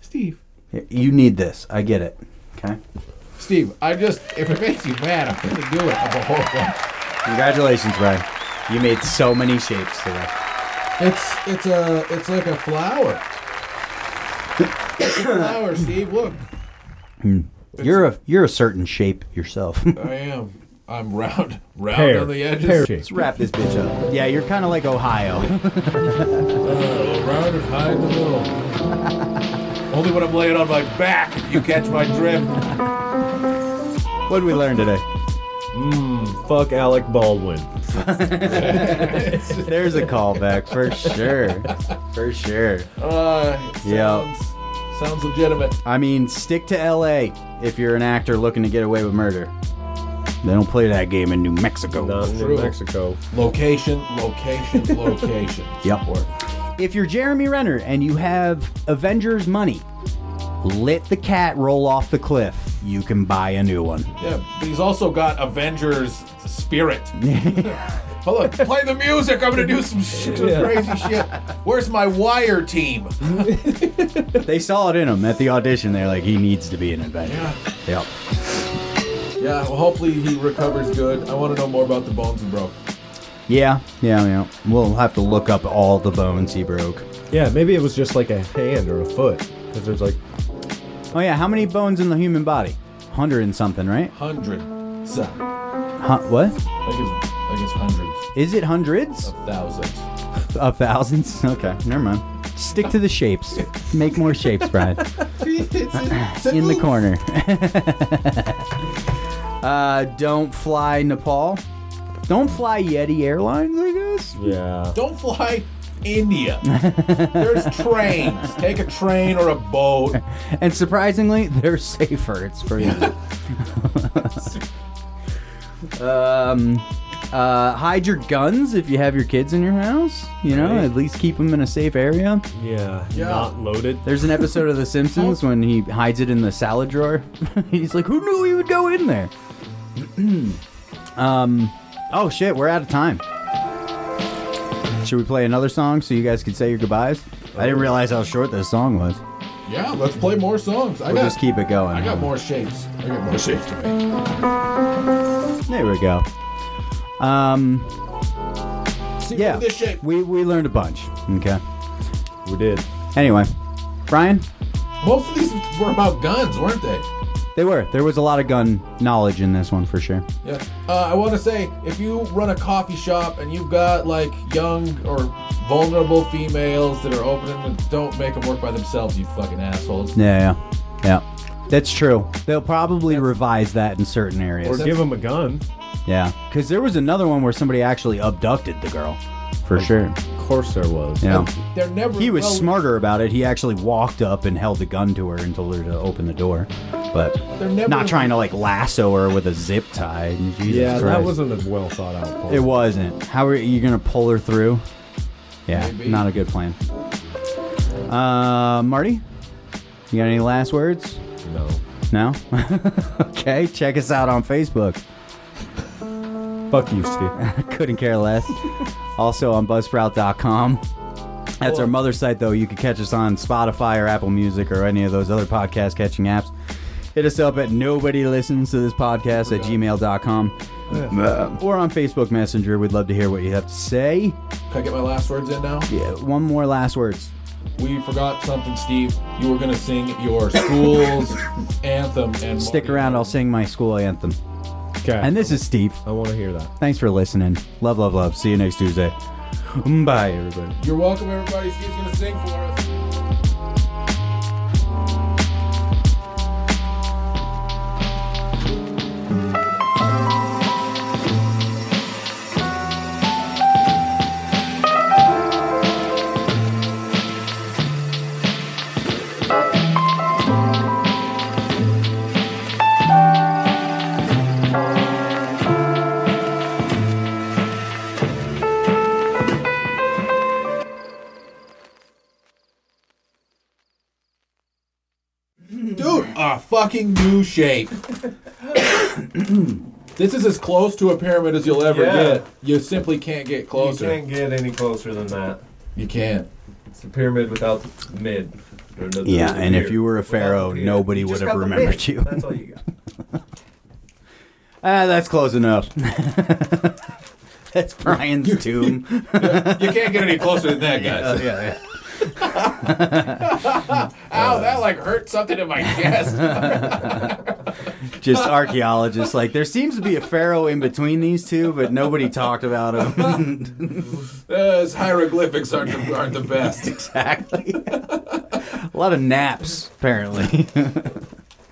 Speaker 2: Steve.
Speaker 5: Here, You need this. I get it. Okay.
Speaker 2: Steve, I just, if it makes you mad, I'm going to do it. I'm a whole thing.
Speaker 5: Congratulations, Ryan. You made so many shapes today.
Speaker 2: It's, it's, a, it's like a flower. It's a flower, Steve. Look.
Speaker 5: You're a you're a certain shape yourself.
Speaker 2: I am. I'm round, round
Speaker 6: Pear.
Speaker 2: on the edges.
Speaker 6: Pear shape.
Speaker 5: Let's wrap this bitch up. Yeah, you're kind of like Ohio.
Speaker 2: Uh, round and high in the middle. Only when I'm laying on my back, if you catch my drift.
Speaker 5: what did we learn today?
Speaker 6: Fuck Alec Baldwin.
Speaker 5: There's a callback for sure. For sure.
Speaker 2: Uh,
Speaker 5: Yeah.
Speaker 2: sounds- Sounds legitimate.
Speaker 5: I mean, stick to L.A. if you're an actor looking to get away with murder. They don't play that game in New Mexico.
Speaker 6: Not in
Speaker 2: True.
Speaker 6: Mexico.
Speaker 2: Location, location, location.
Speaker 5: Yep. If you're Jeremy Renner and you have Avengers money, let the cat roll off the cliff. You can buy a new one.
Speaker 2: Yeah, but he's also got Avengers spirit. Hold on, play the music. I'm gonna do some, sh- some crazy shit. Where's my wire team?
Speaker 5: They saw it in him at the audition. They're like, he needs to be an Avenger. Yep.
Speaker 2: Yeah, well, hopefully he recovers good. I want to know more about the bones he broke.
Speaker 5: Yeah, yeah, yeah. We'll have to look up all the bones he broke.
Speaker 6: Yeah, maybe it was just like a hand or a foot. Because there's like
Speaker 5: Oh yeah, how many bones in the human body? Hundred and something, right?
Speaker 2: Hundred. So, I
Speaker 5: Huh, what?
Speaker 2: think it's, I think it's hundreds
Speaker 5: Is it hundreds?
Speaker 2: of thousands.
Speaker 5: Of thousands? Okay, never mind. Stick to the shapes. Make more shapes, Brian. In the corner. uh, don't fly Nepal. Don't fly Yeti Airlines, I guess.
Speaker 6: yeah.
Speaker 2: Don't fly India. There's trains. Take a train or a boat.
Speaker 5: And surprisingly, they're safer. It's crazy. um, uh, hide your guns if you have your kids in your house. You know,
Speaker 6: Right.
Speaker 5: at least keep them in a safe area.
Speaker 6: Yeah.
Speaker 2: Yeah.
Speaker 6: Not loaded.
Speaker 5: There's an episode of The Simpsons when he hides it in the salad drawer. He's like, "Who knew he would go in there?" um, oh shit, we're out of time. Should we play another song so you guys can say your goodbyes? I didn't realize how short this song was.
Speaker 2: Yeah, let's play more songs. I
Speaker 5: We'll
Speaker 2: got,
Speaker 5: just keep it going.
Speaker 2: I got more shapes. I got more shapes to make.
Speaker 5: There we go. Um,
Speaker 2: See,
Speaker 5: yeah,
Speaker 2: look at this shape.
Speaker 5: we we learned a bunch. Okay.
Speaker 6: We did.
Speaker 5: Anyway, Brian,
Speaker 2: Most of these were about guns, weren't they?
Speaker 5: they were there was a lot of gun knowledge in this one for sure.
Speaker 2: Yeah. Uh, I want to say if you run a coffee shop and you've got like young or vulnerable females that are opening, and don't make them work by themselves, you fucking assholes.
Speaker 5: Yeah, yeah, yeah. That's true. They'll probably revise that in certain
Speaker 6: Or
Speaker 5: areas.
Speaker 6: give him a gun.
Speaker 5: Yeah, because there was another one where somebody actually abducted the girl. For sure.
Speaker 6: Of course there was.
Speaker 5: Yeah.
Speaker 2: They're never.
Speaker 5: He was
Speaker 2: well,
Speaker 5: smarter about it. He actually walked up and held a gun to her and told her to open the door, but
Speaker 2: They're never
Speaker 5: not trying to like lasso her with a zip tie. Jesus
Speaker 6: Yeah, that
Speaker 5: Christ.
Speaker 6: wasn't a well thought out plan.
Speaker 5: It wasn't. How are you gonna pull her through? Yeah,
Speaker 2: Maybe.
Speaker 5: not a good plan. Uh, Marty, you got any last words?
Speaker 6: No.
Speaker 5: No. okay, check us out on Facebook.
Speaker 6: Fuck you, Steve.
Speaker 5: Couldn't care less. also on Buzzsprout.com. That's our mother site, though. You can catch us on Spotify or Apple Music or any of those other podcast catching apps. Hit us up at nobody listens to this podcast at gmail.com Uh, or on Facebook Messenger. We'd love to hear what you have to say.
Speaker 2: Can I get my last words in now?
Speaker 5: Yeah, one more last words.
Speaker 2: We forgot something, Steve. You were gonna sing your school's anthem and
Speaker 5: Stick around, I'll sing my school anthem.
Speaker 6: Okay.
Speaker 5: And this is Steve.
Speaker 6: I want to hear that.
Speaker 5: Thanks for listening. Love, love, love. See you next Tuesday. Bye, everybody.
Speaker 2: You're welcome, everybody. Steve's gonna sing for us. Dude, a fucking new shape. This is as close to a pyramid as you'll ever
Speaker 6: Yeah.
Speaker 2: get. You simply can't get
Speaker 6: You
Speaker 2: closer.
Speaker 6: can't get any closer than that.
Speaker 2: You can't.
Speaker 6: It's a pyramid without the mid. Or the- the
Speaker 5: Yeah, and if
Speaker 6: pier.
Speaker 5: you were a
Speaker 6: Without the
Speaker 5: pharaoh,
Speaker 6: pier.
Speaker 5: nobody
Speaker 6: You
Speaker 5: would
Speaker 6: just
Speaker 5: have
Speaker 6: got the
Speaker 5: remembered
Speaker 6: mid.
Speaker 5: you.
Speaker 6: That's all you got.
Speaker 5: Ah, that's close enough. that's Brian's tomb. Oh,
Speaker 2: You can't get any closer than that, guys.
Speaker 5: yeah,
Speaker 2: Ow, that like hurt something in my chest.
Speaker 5: yeah. Just archaeologists like there seems to be a pharaoh in between these two, but nobody talked about him.
Speaker 2: Uh, his hieroglyphics aren't the, aren't the best.
Speaker 5: exactly. a lot of naps, apparently.